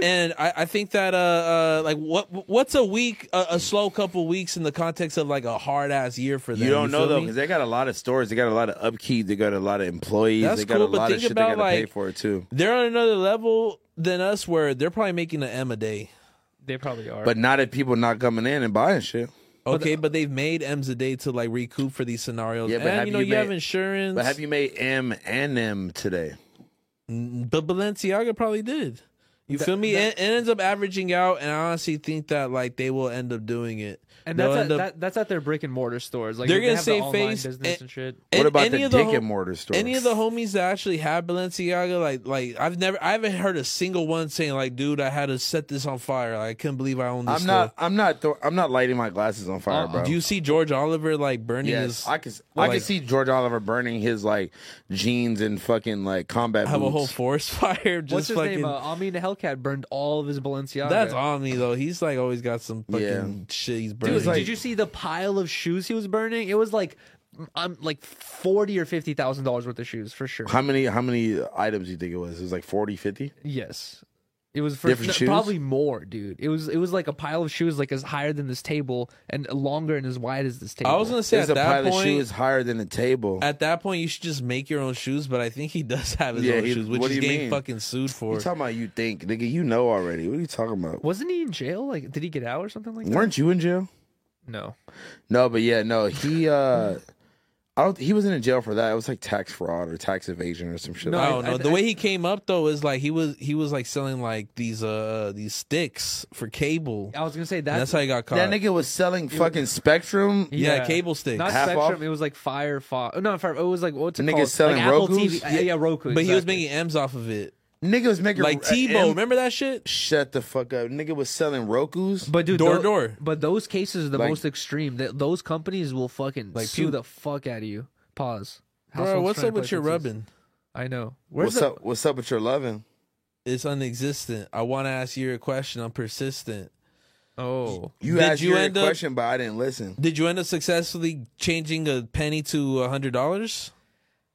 S2: and I, I think that uh, uh like what what's a week a, a slow couple weeks in the context of like a hard ass year for them.
S3: You don't know
S2: feel
S3: though,
S2: me?
S3: because they got a lot of stores. They got a lot of upkeep. They got a lot of employees.
S2: That's
S3: they got
S2: cool,
S3: a
S2: but
S3: lot of
S2: think
S3: shit
S2: about,
S3: they got to pay
S2: like-
S3: for too.
S2: they're on another level than us, where they're probably making an M a day.
S1: They probably are.
S3: But not if people not coming in and buying shit.
S2: Okay, but, they've made M's a day to like recoup for these scenarios.
S3: Yeah, but
S2: and
S3: have
S2: you know
S3: you
S2: you, have
S3: made-
S2: insurance.
S3: But have you made M and M today?
S2: But Balenciaga probably did. You feel me? it, it ends up averaging out, and I honestly think that like they will end up doing it.
S1: and
S2: They'll
S1: that's at,
S2: end up-
S1: that, that's at their brick and mortar stores. Like
S2: They're
S1: they
S2: gonna
S1: have
S2: save
S1: the online
S2: face
S1: business
S2: and-
S1: and shit.
S2: and
S3: What about
S2: any
S3: the
S2: of the
S3: dick
S2: hom-
S3: and mortar store?
S2: Any of the homies that actually have Balenciaga, like like I've never, I haven't heard a single one saying like, dude, I had to set this on fire. Like, I couldn't believe I own this.
S3: I'm not. I'm not. Th- I'm not lighting my glasses on fire,
S2: store."
S3: bro.
S2: Do Uh, you see George Oliver like burning
S3: Yes,
S2: his?
S3: I can. I
S2: like-
S3: can see George Oliver burning his like jeans and fucking like combat
S2: have
S3: boots.
S2: a whole forest fire. Just
S1: What's his
S2: fucking,
S1: name? Uh, Ami the Hellcat burned all of his Balenciaga.
S2: That's on me though. He's like always got some fucking shit he's burning.
S1: Dude,
S3: It's like-
S1: did you see the pile of shoes he was burning? It was like, I'm like forty or fifty thousand dollars worth of shoes for sure.
S3: How many? How many items do you think it was? It was like 40, 50?
S1: Yes. It was for
S3: Different
S1: no,
S3: shoes?
S1: probably more, dude. It was it was like a pile of shoes like as higher than this table and longer and as wide as this table.
S2: I was gonna say
S3: There's
S2: at
S3: a
S2: that
S3: pile of
S2: point,
S3: shoes higher than the table.
S2: at that point you should just make your own shoes. But I think he does have his
S3: Yeah,
S2: own
S3: he-
S2: shoes, which
S3: what do
S2: he's
S3: you
S2: getting
S3: mean?
S2: fucking sued for.
S3: You talking about you think, nigga? You know already. What are you talking about?
S1: wasn't he in jail? Like, did he get out or something like that?
S3: Weren't you in jail?
S1: No.
S3: No, but yeah, no. He, uh I don't. He wasn't in jail for that. It was like tax fraud or tax evasion or some shit.
S1: No,
S2: I
S3: like
S2: don't
S1: I-
S2: know.
S1: I-
S2: the way he came up though is like he was he was like selling like these uh these sticks for cable.
S1: I was gonna say
S2: And
S1: that's,
S2: that's how he got caught.
S3: that. that nigga was selling fucking Spectrum.
S2: yeah, cable sticks.
S1: Not
S3: Half
S1: Spectrum.
S3: off?
S1: It was like Firefox. No, Fire. It was like what's it
S3: Niggas
S1: called?
S3: selling
S1: like Apple
S3: Rokus?
S1: TV. Yeah, yeah Roku.
S2: but he was
S1: exactly.
S2: making M's off of it.
S3: Nigga was making
S2: Like
S3: uh,
S2: Tebow,
S3: M-
S2: remember that shit?
S3: Shut the fuck up. Nigga was selling Roku's.
S1: But dude,
S2: Door to
S1: tho-
S2: door.
S1: But those cases are the
S3: Like-
S1: most extreme. That those companies will fucking
S2: Like
S1: sue
S2: puke.
S1: the fuck out of you. Pause.
S2: Bro,
S1: Households
S2: what's
S1: trying
S2: up
S1: to
S2: with
S1: play
S2: your
S1: princess.
S2: rubbing?
S1: I know. Where's
S3: what's
S1: the,
S3: up? What's up with your loving?
S2: is unexistent. I want to ask you a question. I'm persistent.
S1: Oh,
S2: Did
S3: You asked
S2: you
S3: your
S2: end up-
S3: question, but I didn't listen.
S2: Did you end up successfully changing a penny to a hundred dollars?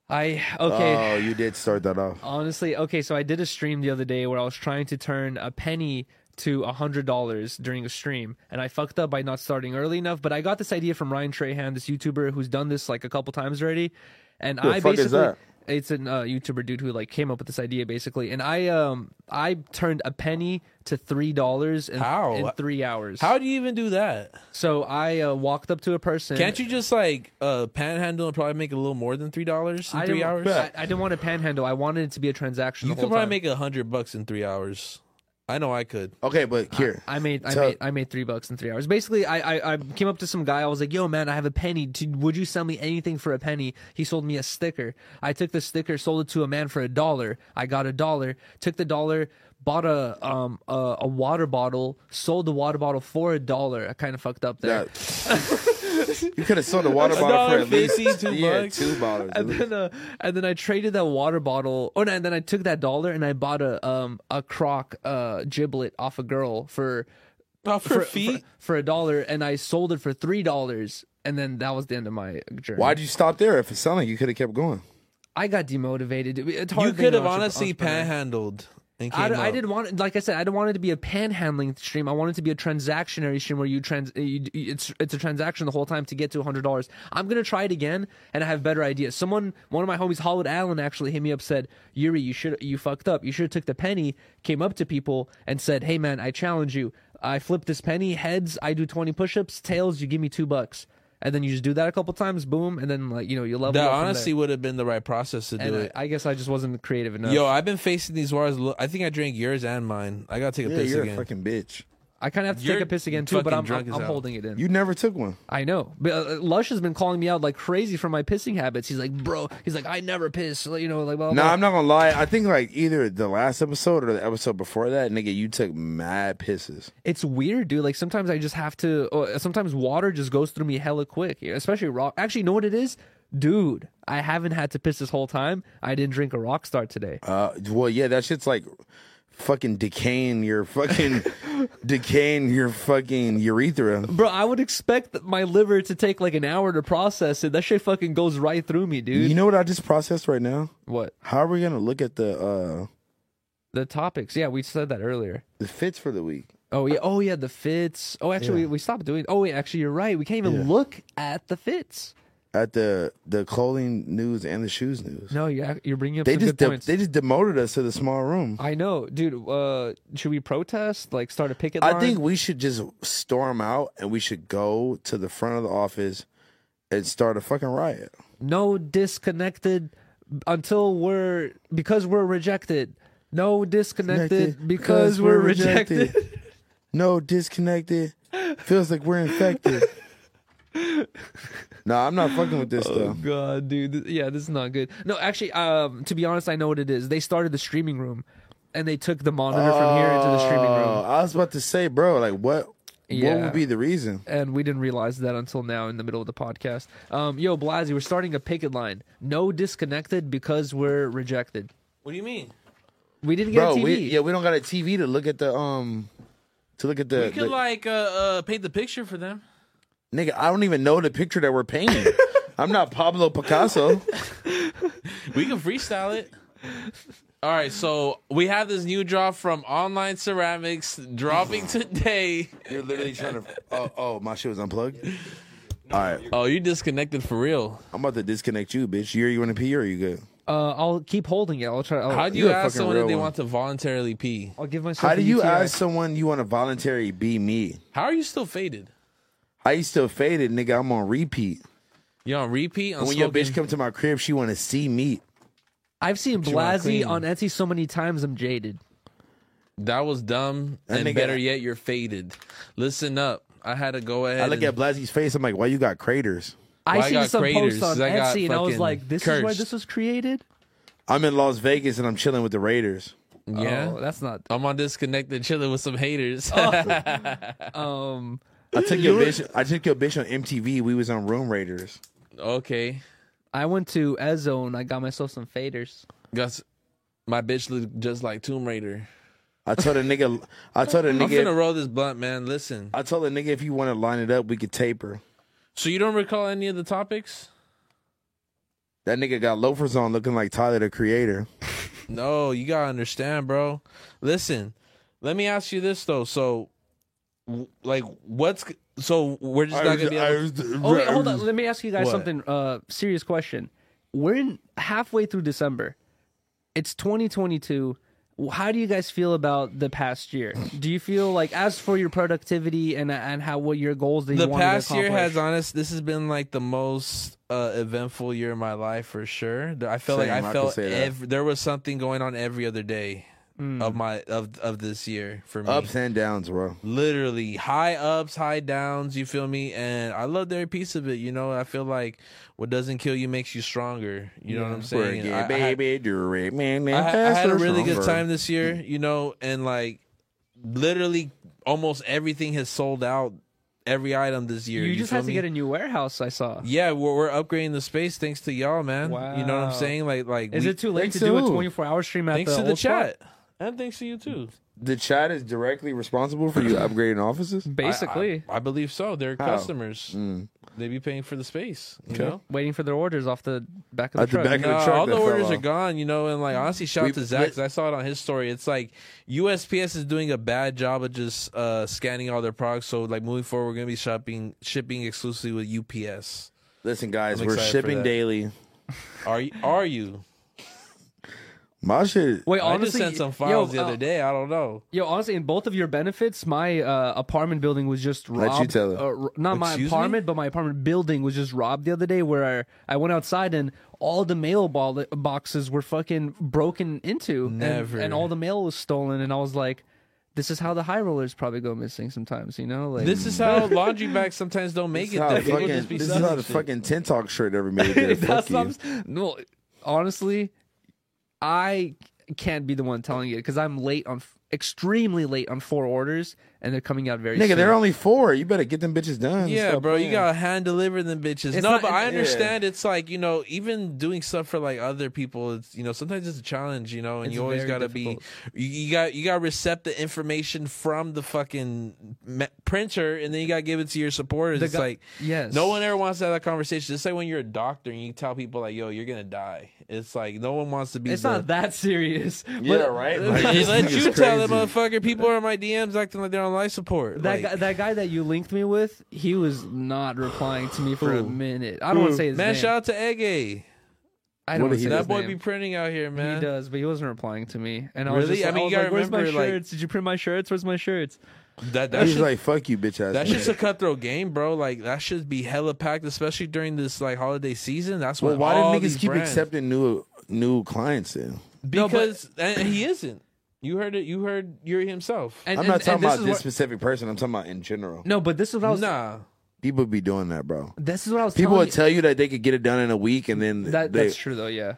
S1: I okay.
S3: Oh, you did start that off.
S1: Honestly, okay, so I did a stream the other day where I was trying to turn a penny to a hundred dollars during a stream, and I fucked up by not starting early enough. But I got this idea from Ryan Trahan, this YouTuber who's done this like a couple times already, and
S3: the
S1: I
S3: fuck is
S1: basically
S3: that?
S1: it's an uh, YouTuber dude who like came up with this idea basically, and I um I turned a penny to three dollars in,
S2: How?
S1: in three hours.
S2: How do you even do that?
S1: So I uh, walked up to a person.
S2: Can't you just like uh panhandle and probably make a little more than three dollars in
S1: I
S2: three
S1: didn't,
S2: hours?
S1: I, I didn't want to panhandle. I wanted it to be a transaction.
S2: You
S1: the whole
S2: could probably
S1: time.
S2: make a hundred bucks in three hours. I know I could.
S3: Okay, but here.
S1: I made I
S3: Tell-
S1: made I made three bucks in three hours. Basically, I, I I came up to some guy. I was like, "Yo, man, I have a penny. Do- Would you sell me anything for a penny?" He sold me a sticker. I took the sticker, sold it to a man for a dollar. I got a dollar. Took the dollar, bought a um a, a water bottle, sold the water bottle for a dollar. I kind of fucked up there.
S3: That- you could have sold the water
S2: A
S3: bottle for
S2: dollar
S3: at least
S2: fifty, two
S3: yeah,
S2: bucks.
S3: two dollars.
S1: And then, uh, and then I traded that water bottle. Oh, no, and then I took that dollar and I bought a um a croc uh giblet off a girl for
S2: Not Oh, for,
S1: for,
S2: feet.
S1: for, for a dollar, and I sold it for three dollars, and then that was the end of my journey.
S3: Why'd you stop there? If it sounded like you could have kept going.
S1: I got demotivated. It- It's hard
S2: you
S1: being
S2: could have
S1: an entre-
S2: honestly
S1: entrepreneur.
S2: panhandled and came
S1: I, d- I
S2: up.
S1: didn't want, it- like I said, I didn't want it to be a panhandling stream. I wanted it to be a transactionary stream where you trans, you, you- it's it's a transaction the whole time to get to hundred dollars. I'm gonna try it again, and I have better ideas. Someone, one of my homies, Hollywood Allen, actually hit me up said, Yuri, you should you fucked up. You should have took the penny, came up to people and said, Hey man, I challenge you. I flip this penny. Heads, I do twenty push-ups. Tails, you give me two bucks. And then you just do that a couple times, boom, and then like you know you level.
S2: That
S1: up from
S2: honestly
S1: there.
S2: would have been the right process to do
S1: and
S2: it.
S1: I, I guess I just wasn't creative enough.
S2: Yo, I've been facing these waters. Look, I think I drank yours and mine. I gotta take a
S3: Yeah,
S2: piss
S3: you're
S2: again.
S3: a fucking bitch.
S1: I kind of have to
S2: You're
S1: take a piss again too, but
S2: fucking
S1: I'm,
S2: drunk
S1: I'm,
S2: as
S1: I'm
S2: hell.
S1: holding it in.
S3: You never took one.
S1: I know. But, uh, Lush has been calling me out like crazy for my pissing habits. He's like, bro. He's like, I never piss. like, You know, like, well,
S3: No, I'm not gonna lie. I think like either the last episode or the episode before that, nigga, you took mad pisses.
S1: it's weird, dude. Like sometimes I just have to. Uh, sometimes water just goes through me hella quick, you know, especially rock. Actually, you know what it is, dude. I haven't had to piss this whole time. I didn't drink a rock star today.
S3: Uh, well, yeah, that shit's like fucking decaying your fucking decaying your fucking urethra.
S1: Bro, I would expect my liver to take like an hour to process it. That shit fucking goes right through me, dude.
S3: You know what I just processed right now?
S1: what?
S3: How are we gonna look at the uh
S1: The topics. Yeah, we said that earlier.
S3: the fits for the week?
S1: Oh yeah. Oh yeah. The fits. Oh, actually, we, we stopped doing. Oh wait, actually, you're right. We can't even look at the fits.
S3: At the the clothing news and the shoes news.
S1: No, you ac- you're bringing up
S3: they
S1: some good
S3: just de-
S1: points.
S3: they just demoted us to the small room.
S1: I know, dude. Uh, should we protest? Like, start a picket line?
S3: I think we should just storm out and we should go to the front of the office and start a fucking riot.
S1: no disconnected until we're because we're rejected. No disconnected because, we're, rejected.
S3: no, disconnected. Feels like we're infected. no, I'm not fucking with this
S1: Oh
S3: though.
S1: god, dude. Th- Yeah, this is not good. No, actually, um, to be honest, I know what it is. They started the streaming room, and they took the monitor from here into the streaming
S3: Oh,
S1: room.
S3: I was about to say, bro, like what? What
S1: Yeah.
S3: would be the reason?
S1: and we didn't realize that until now in the middle of the podcast. Um, yo, Blasey, we're starting a picket line. No disconnected because we're rejected.
S2: What do you mean?
S1: We didn't get
S3: Bro,
S1: a TV.
S3: we yeah, we don't got a TV to look at the um to look at the,
S2: We could
S3: the-
S2: like uh, uh paint the picture for them.
S3: nigga. I don't even know the picture that we're painting. I'm not Pablo Picasso.
S2: We can freestyle it. All right, so we have this new drop from Online Ceramics dropping today.
S3: You're literally trying to. Oh, oh, my shit was unplugged. All right,
S2: Oh, you disconnected for real.
S3: I'm about to disconnect you, bitch. You, you want to pee or you good?
S1: uh, I'll keep holding it. I'll try. I'll,
S2: How do
S3: you're
S2: you
S3: a
S2: ask
S3: fucking
S2: someone
S3: real
S2: if they
S3: one.
S2: want to voluntarily pee?
S1: I'll give myself.
S3: How do
S1: a
S3: you
S1: UTI.
S3: ask somely you want to voluntarily be me?
S2: How are you still faded?
S3: I used to fade it, nigga. I'm on repeat.
S2: You on repeat? On
S3: When your bitch
S2: smoking?
S3: come to my crib, she want to see me.
S1: I've seen
S2: you wanna
S1: Blasey
S2: clean?
S1: on Etsy so many times. I'm jaded.
S2: that was dumb, and
S3: nigga-
S2: better yet, you're faded. Listen up. I had to go ahead.
S3: I look
S2: and-
S3: at Blasey's face. I'm like, why you got craters?
S1: I
S2: Well, I
S1: seen
S2: got
S1: some
S2: craters,
S1: posts on
S2: 'cause I got
S1: Etsy, and I was
S2: fucking
S1: like, "This is where
S2: cursed.
S1: this was created."
S3: I'm in Las Vegas and I'm chilling with the Raiders.
S2: yeah.
S1: oh, that's not.
S2: I'm on disconnected, chilling with some haters.
S3: Oh.
S1: Um,
S3: I took your bitch. I took your bitch on MTV. We was on Room Raiders.
S2: okay,
S1: I went to Ezo and I got myself some faders.
S2: got s- My bitch looked just like Tomb Raider.
S3: I told a nigga, I told a
S2: I'm finna
S3: nigga,
S2: roll this blunt, man. Listen.
S3: I told a nigga if you want to line it up, we could tape her.
S2: So you don't recall any of the topics?
S3: That nigga got loafers on, looking like Tyler the Creator.
S2: No, you gotta understand, bro. Listen, let me ask you this though. So, w- like, what's so we're just not gonna be able.
S1: Oh, wait, hold on. Let me ask you guys
S2: What?
S1: something. Uh, serious question. We're in halfway through December. It's 2022. How do you guys feel about the past year? Do you feel like, as for your productivity and and how what your goals that you
S2: the
S1: wanted to
S2: past year has
S1: accomplish?
S2: honest this has been like the most uh eventful year of my life for sure Th- i felt
S3: Same,
S2: like
S3: I
S2: i,
S3: could
S2: felt
S3: say that.
S2: ev- there was something going on every other day of my of of this year for me
S3: Ups and downs, bro.
S2: literally high ups high downs you feel me and i loved every piece of it you know i feel like what doesn't kill you makes you stronger you know what i'm
S3: We're
S2: saying
S3: gay,
S2: I- I had-
S3: baby, do it, man,
S2: I, had-
S3: man,
S2: I had a
S3: faster,
S2: really good
S3: stronger.
S2: time this year, you know, and like literally almost everything has sold out. Every item this year.
S1: You, just
S2: feel
S1: have to
S2: me?
S1: get a new warehouse. I saw.
S2: Yeah, we're, we're upgrading the space thanks to y'all, man. You know what
S1: Wow.
S2: I'm saying? Like, like
S1: Is
S2: we-
S1: it too late
S3: Thanks
S1: to do a
S3: to who?
S1: 24 hour stream at
S2: thanks
S1: the
S2: to the
S1: old spot?
S2: chat, and thanks to you too.
S3: The chat is directly responsible for you upgrading offices.
S1: Basically,
S2: I, I believe so. They're
S3: How?
S2: customers. They be paying for the space. You know,
S1: waiting for their orders off the back of the
S3: At the
S1: truck.
S3: back of- Look at
S2: Nah,
S3: truck
S2: all the
S3: that fell
S2: orders are
S3: off.
S2: gone. You know, and like honestly, shout
S3: We-
S2: out to Zach.
S3: we-
S2: 'cause I saw it on his story. It's like USPS is doing a bad job of just uh, scanning all their products. So like moving forward, we're gonna be shopping shipping exclusively with UPS.
S3: Listen, guys,
S2: I'm
S3: we're
S2: excited for
S3: shipping
S2: that.
S3: daily.
S2: Are you? Are you?
S3: My shit.
S1: Wait,
S2: I just
S1: honestly,
S2: sent some
S1: yo,
S2: files the
S1: uh,
S2: other day. I don't know.
S1: Yo, honestly, in both of your benefits, my uh, apartment building was just
S3: Let
S1: robbed.
S3: you tell it.
S1: uh, r- not my
S2: Excuse me?
S1: apartment, but my apartment building was just robbed the other day. Where I, I went outside and all the mail ball- boxes were fucking broken into, and-
S2: Never.
S1: and, all the mail was stolen. And I was like, "This is how the high rollers probably go missing sometimes." You know, like
S2: This is how laundry bags sometimes don't make
S3: This
S2: it.
S3: is how,
S2: though.
S3: the
S2: People
S3: fucking,
S2: just be
S3: this is
S2: selling
S3: how the
S2: shit.
S3: fucking Tin Talk shirt ever made. It there.
S1: That's
S3: Fuck
S1: what I'm
S3: you.
S1: s- no, honestly, I can't be the one telling you because I'm late on f- extremely late on four orders, and they're coming out very
S3: Nigga,
S1: soon.
S3: they're only four. You better get them bitches done.
S2: Yeah,
S3: Stop
S2: bro, you
S3: playing.
S2: gotta hand deliver them bitches.
S1: It's
S2: no,
S1: not-
S2: but I
S1: yeah.
S2: understand it's like you know, even doing stuff for like other people, it's you know, sometimes it's a challenge, you know, and
S1: It's
S2: you always
S1: very
S2: gotta
S1: difficult.
S2: be, you, you got you gotta recept the information from the fucking me- printer, and then you gotta give it to your supporters.
S1: The
S2: it's
S1: guy-
S2: like
S1: yes.
S2: no one ever wants to have that conversation. It's like when you're a doctor and you tell people like, "Yo, you're gonna die." It's like no one wants to be.
S1: It's
S2: the-
S1: not that serious.
S3: Yeah,
S1: but
S3: right.
S1: That,
S3: Like,
S2: Hey,
S3: this
S2: let
S3: nigga's
S2: you tell
S3: crazy.
S2: the motherfucker. People are in my DMs acting like they're on life support. Like,
S1: guy, that guy that you linked me with, he was not replying to me for a minute. I don't want to say his
S2: man,
S1: name.
S2: shout out to Eggy.
S1: I don't want
S3: Hmm. What did
S1: to
S3: he
S1: say
S3: do?
S1: his
S2: That boy
S1: name.
S2: be printing out here,
S1: he
S2: man.
S1: does, but he wasn't replying to me. And I was
S2: Really?
S1: just,
S2: I mean,
S1: I was
S2: you gotta
S1: like, "Where's my
S2: remember, like-
S1: shirts? Did you print my shirts? Where's my shirts?"
S2: That that
S3: He's
S2: shit,
S3: like, fuck you, bitch ass.
S2: that's
S3: nigga.
S2: just a cutthroat game, bro. Like that should be hella packed, especially during this like holiday season. That's
S3: Well,
S2: when
S3: why
S2: all
S3: do
S2: these
S3: niggas keep
S2: brands-
S3: accepting new new clients then?
S1: but-
S2: Because and he isn't. You heard it. You heard Yuri himself.
S1: And,
S3: I'm
S1: and-
S3: not talking
S1: and this
S3: about
S1: is
S3: this
S1: what-
S3: specific person. I'm talking about in general.
S1: no, but this is what I was.
S2: nah,
S3: People be doing that, bro.
S1: This is what I was.
S3: People
S1: telling
S3: would
S1: you.
S3: tell you that they could get it done in a week, and then
S1: That,
S3: they,
S1: that's true though, yeah.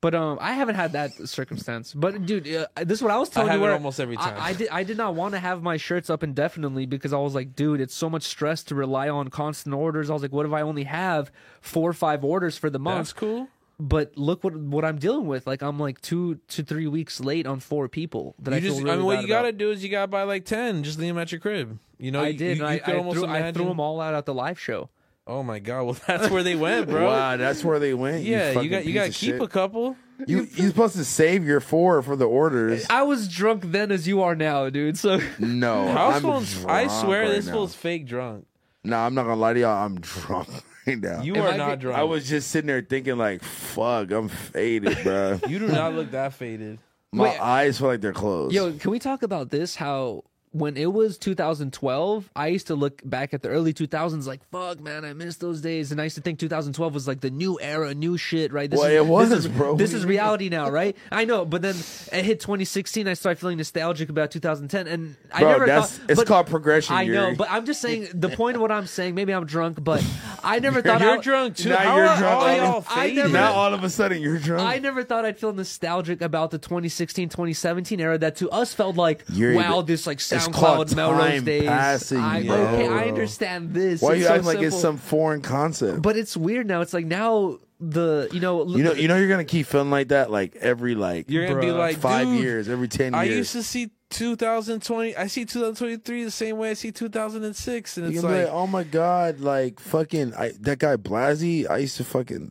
S1: But um, I haven't had that circumstance. But dude, uh, this is what I was telling
S2: have
S1: you.
S2: it
S1: where
S2: almost every
S1: I-
S2: time.
S1: I, did. I did not want to have my shirts up indefinitely because I was like, dude, it's so much stress to rely on constant orders. I was like, what if I only have four or five orders for the month?
S2: that's cool.
S1: But look what what I'm dealing with. Like I'm like two to three weeks late on four people. That I
S2: You
S1: feel
S2: just.
S1: really
S2: I mean, what
S1: bad
S2: you gotta
S1: about.
S2: do is you gotta buy like ten. Just leave them at your crib. You know,
S1: I
S2: you-
S1: did.
S2: You,
S1: and
S2: you
S1: I,
S2: could
S1: I
S2: almost
S1: threw, I
S2: imagine-
S1: threw them all out at the live show.
S2: Oh my god! Well, that's where they went, bro.
S3: wow, that's where they went.
S2: Yeah, you,
S3: fucking
S2: got you
S3: piece
S2: got to
S3: of
S2: keep
S3: shit.
S2: a couple.
S3: You you supposed to save your four for the orders.
S1: I was drunk then as you are now, dude. So
S3: No,
S2: House
S3: I'm
S2: phones. I
S3: drunk
S2: swear
S3: right
S2: this
S3: now.
S2: fool's fake drunk.
S3: No, I'm not gonna lie to y'all. I'm drunk right now.
S2: You
S1: If
S2: are
S1: I
S2: not
S1: could-
S2: drunk.
S3: I was just sitting there thinking, like, fuck, I'm faded, bro.
S2: You do not look that faded.
S3: My
S1: Wait.
S3: eyes feel like they're closed.
S1: Yo, can we talk about this? How when it was 2012, I used to look back at the early 2000s like, fuck, man, I miss those days. And I used to think 2012 was like the new era, new shit, right? This
S3: Well, it was,
S1: this is,
S3: bro.
S1: This is reality now, right? I know, but then it hit 2016. I started feeling nostalgic about 2010, and I
S3: Bro,
S1: never
S3: that's-
S1: thought
S3: it's
S1: but-
S3: called progression,
S1: I know,
S3: Yuri.
S1: but I'm just saying the point of what I'm saying. Maybe I'm drunk, but I never thought I,
S2: You're drunk too.
S3: Now
S2: How
S3: you're
S2: are
S3: drunk.
S2: all y'all
S1: I
S2: faded?
S1: never-
S3: now all of a sudden you're drunk.
S1: I never thought I'd feel nostalgic about the 2016 2017 era that to us felt like
S3: You're-
S1: wow this like
S3: it's just called
S1: SoundCloud, Melrose
S3: time
S1: Days.
S3: passing,
S1: I,
S3: bro.
S1: okay, I understand this.
S3: Why are
S1: It's
S3: you
S1: so
S3: acting like it's
S1: simple.
S3: some foreign concept?
S1: But it's weird now. It's like now the you know
S3: you know, you know, you're gonna keep feeling like that, like every like
S2: You're gonna be
S1: Bruh.
S2: like
S3: five
S2: "Dude,
S3: years, every ten
S2: I
S3: years.
S2: used to see 2020. I see 2023 the same way I see 2006, and
S3: you
S2: it's
S3: can be
S2: like,
S3: like, oh my god, like fucking I, that guy Blasey. I used to fucking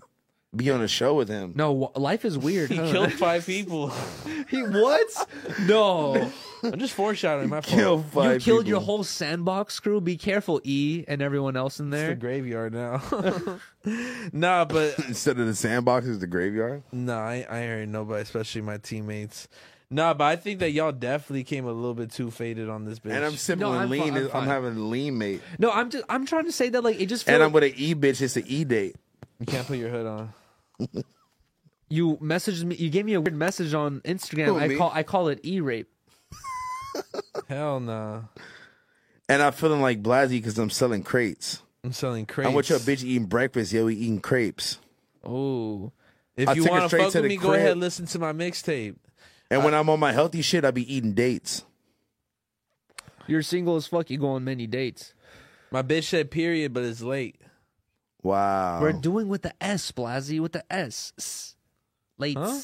S3: be on a show with him.
S1: no wa- life is weird.
S2: he
S1: huh?
S2: killed five people.
S1: He- what? No,
S2: I'm just foreshadowing my fault.
S3: Kill
S1: you
S3: five
S1: killed
S3: people.
S1: your whole sandbox crew. Be careful, E, and everyone else in
S2: It's the
S1: there.
S2: graveyard now. nah, but
S3: instead of the sandbox is the graveyard.
S2: nah, I, I ain't heard nobody, especially my teammates. Nah, but I think that y'all definitely came a little bit too faded on this bitch.
S3: And I'm sipping
S1: No, I'm fi-
S3: lean.
S1: I'm
S3: I'm,
S1: fine.
S3: having a lean mate,
S1: No, I'm just I'm trying to say that like it just feels
S3: and I'm with an e bitch. It's an e date.
S2: you can't put your hood on.
S1: you messaged me. You gave me a weird message on Instagram.
S3: Who,
S1: I
S3: me?
S1: call I call it E rape.
S2: Hell nah.
S3: And I'm feeling like Blasey because I'm selling crates.
S2: I'm selling crates.
S3: I'm with your bitch eating breakfast. Yeah, we eating crepes.
S1: Oh,
S2: If
S3: I
S2: you
S3: took her
S2: want to
S3: straight
S2: fuck
S3: to
S2: with
S3: the
S2: me, go
S3: crib.
S2: ahead listen to my mixtape.
S3: And when I'm on my healthy shit, I be eating dates.
S1: you're single as fuck. You go on many dates.
S2: My bitch said period, but it's late.
S3: Wow.
S2: Oh.
S1: We're doing with the S, Blasey, with the S. S. Late.
S2: Huh?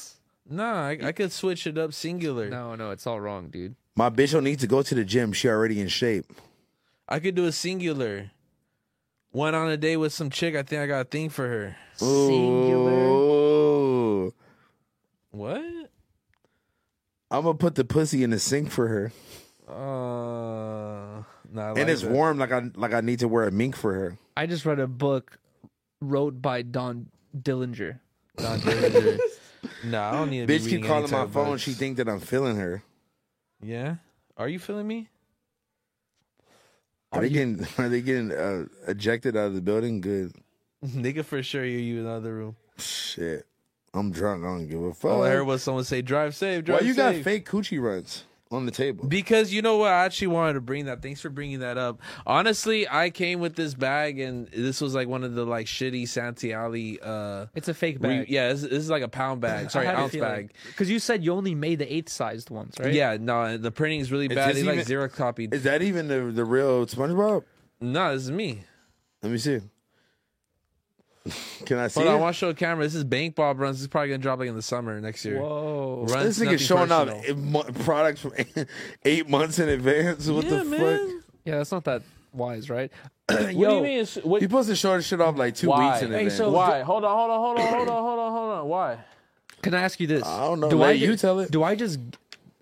S2: Nah, I, I could switch it up singular.
S1: No, no, it's all wrong, dude.
S3: my bitch don't need to go to the gym. She already in shape.
S2: I could do a singular. Went on a date with some chick. I think I got a thing for her.
S1: Singular.
S3: Ooh.
S2: What?
S3: I'm gonna put the pussy in the sink for her,
S2: Uh, nah, I like
S3: and it's
S2: that.
S3: warm. Like I like I need to wear a mink for her.
S1: I just read a book wrote by Don Dillinger.
S2: Not dangerous. nah, I don't need. To be
S3: Bitch keep
S2: reading
S3: calling
S2: any
S3: my
S2: type of
S3: phone.
S2: books.
S3: She think that I'm feeling her.
S2: Yeah. Are you feeling me?
S3: Are, they getting Are they getting uh, ejected out of the building? Good
S2: Nigga, for sure you you in the other room.
S3: shit. I'm drunk. I don't give a fuck.
S2: All I heard was someone say drive safe.
S3: Why
S2: Drive
S3: you got
S2: safe.
S3: fake coochie runs on the table?
S2: Because you know what, I actually wanted to bring that. Thanks for bringing that up. Honestly, I came with this bag, and this was like one of the like shitty Santi Alley. Uh,
S1: It's a fake
S2: re-
S1: bag.
S2: yeah, this, this is like a pound bag. Sorry, ounce bag.
S1: Because you said you only made the eighth sized ones, right?
S2: Yeah, no, the printing is really bad.
S3: this
S2: It's like
S3: even-
S2: zero copied.
S3: Is that even the the real SpongeBob?
S2: No, this is me.
S3: Let me see. Can I see?
S2: Hold on, I
S3: it?
S2: want to show the camera. This is Bank Bob runs. This is probably gonna drop like in the summer next year.
S1: Whoa.
S2: Runs,
S3: This nigga
S2: nothing
S3: showing off
S2: personal.
S3: eight mo- products from eight months in advance. What
S2: Yeah,
S3: the fuck?
S2: man.
S1: Yeah, that's not that wise, right?
S2: What do you mean? It's, what,
S3: You supposed to show this shit off like two
S2: why?
S3: weeks in
S2: Hey,
S3: advance.
S2: so why? Hold on, hold on, hold on, hold on, hold on, hold on. Why?
S1: Can I ask you this?
S3: I don't know. Let
S1: ju-
S3: you tell it.
S1: Do I just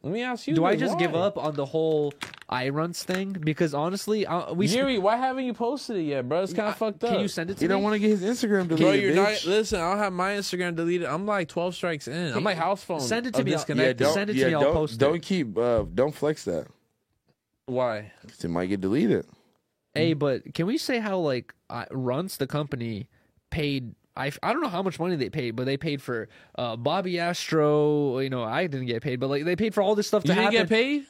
S2: Let me ask you.
S1: do I
S2: this,
S1: just give
S2: why?
S1: up on the whole I runs thing? Because honestly, I, we sp-
S2: Yuri, why haven't you posted it yet, bro? It's kind of fucked up.
S1: Can you send it to
S3: You
S1: me?
S3: don't want to get his Instagram deleted,
S2: Bro, you're
S3: bitch.
S2: not. Listen, I'll have my Instagram deleted. I'm like 12 strikes in. I'm like house phone.
S1: Send it to
S2: of
S1: me. I'll-
S3: yeah,
S2: disconnected.
S3: don't,
S1: Send it to
S3: yeah,
S1: me, I'll
S3: don't,
S1: post it.
S3: Don't keep, uh, don't flex that.
S2: Why?
S3: 'Cause It might get deleted.
S1: Hey, but can we say how like I, runs the company paid? I, I don't know how much money they paid, but they paid for uh, Bobby Astro. You know, I didn't get paid, but like they paid for all this stuff
S2: You
S1: to
S2: didn't
S1: happen.
S2: get paid?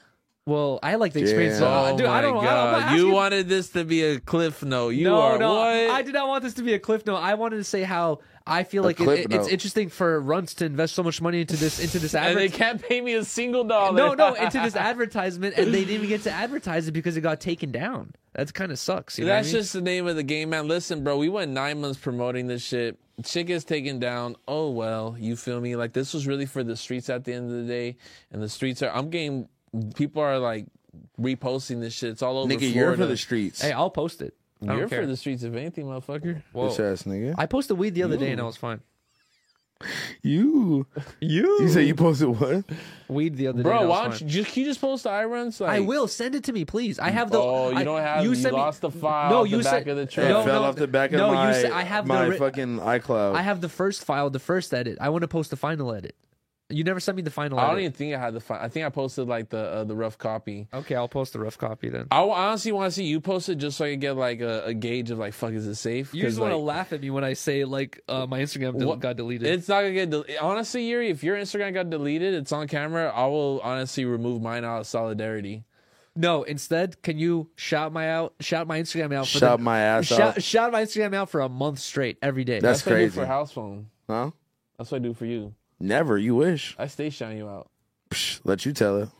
S1: Well, I like the experience.
S3: Damn.
S1: so, uh, dude, I don't, I don't, I'm not
S2: Oh you
S1: asking-
S2: wanted this to be a cliff note. You
S1: no,
S2: are
S1: no,
S2: what?
S1: I did not want this to be a cliff note. I wanted to say how I feel like it,
S3: clip
S1: it- it's
S3: note.
S1: interesting for runs to invest so much money into this into this
S2: and they
S1: advertisement.
S2: can't pay me a single dollar.
S1: No, no, into this advertisement, and they didn't even get to advertise it because it got taken down. That kind of sucks. You know what I
S2: That's
S1: mean?
S2: just the name of the game, man. Listen, bro, we went nine months promoting this shit. Shit gets taken down. Oh well, you feel me? Like this was really for the streets at the end of the day, and the streets are. I'm getting. People are like reposting this shit. It's all over.
S3: Nigga,
S2: Florida.
S3: you're for the streets.
S1: Hey, I'll post it. I don't
S2: You're
S1: care.
S2: for the streets of anything, motherfucker.
S3: Bitch ass nigga.
S1: I posted weed the other day and I was fine.
S3: you.
S1: You
S3: You said you posted what?
S1: weed the other day.
S2: Bro,
S1: and I was
S2: why don't you
S1: fine.
S2: just can you just post the iRuns? Like,
S1: I will send it to me, please. I have the.
S2: Oh, you
S1: I-
S2: don't have. You,
S1: sent me-
S2: lost the file.
S1: No,
S2: off
S1: you
S2: the
S1: sent-
S2: back of the
S1: No,
S3: it
S2: trail.
S1: no,
S3: fell off the back of
S1: no, you
S3: my,
S1: said- I have the
S3: my
S1: ri-
S3: fucking iCloud.
S1: I have the first file, the first edit. I want to post the final edit. You never sent me the final.
S2: I don't
S1: edit.
S2: even think I had the file. I think I posted like the uh, the rough copy.
S1: Okay, I'll post the rough copy then.
S2: I w- honestly want to see you post it just so I can get like a, a gauge of like, fuck, is it safe?
S1: You just
S2: 'Cause,
S1: want to
S2: like,
S1: laugh at me when I say like uh, my Instagram del-
S2: what-
S1: got deleted.
S2: It's not gonna get del- honestly, Yuri. If your Instagram got deleted, it's on camera. I will honestly remove mine out of solidarity.
S1: no, instead, can you shout my out, shout my Instagram out, for
S3: Shout
S1: the-
S3: my ass
S1: shout,
S3: out.
S1: shout my Instagram out for a month straight every day.
S3: That's
S2: what I do
S3: crazy.
S2: for house phone.
S3: Huh?
S2: That's what I do for you.
S3: Never. You wish.
S2: I stay shouting you out.
S3: Psh, let you tell it.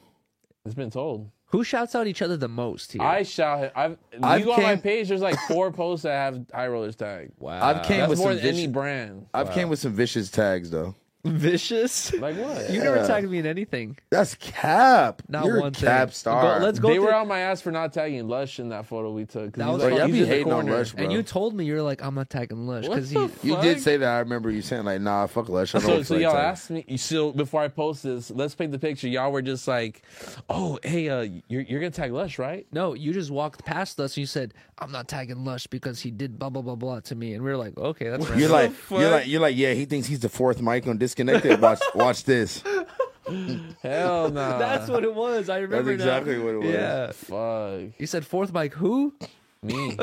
S2: It's been told.
S1: Who shouts out each other the most here?
S2: I shout. I've,
S3: I've
S2: you go on my
S3: came-
S2: page. There's like four posts that have high rollers tag.
S1: wow.
S3: I've came
S2: That's
S3: with
S2: more
S3: some
S2: than
S3: vicious,
S2: any brand.
S3: I've came with some vicious tags though.
S1: vicious.
S2: Like what?
S1: you never tagged me in anything.
S3: That's cap.
S1: Not
S3: You're
S1: one
S3: a cap
S1: thing.
S3: star.
S1: Go- let's go.
S2: they were
S1: through-
S2: on my ass for not tagging Lush in that photo we took. 'cause
S1: That
S2: he's
S1: was
S2: like,
S1: funny.
S3: Bro, y'all
S2: he's
S3: be
S2: in the
S3: hating on
S2: corner.
S3: Lush, bro.
S1: and you told me you're like I'm not tagging Lush
S2: What
S1: because he.
S2: the
S3: You
S2: fuck?
S3: did say that. I remember you saying like, "Nah, fuck Lush." I don't
S2: So,
S3: feel
S2: so
S3: like
S2: y'all
S3: that.
S2: asked me. So before I post this, let's paint the picture. Y'all were just like, "Oh, hey, uh, you're you're gonna tag Lush, right?"
S1: No, you just walked past us and you said, I'm not tagging Lush because he did blah, blah, blah, blah to me. And we were like, okay, that's
S3: You're
S1: random.
S3: like, you're like, you're like, yeah. He thinks he's the fourth Michael and disconnected. Watch, watch this.
S2: Hell no.
S1: that's what it was. I
S3: uh, That's
S1: remember now.
S3: exactly what it was.
S1: Yeah.
S2: fuck
S1: You said fourth Mike, who?
S2: me.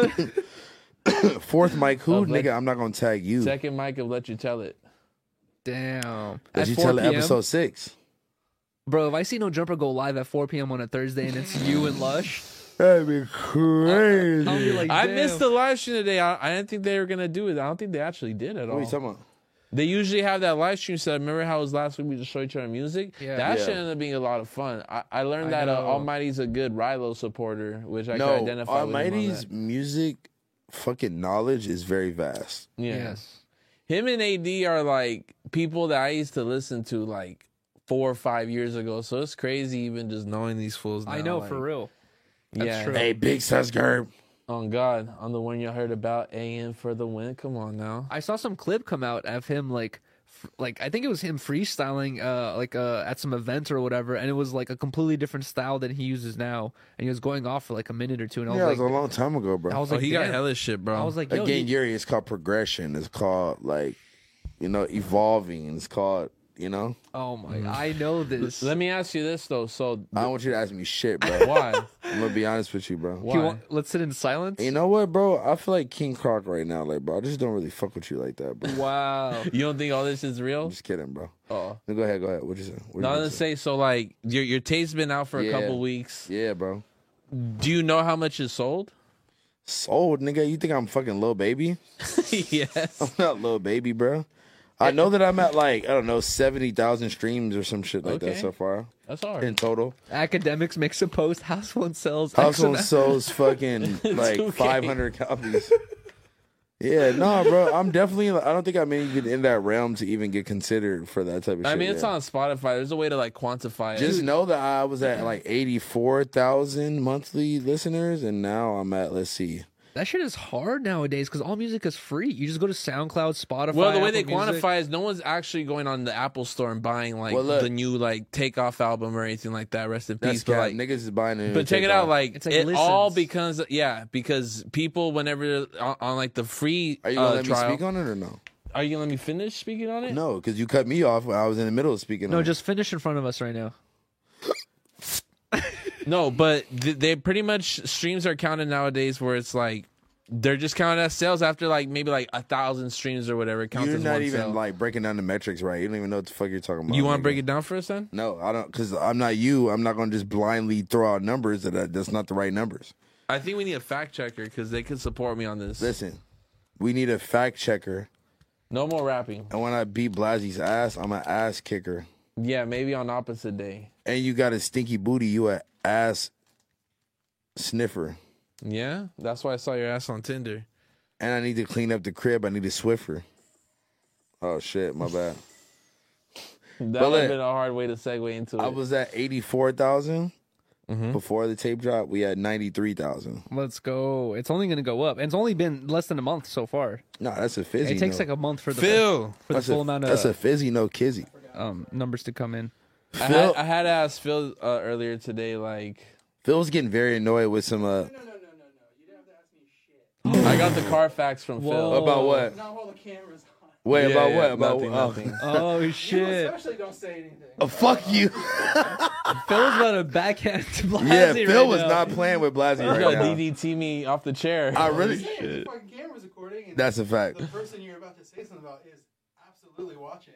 S3: Fourth Mike, who
S2: Of, like,
S3: nigga? I'm not gonna tag you.
S2: Second mic of let you tell it.
S1: Damn.
S3: Did
S1: At
S3: you
S1: 4
S3: tell the
S1: p.m.
S3: episode six?
S1: Bro, if I see No Jumper go live at 4 p.m. on a Thursday and it's you and Lush,
S3: That'd be crazy.
S1: I'll be like,
S2: I
S1: damn.
S2: missed the live stream today. I, I didn't think they were gonna do it. I don't think they actually did at
S3: what are
S2: all.
S3: you talking about?
S2: They usually have that live stream set. Remember how it was last week? We just showed each other music.
S1: Yeah.
S2: That
S3: Yeah.
S2: should end up being a lot of fun. I, I learned
S1: I
S2: that uh,
S1: know.
S2: Almighty's a good Rilo supporter, which I can
S3: No,
S2: identify
S3: Almighty's
S2: with. Almighty's.
S3: music fucking knowledge is very vast.
S2: Yeah.
S1: Yes.
S2: Him and AD are like people that I used to listen to like four or five years ago. So it's crazy even just knowing these fools. Now.
S1: I know,
S2: like,
S1: for real.
S2: yeah.
S1: true.
S3: Hey, big Susgerb.
S2: On God, on the one you heard about, AM for the win. Come on now.
S1: I saw some clip come out of him like f- like I think it was him freestyling uh like uh at some event or whatever and it was like a completely different style than he uses now and he was going off for like a minute or two and I was
S3: Yeah, it
S1: like
S3: was a long time ago, bro.
S1: I was
S2: Oh,
S1: like
S2: he got
S1: damn.
S2: hella shit, bro.
S1: I was like yo,
S3: Again,
S1: he-
S3: Yuri, it's called progression. It's called like, you know, evolving. It's called, you know.
S1: oh my I know this
S2: Mm. Let me ask you this though. So
S3: I don't want you to ask me shit, bro.
S2: why?
S3: I'm gonna be honest with you, bro.
S1: Do you
S2: Why?
S1: want- let's sit in silence
S3: You know what, bro? I feel like King Croc right now, like, bro. I just don't really fuck with you like that, bro. I'm
S1: wow
S2: uh, You don't think all this is real?
S3: just kidding, bro.
S2: Oh.
S3: No, go ahead, go ahead. What you say? What
S2: No,
S3: you
S2: I'm
S3: gonna
S2: gonna say so. Like your your taste's been out for a
S3: Yeah.
S2: couple weeks.
S3: Yeah, bro.
S2: Do you know how much is sold?
S3: Sold, nigga. You think I'm fucking little baby? I'm
S2: yes.
S3: not little baby, bro. I know that I'm at like I don't know seventy thousand streams or some shit like that
S2: Okay.
S3: so far
S2: That's all
S3: in
S2: right.
S3: total.
S1: academics makes a post house one sells X
S3: Hustle and
S1: amount.
S3: sells fucking like
S2: okay.
S3: five hundred copies. Yeah, no, bro. I'm definitely. I don't think I'm even in that realm to even get considered for that type of shit.
S2: I mean, it's
S3: yeah.
S2: on Spotify. There's a way to like quantify it.
S3: Just know that I was at like 84,000 monthly listeners, and now I'm at, let's see.
S1: that shit is hard nowadays because all music is free you just go to SoundCloud Spotify
S2: well, the way they
S1: Apple Music.
S2: quantify is no one's actually going on the Apple Store and buying like
S3: Well, look.
S2: the new like takeoff album or anything like that. Rest in
S3: That's
S2: peace. But
S3: cap.
S2: like,
S3: niggas is buying it.
S2: but check it out. Like,
S1: It's like
S2: it all
S1: listens.
S2: becomes yeah because people whenever on, on like the free
S3: are you
S2: uh,
S3: gonna let
S2: trial,
S3: me speak on it or no?
S2: are you gonna let me finish speaking on it?
S3: No, because you cut me off when I was in the middle of speaking.
S1: no
S3: on it.
S1: just finish in front of us right now
S2: No, but th- they pretty much streams are counted nowadays where it's like they're just counted as sales after like maybe like a thousand streams or whatever. It counts
S3: you're
S2: as
S3: not
S2: one
S3: even
S2: sale.
S3: like breaking down the metrics right. You don't even know what the fuck you're talking about.
S2: You want to
S3: nigga.
S2: break it down for us then?
S3: No, I don't, because I'm not you. I'm not gonna just blindly throw out numbers that I, that's not the right numbers.
S2: I think we need a fact checker because they can support me on this.
S3: Listen, we need a fact checker,
S2: No more rapping.
S3: and when I beat Blasie's ass, I'm an ass kicker.
S2: Yeah, maybe on opposite day.
S3: And you got a stinky booty, you a ass sniffer.
S2: Yeah, that's why I saw your ass on Tinder.
S3: And I need to clean up the crib. I need a Swiffer. Oh shit, my bad.
S2: That
S3: But
S2: would have
S3: look,
S2: been a hard way to segue into
S3: I
S2: it.
S3: was at eighty Before the tape drop, we had ninety three thousand.
S1: let's go it's only gonna go up and it's only been less than a month so far
S3: No, that's a fizzy.
S1: it takes
S3: no.
S1: like a month for the
S2: Phil,
S1: for the
S3: that's
S1: full
S3: a,
S1: amount
S3: That's a
S1: of
S3: fizzy, no kizzy.
S1: um, numbers to come in.
S2: I
S3: Phil-
S2: had, I had to ask Phil uh, earlier today, like,
S3: Phil's getting very annoyed with some uh
S2: I got the Carfax from
S1: Whoa.
S2: Phil.
S3: about what?
S7: Not while the camera's on.
S3: Wait,
S2: Yeah,
S3: about
S2: yeah,
S3: what? About
S2: nothing,
S3: oh.
S2: nothing.
S1: Oh
S7: You
S1: shit!
S7: especially don't say anything.
S3: Oh, fuck you.
S1: Phil's about to backhand to Blasey
S3: yeah,
S1: right
S3: Phil was
S1: now.
S3: not playing with Blasey
S2: He's
S3: right
S2: gonna
S3: now.
S2: DDT me off the chair.
S3: I really
S7: Say it, the fucking camera's recording. And
S3: That's a fact.
S7: the person you're about to say something about is absolutely watching.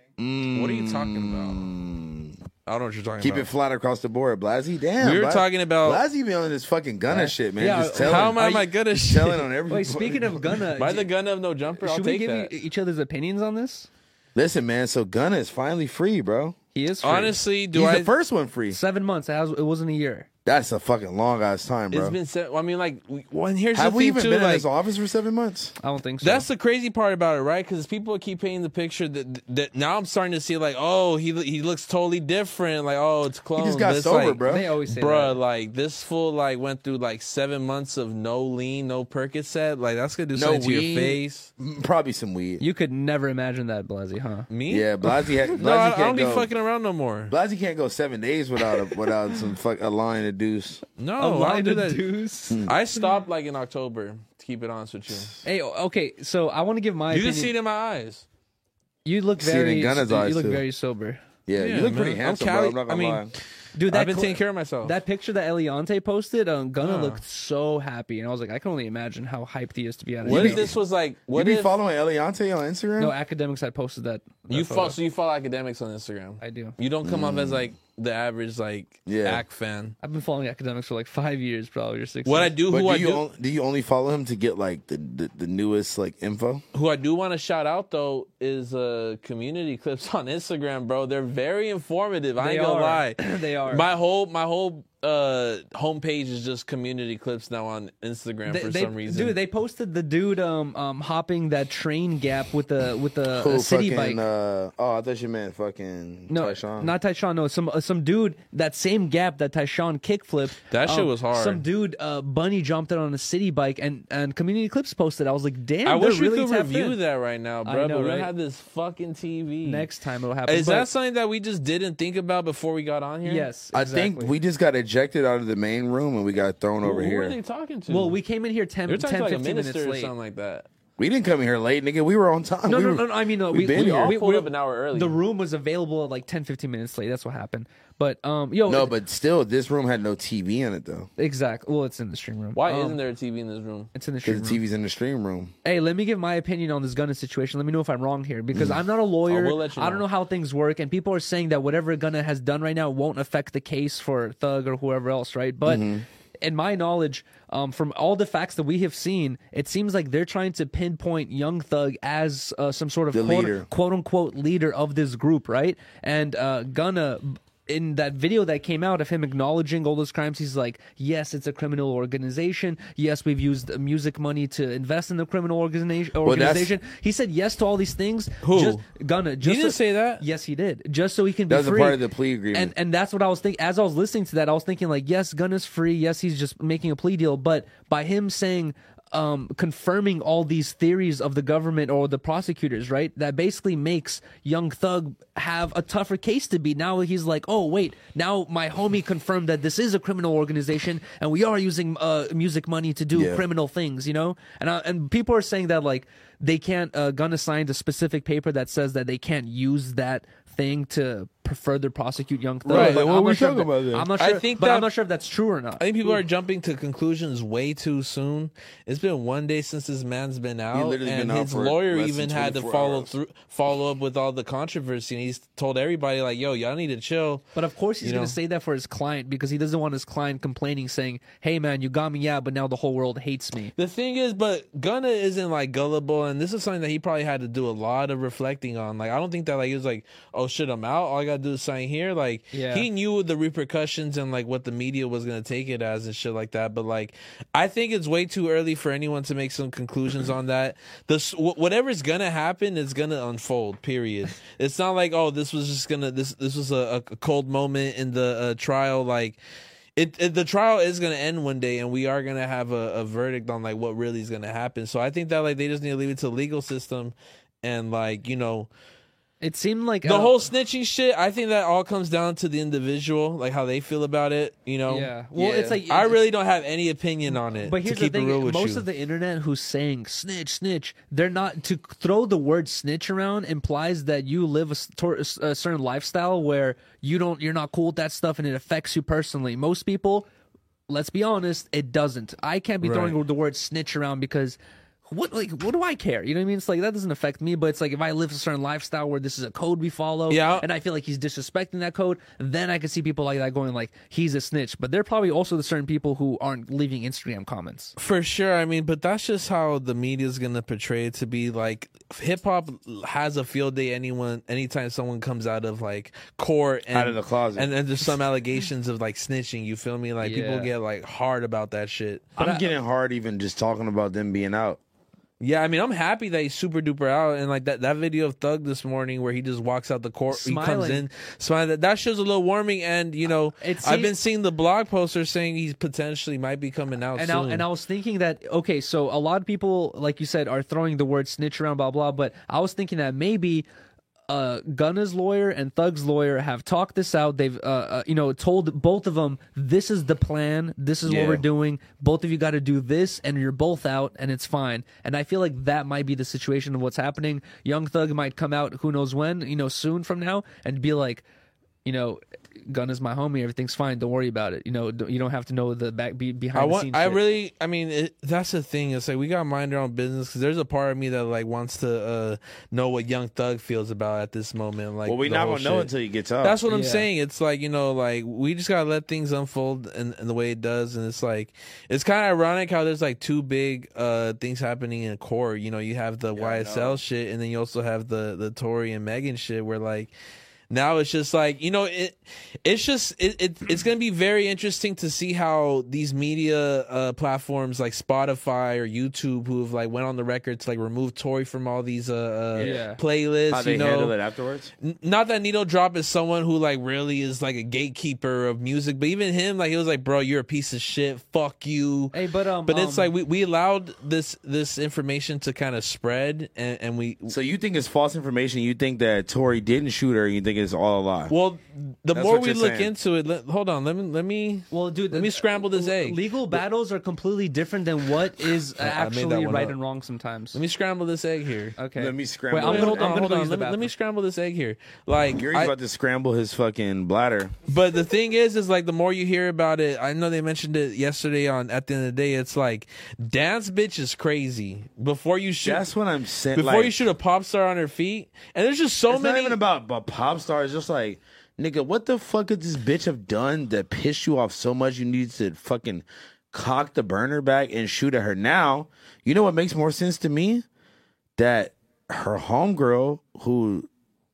S2: What are you talking about?
S3: Mm.
S2: I don't know what you're talking
S3: Keep
S2: about.
S3: it flat across the board, Blasey. Damn,
S2: We were
S3: Blas-
S2: talking about-
S3: Blasey be on this fucking gunner shit, man.
S1: Yeah,
S3: just telling,
S2: How am I,
S1: Are
S2: am I good at
S3: just
S2: shit?
S3: telling on everybody.
S1: Wait, speaking of Gunna,
S2: By
S1: d-
S2: the gun of no jumper, I'll
S1: should we
S2: take
S1: give
S2: that.
S1: e- each other's opinions on this?
S3: listen, man. So Gunna is finally free, bro.
S1: He is free.
S2: Honestly, do
S3: He's
S2: I?
S3: the first one free.
S1: seven months. It, has, it wasn't a year.
S3: That's a fucking long ass time, bro.
S2: It's been. Se- I mean, like, we- well, and here's
S3: Have
S2: the
S3: we
S2: thing
S3: even
S2: too.
S3: been in
S2: like,
S3: this office for seven months?
S1: I don't think so.
S2: That's the crazy part about it, right? Because people keep painting the picture that that now I'm starting to see like, oh, he he looks totally different. Like, oh, it's clone.
S3: He just got sober, bro.
S1: they always say that.
S2: Bruh, like this fool like went through like seven months of no lean, no Percocet. Like that's gonna do
S3: No
S2: something to
S3: weed.
S2: your face.
S3: Probably some weed.
S1: You could never imagine that, Blasi, huh?
S2: Me?
S3: yeah, Blasey, ha- Blasey
S2: No, I, I
S3: can't
S2: don't be
S3: go.
S2: fucking around no more.
S3: Blasey can't go seven days without a, without some fuck a line of deuce.
S2: No, I don't do that.
S1: Deuce.
S2: I stopped like in October. To keep it honest with you,
S1: Hey, okay, so I want to give my
S2: you
S1: opinion.
S2: just see it in my eyes.
S1: you look
S3: See it in
S1: very,
S3: Gunna's
S1: you
S3: eyes,
S1: look
S3: too.
S1: very sober,
S3: Yeah, you look pretty
S2: man. I'm
S3: handsome,
S2: Cali-
S3: bro. I'm not
S2: I
S3: gonna
S2: mean,
S3: line.
S1: dude. That
S2: I've been
S1: cl-
S2: taking care of myself.
S1: That picture that Eliante posted, um, Gunna
S2: Oh. Huh.
S1: looked so happy, and I was like, I can only imagine how hyped he is to be out of
S2: what
S1: jail.
S2: if this was like?
S3: lie. You
S2: What
S3: be
S2: if
S3: following Eliante on Instagram?
S1: No, academics had posted that. that
S2: you
S1: photo.
S2: follow? So you follow academics on Instagram?
S1: I do.
S2: You don't come off as like the average like
S3: Mm. Yeah.
S2: act fan.
S1: I've been following academics for like five years, probably or six.
S2: What I
S1: years.
S2: do,
S3: but
S2: who
S3: do
S2: I
S3: you
S2: do,
S3: on- do you only follow him to get like the, the, the newest like info?
S2: who I do want to shout out though is uh community clips on Instagram, bro. They're very informative. I
S1: They
S2: ain't gonna
S1: are.
S2: lie.
S1: They are.
S2: My whole my whole uh homepage is just community clips now on Instagram
S1: They-
S2: for
S1: they-
S2: some reason.
S1: dude, they posted the dude um um hopping that train gap with the with the
S3: Who
S1: a city
S3: fucking,
S1: bike.
S3: Uh, oh, I thought you meant fucking
S1: no,
S3: Tyshawn.
S1: not Tyshawn. No, some uh, some dude that same gap that Tyshawn kickflipped. um,
S2: That shit was hard.
S1: Some dude uh, bunny jumped it on a city bike, and and community clips posted. I was like, damn,
S2: I
S1: they're
S2: wish we
S1: really
S2: could
S1: tapped
S2: review
S1: in.
S2: that right now,
S1: I
S2: bro.
S1: know,
S2: but we
S1: right?
S2: don't have this fucking TV.
S1: Next time it'll happen.
S2: is
S1: But-
S2: that something that we just didn't think about before we got on here?
S1: yes?
S3: I think
S1: exactly.
S3: we just got ejected out of the main room and we got thrown
S2: Who,
S3: over
S2: who are
S3: here.
S2: they talking to?
S1: Well, we came in here 10,
S2: they're
S1: 10
S2: talking to like a
S1: 15 minutes
S2: minister or
S1: late.
S2: something like that.
S3: We didn't come in here late, nigga. We were on time.
S1: No,
S3: we
S1: no,
S3: were,
S1: no, no, I mean, no, we-
S3: we've been
S1: we-
S3: here.
S2: all
S1: we-
S2: pulled up an hour early.
S1: The room was available at like 10, 15 minutes late. That's what happened. But um, yo,
S3: no, but still, this room had no TV in it though,
S1: exactly. Well, it's in the stream room.
S2: Why
S1: Um,
S2: isn't there a TV in this room?
S1: It's in the stream
S3: because
S1: room.
S3: the TV's in the stream room.
S1: Hey, let me give my opinion on this Gunna situation. Let me know if I'm wrong here because I'm not a lawyer.
S2: I will let you
S1: don't
S2: know.
S1: know how things work, and people are saying that whatever Gunna has done right now won't affect the case for Thug or whoever else, right? But
S2: Mm-hmm.
S1: in my knowledge, um, from all the facts that we have seen, it seems like they're trying to pinpoint Young Thug as uh, some sort of
S3: The
S1: quote,
S3: leader.
S1: quote unquote leader of this group, right? And uh, Gunna. In that video that came out of him acknowledging all those crimes, he's like, "Yes, it's a criminal organization. Yes, we've used uh, music money to invest in the criminal organization."
S3: that's-
S1: organization. he said yes to all these things.
S2: Who?
S1: Just, Gunna? Just
S2: didn't say that?
S1: Yes, he did. Just so he can
S3: That
S1: be
S3: was a
S1: free.
S3: part of the plea agreement.
S1: And and that's what I was thinking. As I was listening to that, I was thinking like, yes, Gunna's free. Yes, he's just making a plea deal. But by him saying, um, confirming all these theories of the government or the prosecutors, right? That basically makes Young Thug have a tougher case to beat. Now he's like, oh wait, now my homie confirmed that this is a criminal organization, and we are using uh, music money to do
S3: Yeah.
S1: criminal things, you know. And I, and people are saying that like they can't. Uh, Gunna signed a specific paper that says that they can't use that thing to pr- further prosecute Young Thug.
S2: Right,
S1: But
S2: like,
S3: what
S1: I'm
S3: we
S1: not sure
S3: talking
S1: if that-
S3: about then?
S1: I'm not
S2: I
S1: sure.
S2: think
S1: but I'm
S2: that-
S1: not sure if that's true or not.
S2: I think people are jumping to conclusions way too soon. It's been one day since this man's been out, and
S3: literally's been out
S2: his
S3: for
S2: lawyer
S3: less than
S2: even had to
S3: 24
S2: follow
S3: hours.
S2: through, follow up with all the controversy, and he's told everybody like, "Yo, y'all need to chill."
S1: But of course, he's
S2: You
S1: going
S2: know.
S1: to say that for his client because he doesn't want his client complaining, saying, "Hey, man, you got me, yeah, but now the whole world hates me."
S2: The thing is, but Gunna isn't like gullible, and this is something that he probably had to do a lot of reflecting on. Like, I don't think that like he was like, "Oh shit, I'm out. All I gotta do is sign here." Like,
S1: Yeah.
S2: he knew the repercussions and like what the media was gonna take it as and shit like that. But like, I think it's way too early for anyone to make some conclusions on that. This wh- whatever's gonna happen is gonna unfold. Period. it's not like oh, this was just gonna this this was a, a cold moment in the uh, trial. Like, it, it the trial is going to end one day and we are going to have a, a verdict on like what really is going to happen so i think that like they just need to leave it to the legal system and like you know
S1: It seemed like
S2: the
S1: uh,
S2: whole snitching shit i think that all comes down to the individual like how they feel about it you know
S1: Yeah. Well, it's like-
S2: i really don't have any opinion on it
S1: But
S2: to
S1: here's the
S2: keep it
S1: thing:
S2: real with
S1: most
S2: you.
S1: of the internet who's saying "snitch, snitch," they're not to throw the word "snitch" around implies that you live a, s- tor- a s- a certain lifestyle where you don't, you're not cool with that stuff, and it affects you personally. Most people, let's be honest, it doesn't. I can't be throwing
S2: Right.
S1: the word "snitch" around because what like what do I care? You know what I mean? It's like that doesn't affect me, but it's like if I live a certain lifestyle where this is a code we follow,
S2: Yeah.
S1: and I feel like he's disrespecting that code, then I could see people like that going like he's a snitch. But they're probably also the certain people who aren't leaving Instagram comments.
S2: For sure. I mean, but that's just how the media's going to portray it to be like hip hop has a field day anyone anytime someone comes out of like court and
S3: Out of the closet.
S2: And then there's some allegations of like snitching, you feel me? Like people
S1: Yeah.
S2: get like hard about that shit.
S3: I'm getting hard even just talking about them being out.
S2: Yeah, I mean, I'm happy that he's super duper out, and like that, that video of Thug this morning where he just walks out the court, he comes
S1: Smiling.
S2: in, smiling. That, that shows a little warming, and you know,
S1: It
S2: I've
S1: seems-
S2: been seeing the blog poster saying he's potentially might be coming out
S1: and
S2: soon.
S1: I, and I was thinking that okay, so a lot of people, like you said, are throwing the word snitch around, blah blah. But I was thinking that maybe uh, Gunna's lawyer and Thug's lawyer have talked this out. They've uh, uh, you know told both of them this is the plan, this is
S3: Yeah.
S1: what we're doing. Both of you got to do this, and you're both out, and it's fine. And I feel like that might be the situation of what's happening. Young Thug might come out, who knows when, you know, soon from now, and be like you know, Gun is my homie. Everything's fine. Don't worry about it. You know, don't- you don't have to know the back be, behind the
S2: I want.
S1: scenes.
S2: I
S1: shit.
S2: really. I mean, it, that's the thing. It's like we got to mind our own business. Cause there's a part of me that like wants to uh, know what Young Thug feels about at this moment. Like,
S3: Well, we
S2: the
S3: not
S2: whole
S3: gonna know
S2: shit.
S3: until he gets out.
S2: That's what I'm
S1: Yeah.
S2: saying. It's like you know, like we just gotta let things unfold in, in the way it does, and it's like it's kind of ironic how there's like two big uh things happening in court. You know, you have the YSL shit, and then you also have the the Tory and Megan shit, where like now it's just like you know it it's just it, it it's going to be very interesting to see how these media uh platforms like spotify or youtube who've like went on the record to like remove tory from all these uh, uh
S1: Yeah.
S2: playlists
S3: How they
S2: you know
S3: handle it afterwards?
S2: N- not that Nino Drop is someone who like really is like a gatekeeper of music, but even him, like he was like, "Bro, you're a piece of shit. Fuck you."
S1: Hey, but um,
S2: but it's
S1: um,
S2: like we, we allowed this this information to kind of spread, and, and we
S3: So you think it's false information? You think that Tori didn't shoot her? You think it's all a lie?
S2: well, the
S3: That's
S2: more
S3: what
S2: we
S3: you're
S2: look
S3: saying.
S2: into it, let, hold on, let me let me
S1: Well, dude,
S2: let me
S1: uh,
S2: scramble this
S1: le-
S2: egg.
S1: Legal battles are completely different than what is
S2: I made that
S1: actually
S2: one
S1: right
S2: up.
S1: and wrong sometimes.
S2: let me scramble this egg here.
S1: okay.
S3: Let me scramble
S1: Wait,
S3: it.
S1: I'm
S2: Wait,
S1: gonna,
S2: hold on,
S1: I'm
S2: hold
S1: gonna
S2: on.
S1: use
S2: Let
S1: the
S2: me, let me
S1: bathroom.
S2: scramble this egg here. Like,
S3: Gary's
S2: I-
S3: about to scramble his fucking bladder.
S2: But the thing is, is like the more you hear about it, I know they mentioned it yesterday on At the End of the Day. It's like dance bitch is crazy. Before you shoot,
S3: That's what I'm saying.
S2: before
S3: like,
S2: you shoot a pop star on her feet, and there's just so
S3: it's
S2: many.
S3: not even about, about pop stars. Just like, nigga, what the fuck could this bitch have done that pissed you off so much you need to fucking cock the burner back and shoot at her? Now, you know what makes more sense to me? That her homegirl, who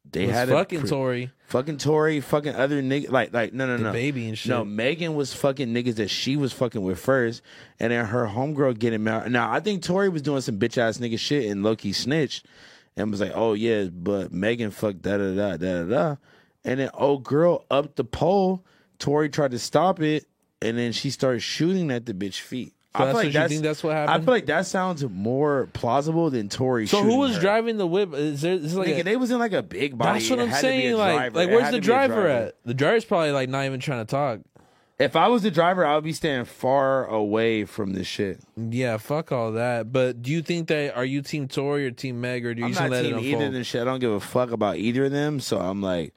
S3: they
S2: it's
S3: had
S2: fucking
S3: a pre-
S2: Tory.
S3: Fucking Tory, fucking other nigga, like like no no
S2: The
S3: no
S2: baby and shit.
S3: No, Megan was fucking niggas that she was fucking with first, and then her homegirl getting married. Now I think Tory was doing some bitch ass nigga shit, and Loki snitched, and was like, oh yeah, but Megan fucked da da da da da da, and then old girl up the pole. Tory tried to stop it, and then she started shooting at the bitch feet.
S2: So that's what you think that's what happened?
S3: I feel like that sounds more plausible than Tory.
S2: So who
S3: shooting
S2: was
S3: her.
S2: driving the whip? Is there? Is like
S3: Nigga,
S2: a-
S3: they was in like a big body.
S2: that's what
S3: It
S2: I'm
S3: had to be a
S2: saying. Like,
S3: driver.
S2: like
S3: It
S2: where's
S3: had
S2: the
S3: to be a
S2: driver, at? The driver's probably like not even trying to talk.
S3: If I was the driver, I would be staying far away from this shit.
S2: Yeah, fuck all that. But do you think that are you team Tory or team Meg or do you
S3: I'm
S2: just
S3: not
S2: let
S3: team
S2: it
S3: either of
S2: unfold?
S3: them shit. I don't give a fuck about either of them. So I'm like,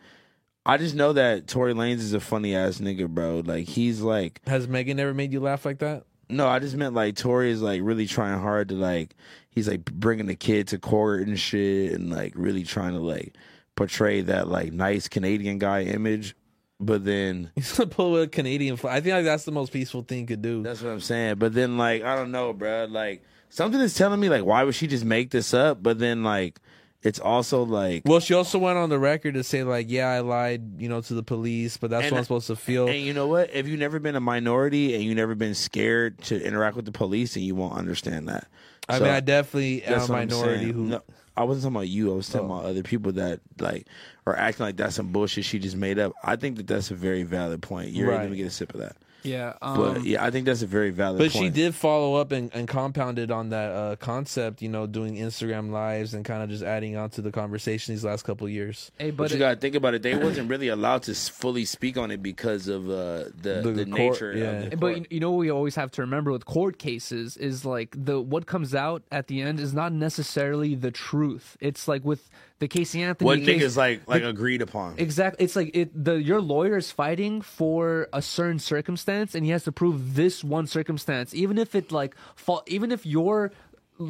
S3: I just know that Tory Lanez is a funny ass nigga, bro. Like he's like,
S2: Has Megan never made you laugh like that?
S3: no, I just meant like Tory is like really trying hard to like, he's like bringing the kid to court and shit, and like really trying to like portray that like nice Canadian guy image. But then
S2: He's gonna pull with a Canadian flag. I think like that's the most peaceful thing you could do.
S3: That's what I'm saying. But then, like, I don't know, bruh. Like, something is telling me, like, why would she just make this up? But then, like, it's also like,
S2: well, she also went on the record to say like, "Yeah, I lied, you know, to the police, but that's
S3: And-
S2: what I'm supposed to feel."
S3: and you know what? If you've never been a minority and you've never been scared to interact with the police, then you won't understand that.
S2: I
S3: So,
S2: mean, I definitely am
S3: that's
S2: a
S3: what I'm
S2: minority
S3: saying.
S2: who. Oh.
S3: No, I wasn't talking about you. I was talking about other people that like are acting like that's some bullshit she just made up. I think that that's a very valid point. You're
S2: Right.
S3: going to get a sip of that,
S1: yeah.
S3: but
S1: Um,
S3: yeah, I think that's a very valid.
S2: But
S3: point.
S2: she did follow up and, and compounded on that uh, concept, you know, doing Instagram lives and kind of just adding on to the conversation these last couple years.
S1: hey,
S3: But,
S1: but
S3: you gotta think about it. They wasn't really allowed to s- fully speak on it because of uh, the
S2: The
S3: the,
S2: court,
S3: nature.
S2: yeah.
S3: Of the
S1: But
S3: court.
S1: you, you know what we always have to remember with court cases is like the what comes out at the end is not necessarily the truth. It's like with the Casey Anthony
S3: what
S1: case,
S3: niggas like like agreed upon?
S1: Exactly. It's like it, the your lawyer is fighting for a certain circumstance, and he has to prove this one circumstance, even if it like fall, even if your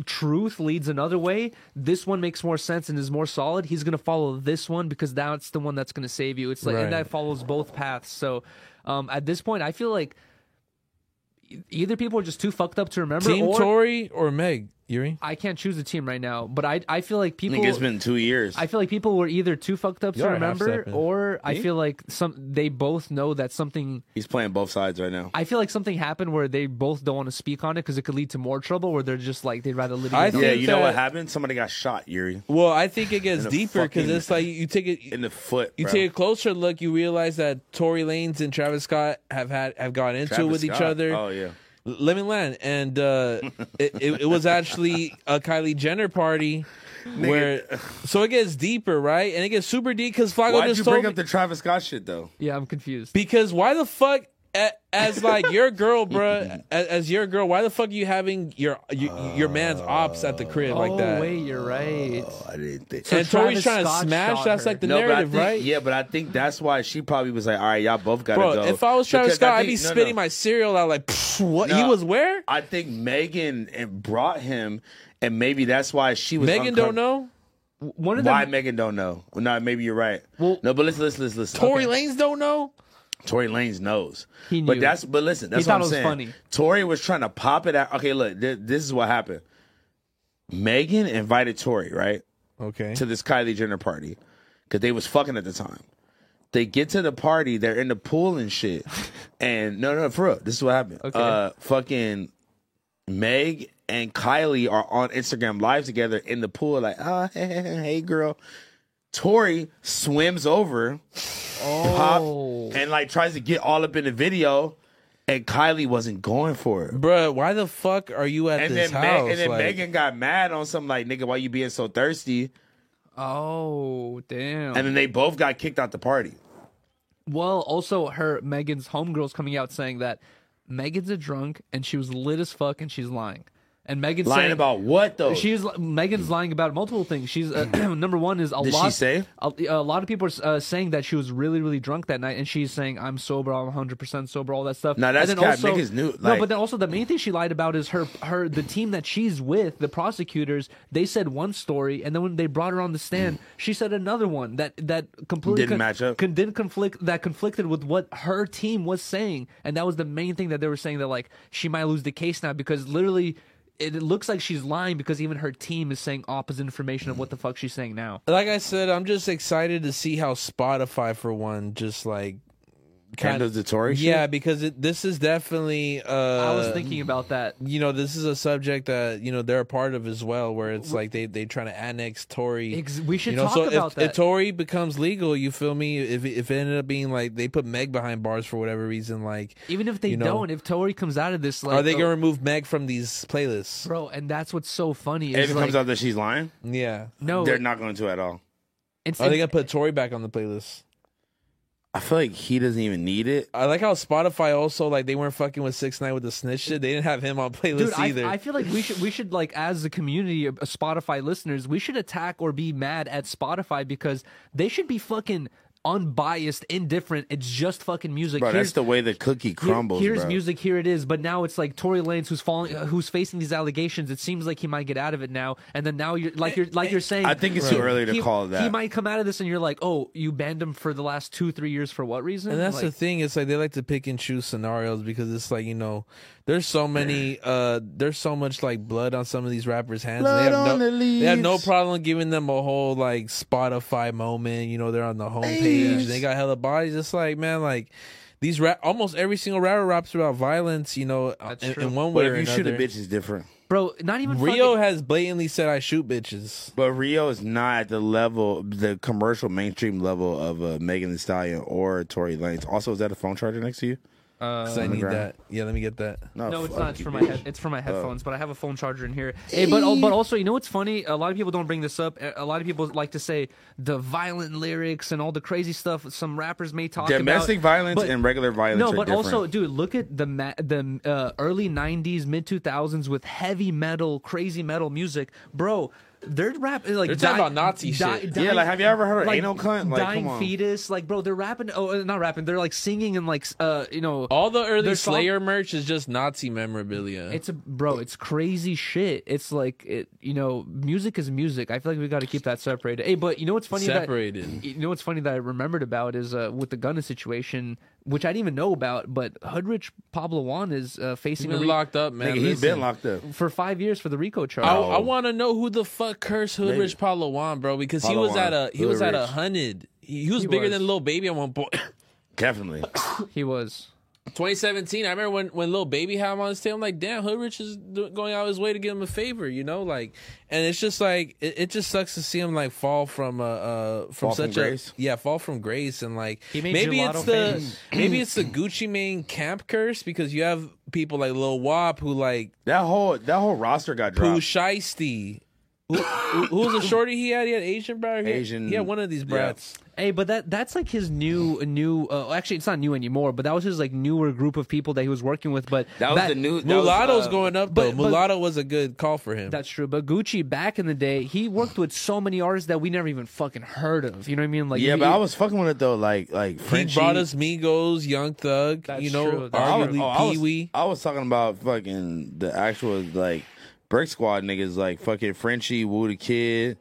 S1: truth leads another way, this one makes more sense and is more solid. He's gonna follow this one because that's the one that's gonna save you. It's like and
S2: Right.
S1: that follows both paths. So um, at this point, I feel like e- either people are just too fucked up to remember,
S2: Team
S1: or
S2: Tory or Meg Yuri?
S1: I can't choose a team right now. But I I feel like
S3: I
S1: people
S3: think it's been two years.
S1: I feel like people were either too fucked up to
S2: You're a
S1: remember,
S2: half-stepping.
S1: or I feel like some they both know that something.
S3: He's playing both sides right now.
S1: I feel like something happened where they both don't want to speak on it because it could lead to more trouble. Where they're just like they'd rather live.
S2: I
S3: Yeah,
S2: think
S3: you know what
S2: that-
S3: happened? Somebody got shot, Yuri,
S2: Well, I think it gets
S3: In a
S2: deeper because
S3: fucking-
S2: it's like you take it.
S3: in the foot.
S2: You
S3: bro.
S2: take a closer look, you realize that Tory Lanez and Travis Scott have had have gotten into it
S3: Travis
S2: with each
S3: Scott.
S2: other.
S3: Oh yeah.
S2: L- Let me land, and uh, it, it, it was actually a Kylie Jenner party where. So it gets deeper, right? And it gets super deep because Flaco
S3: Why'd
S2: just
S3: you
S2: told
S3: bring
S2: me
S3: up the Travis Scott shit though?
S1: Yeah, I'm confused.
S2: because why the fuck. a- As like your girl, bruh, as, as your girl, why the fuck you having your your, your man's ops at the crib like that? Oh,
S1: Oh wait, you're right.
S3: I didn't think.
S1: So
S2: and Tori's
S1: Travis
S2: trying
S1: Scott
S2: to smash.
S1: shot
S2: That's
S1: her.
S2: like the
S3: No, but I
S2: narrative,
S3: think-
S2: right?
S3: Yeah, but I think that's why she probably was like, "All right, y'all both gotta
S2: Bro,
S3: go."
S2: if I was Travis
S3: Because I
S2: Scott, I'd
S3: think-
S2: be
S3: no, no.
S2: spitting my cereal out like, "Pfft, what?
S3: No.
S2: he was where?
S3: I think Megan eh, brought him, and maybe that's why she was.
S2: Megan
S3: uncom-
S2: don't know.
S1: One of
S3: Why
S1: them.
S3: Megan don't know? Well, no, maybe you're right.
S1: Well-
S3: no, but listen, listen, listen, listen.
S2: Tory Lanez don't know.
S3: Tory Lanez knows.
S1: He
S3: But
S1: knew.
S3: that's but listen, that's
S1: thought
S3: what I'm
S1: it was
S3: saying.
S1: funny.
S3: Tory was trying to pop it out. Okay, look, th- this is what happened. Megan invited Tory, right?
S2: Okay.
S3: to this Kylie Jenner party because they was fucking at the time. They get to the party, they're in the pool and shit. And no, no, for real, this is what happened.
S1: Okay.
S3: Uh, fucking Meg and Kylie are on Instagram live together in the pool, like, oh, hey, hey, hey, hey, girl. Tori swims over,
S1: Oh.
S3: pop, and like tries to get all up in the video, and Kylie wasn't going for it.
S2: Bruh, why the fuck are you at
S3: And
S2: this
S3: then, Meg-
S2: house?
S3: and then
S2: Like,
S3: Megan got mad on something like, nigga, why you being so thirsty?
S1: Oh damn.
S3: And then they both got kicked out the party.
S1: well, also her Megan's homegirls coming out saying that Megan's a drunk and she was lit as fuck and she's lying. And Megan's
S3: Lying
S1: saying,
S3: about what though?
S1: She's Megan's lying about multiple things. She's uh, number one is a
S3: Did she
S1: lot.
S3: say?
S1: a, a lot of people are uh, saying that she was really really drunk that night, and she's saying I'm sober, I'm 100 percent sober, all that stuff.
S3: Nah, that's
S1: and then
S3: cap.
S1: also,
S3: Niggas knew,
S1: no,
S3: like-
S1: but then also the main thing she lied about is her her the team that she's with, the prosecutors. They said one story, and then when they brought her on the
S2: Mm.
S1: stand, she said another one that that completely
S3: Didn't match up.
S1: con- didn't conflict that conflicted with what her team was saying, and that was the main thing that they were saying that like she might lose the case now because literally it, it looks like she's lying because even her team is saying opposite information of what the fuck she's saying now.
S2: like I said, I'm just excited to see how Spotify for one just like kind
S3: Handles
S2: of
S3: the Tory shit?
S2: Yeah, because it, this is definitely. Uh,
S1: I was thinking about that.
S2: You know, this is a subject that you know they're a part of as well, where it's like they they trying to annex Tory.
S1: Ex- we should
S2: you know,
S1: talk
S2: so
S1: about
S2: if,
S1: that.
S2: if Tory becomes legal, you feel me? If if it ended up being like they put Meg behind bars for whatever reason, like
S1: even if they
S2: you know,
S1: don't, if Tory comes out of this, like,
S2: are they gonna
S1: oh,
S2: remove Meg from these playlists?
S1: bro? And that's what's so funny.
S3: If
S1: Is
S3: it
S1: like,
S3: comes out that she's lying,
S2: Yeah,
S1: no,
S3: they're Oh, not going to at all.
S1: It's,
S2: are they gonna put Tory back on the playlist?
S3: I feel like he doesn't even need it.
S2: I like how Spotify also like they weren't fucking with Six Nine with the snitch shit. They didn't have him on playlists
S1: Dude, I,
S2: either.
S1: I feel like we should we should like as a community of Spotify listeners, we should attack or be mad at Spotify because they should be fucking unbiased, indifferent. It's just fucking music.
S3: Bro,
S1: Here's-
S3: that's the way the cookie
S1: Here-
S3: crumbles,
S1: here's
S3: bro.
S1: music, here it is. But now it's like Tory Lanez who's falling, uh, who's facing these allegations. It seems like he might get out of it now. And then now you're like you're like you're saying.
S3: I think it's too
S1: he-
S3: early to
S1: he-
S3: call that.
S1: He might come out of this, and you're like, oh, you banned him for the last two, three years for what reason?
S2: and that's
S1: Like,
S2: the thing. It's like they like to pick and choose scenarios because it's like you know, there's so many, uh, there's so much like blood on some of these rappers' hands. and
S3: Blood
S2: they have
S3: on
S2: no,
S3: the
S2: They have no
S3: leaves.
S2: problem giving them a whole like Spotify moment. You know, they're on the homepage.
S3: Leaves.
S2: They got hella bodies. It's like man, like these rap, almost every single rapper raps about violence. You know,
S1: That's
S2: in,
S1: true.
S2: in one way
S3: But
S2: or
S3: if you shoot a
S2: another.
S3: bitch, is different.
S1: bro. Not even
S2: Rio
S1: fucking-
S2: has blatantly said I shoot bitches.
S3: But Rio is not at the level, the commercial mainstream level of uh, Megan Thee Stallion or Tory Lanez. Also, is that a phone charger next to you?
S1: Oh,
S2: 'Cause I
S3: on the
S2: need
S3: ground.
S2: that. Yeah, let me get that.
S1: No, it's
S3: fuck
S1: not. It's
S3: you,
S1: for my
S3: bitch.
S1: head. It's for my headphones. But I have a phone charger in here. Hey, but oh, but also, you know what's funny? A lot of people don't bring this up. A a lot of people like to say the violent lyrics and all the crazy stuff some rappers may talk about.
S3: Domestic violence
S1: But-
S3: and regular violence
S1: No,
S3: are
S1: but
S3: different.
S1: also, dude, look at the ma- the uh, early '90s, mid 2000s with heavy metal, crazy metal music, bro. their rap is like
S2: They're talking about Nazi shit.
S3: yeah, like have you ever heard of
S1: like,
S3: anal cunt? Like,
S1: dying
S3: come on.
S1: fetus, like bro, they're rapping. Oh, uh, not rapping. They're like singing and like s- uh, you know,
S2: All the early
S1: Their song-
S2: Slayer merch is just Nazi memorabilia.
S1: It's a bro. It's crazy shit. It's like it. You know, music is music. I feel like we got to keep that separated. Hey, but you know what's funny?
S2: Separated.
S1: That, you know what's funny that I remembered about is uh, with the Gunna situation, which I didn't even know about. But Hoodrich Pablo Juan is uh, facing a
S2: been
S1: re-
S2: locked up, man.
S3: Nigga, he's
S2: Listen.
S3: been locked up.
S1: for five years for the RICO charge.
S2: I, I want to know who the fuck cursed Hood
S3: Maybe.
S2: Rich Palawan, bro, because he
S3: Palawan.
S2: was at a he
S3: Hood
S2: was at a
S3: Rich.
S2: hundred. He, he was
S1: He
S2: bigger
S1: was.
S2: than Lil Baby at one point.
S3: Definitely.
S8: Oh.
S1: He was.
S2: 2017. I remember when when Lil Baby had him on his tail. I'm like, damn, Hood Rich is do- going out his way to give him a favor, you know, like, and it's just like it, it just sucks to see him like fall from uh, uh from
S8: Fall from
S2: such
S8: grace?
S2: a yeah fall from grace and like
S1: He made
S2: maybe
S1: gelato
S2: it's the
S1: famous.
S2: maybe it's the Gucci Mane camp curse because you have people like Lil Wap who like
S3: That whole that whole roster got
S2: Pooh
S3: dropped.
S2: Shiesty. Who, who who was the shorty he had? He had Asian brat. or he had-
S3: Asian-
S2: He had one of these
S3: yeah.
S2: brats.
S1: Hey, but that that's like his new new. Uh, actually, it's not new anymore. But that was his like newer group of people that he was working with. But
S8: That was the new that was,
S2: Mulatto's
S8: uh,
S2: going up,
S1: but-
S2: though.
S1: but-
S2: Mulatto was a good call for him.
S1: That's true. But Gucci back in the day, he worked with so many artists that we never even fucking heard of. You know what I mean? Like
S3: yeah,
S1: he-
S3: but I was fucking with it though. Like like
S2: He
S3: Frenchie.
S2: brought us Migos, Young Thug,
S1: That's
S2: you know,
S1: true. That's
S3: I was-
S2: arguably
S3: oh, I was-
S2: Pee Wee.
S3: I was talking about fucking the actual like Brick Squad niggas, like fucking Frenchie, Woo the Kid,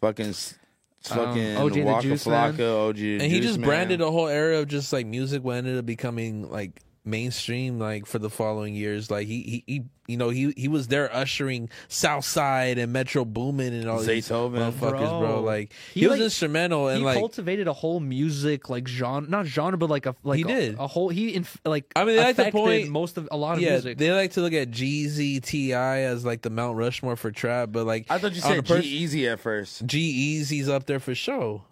S3: fucking s- fucking
S1: OJ the
S3: Waka
S1: Juice Man.
S3: Flocka, OG. the
S2: Um, And he
S3: Juice
S2: just
S3: Man.
S2: branded a whole era of just like music what ended up becoming like mainstream like for the following years. Like he he, he you know, he he was there ushering Southside and Metro Boomin and all these
S3: Zaytoven.
S2: motherfuckers, bro.
S1: Bro.
S2: Like
S1: He,
S2: he, was
S1: like-
S2: instrumental and
S1: he
S2: like
S1: cultivated a whole music like genre, not genre, but like a like
S2: He
S1: a,
S2: did.
S1: a whole he inf- like.
S2: I mean, they like the
S1: affected
S2: point-
S1: most of a lot of
S2: yeah,
S1: music.
S2: they like to look at E Jeezy Ti as like the Mount Rushmore for trap, but like
S3: I thought you
S2: on a
S3: said
S2: pers-
S3: G Easy at first.
S2: E G Eazy's up there for show.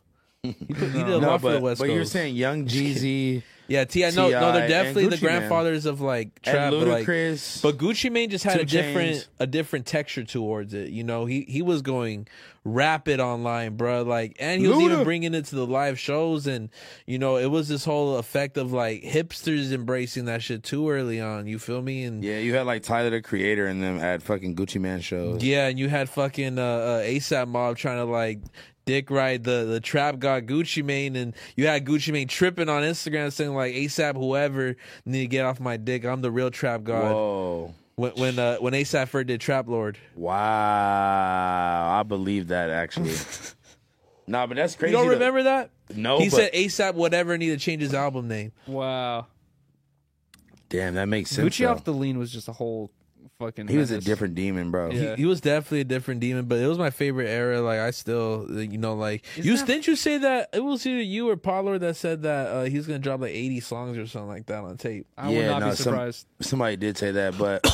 S2: He, put, he did a
S3: No,
S2: lot for the
S3: but,
S2: West
S3: but
S2: Coast.
S3: you're saying Young Jeezy
S2: Yeah, Ti. No, no,
S3: T.I.
S2: they're definitely
S3: and
S2: the
S3: Gucci Mane.
S2: grandfathers of like trap,
S3: and
S2: but, like-
S3: Ludacris.
S2: but Gucci Mane just had
S3: Two
S2: a different
S3: Chainz.
S2: a different texture towards it. You know, he he was going rapid online, bro. Like, and he was
S3: Luda.
S2: even bringing it to the live shows, and you know, it was this whole effect of like hipsters embracing that shit too early on. You feel me? And yeah,
S3: yeah, you had like Tyler the Creator and them at fucking Gucci Man shows.
S2: and you had fucking uh, uh, ASAP Mob trying to like. Dick ride the the trap god Gucci Mane and you had Gucci Mane tripping on Instagram saying like ASAP whoever need to get off my dick I'm the real trap god
S3: Whoa.
S2: when when uh, when ASAP Ferg did Trap Lord.
S3: Wow. I believe that actually. nah, but that's
S2: You
S3: crazy.
S2: don't
S3: though.
S2: remember that?
S3: No,
S1: Oh,
S2: he
S3: but-
S2: said ASAP whatever need to change his album name.
S1: wow,
S3: Damn, that makes sense.
S1: Gucci
S3: though.
S1: off the lean was just a whole fucking.
S3: He was a
S1: menace.
S3: different demon, bro.
S1: Yeah.
S2: He was definitely a different demon, but it was my favorite era. Like I still, you know, like
S1: Isn't
S2: you
S1: that-
S2: didn't you say that it was either you or Pollard that said that uh, he's gonna drop like eighty songs or something like that on tape.
S1: I
S3: Yeah,
S1: would not
S3: no,
S1: be
S3: some-
S1: surprised.
S3: Somebody did say that, but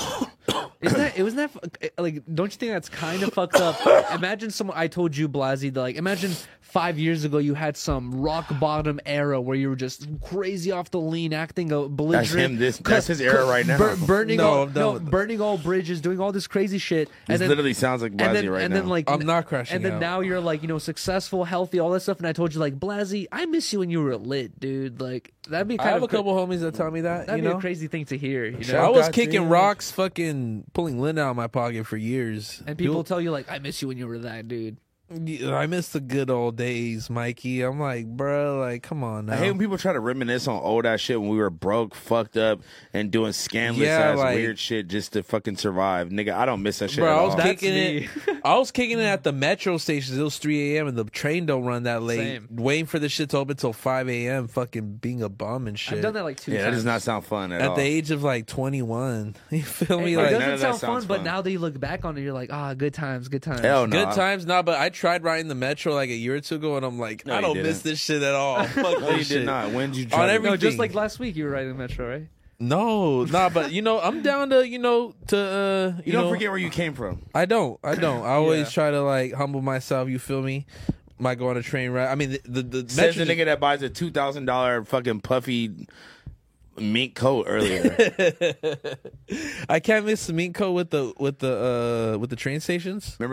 S1: Isn't that? It wasn't that fu- eh, like. Don't you think that's kind of fucked up? Imagine someone. I told you, Blasey. that, Like, imagine five years ago you had some rock bottom era where you were just crazy off the lean, acting a belligerent.
S3: him, this-
S1: cu-
S3: that's his era
S1: cu-
S3: right now.
S1: bur- burning
S2: No,
S1: all,
S2: I'm done
S1: no,
S2: with that.
S1: burning all bridges, doing all this crazy shit,
S3: this
S1: and then
S3: literally sounds like
S1: and
S3: Blasey
S1: then
S3: right
S1: and
S3: now.
S1: then like
S2: I'm not crashing
S1: And then
S2: out.
S1: now you're like you know successful, healthy, all that stuff. And I told you like Blasey, I miss you when you were lit, dude. Like that'd be
S2: I
S1: kind
S2: have
S1: of
S2: a
S1: cra-
S2: couple homies that tell me that.
S1: That'd
S2: you
S1: be
S2: know,
S1: a crazy thing to hear. You know.
S2: I was
S3: Got
S2: kicking
S3: you.
S2: rocks, fucking pulling Linda out of my pocket for years.
S1: And people tell you like, I miss you when you were that dude.
S2: Yeah, I miss the good old days, Mikey. I'm like, bruh, like, come on now.
S3: I hate when people try to reminisce on old ass shit when we were broke, fucked up, and doing scandalous
S2: Yeah,
S3: ass
S2: like-
S3: weird shit just to fucking survive. Nigga, I don't miss that shit
S2: Bro,
S3: at
S2: I was
S3: all.
S1: That's
S2: kicking
S1: me.
S2: it. I was kicking it at the metro stations. It was 3 a.m. and the train don't run that late.
S1: Same.
S2: Waiting for the shit to open till 5 a.m. Fucking being a bum and shit.
S1: I've done that like two
S3: yeah, that
S1: times.
S3: does not sound fun at,
S2: at
S3: all.
S2: the age of like 21. You feel
S1: It
S2: me? Like,
S3: like, none
S1: doesn't
S3: of that
S1: sound fun,
S3: sounds
S1: but
S3: fun.
S1: now that you look back on it, you're like, ah, good times, good times.
S3: Hell no.
S2: good times, nah. But I tried riding the metro like a year or two ago, and I'm like,
S3: No,
S2: I
S3: you
S2: don't
S3: didn't.
S2: miss this shit at all. Fuck
S3: No, you
S2: this shit.
S3: did not. When did you try
S2: On
S3: to-
S2: every-
S1: No, just
S2: everything.
S1: like last week, you were riding the metro, right?
S2: No, nah. But you know, I'm down to you know to uh, you,
S3: You don't
S2: know,
S3: forget where you came from.
S2: I don't. I don't. I always try to like humble myself. You feel me? Might go on a train ride. I mean, the the, the
S3: Says
S2: metro
S3: the nigga that buys a two thousand dollar fucking puffy mink coat earlier.
S2: I can't miss Minko with the with the uh with the train stations.
S3: Remember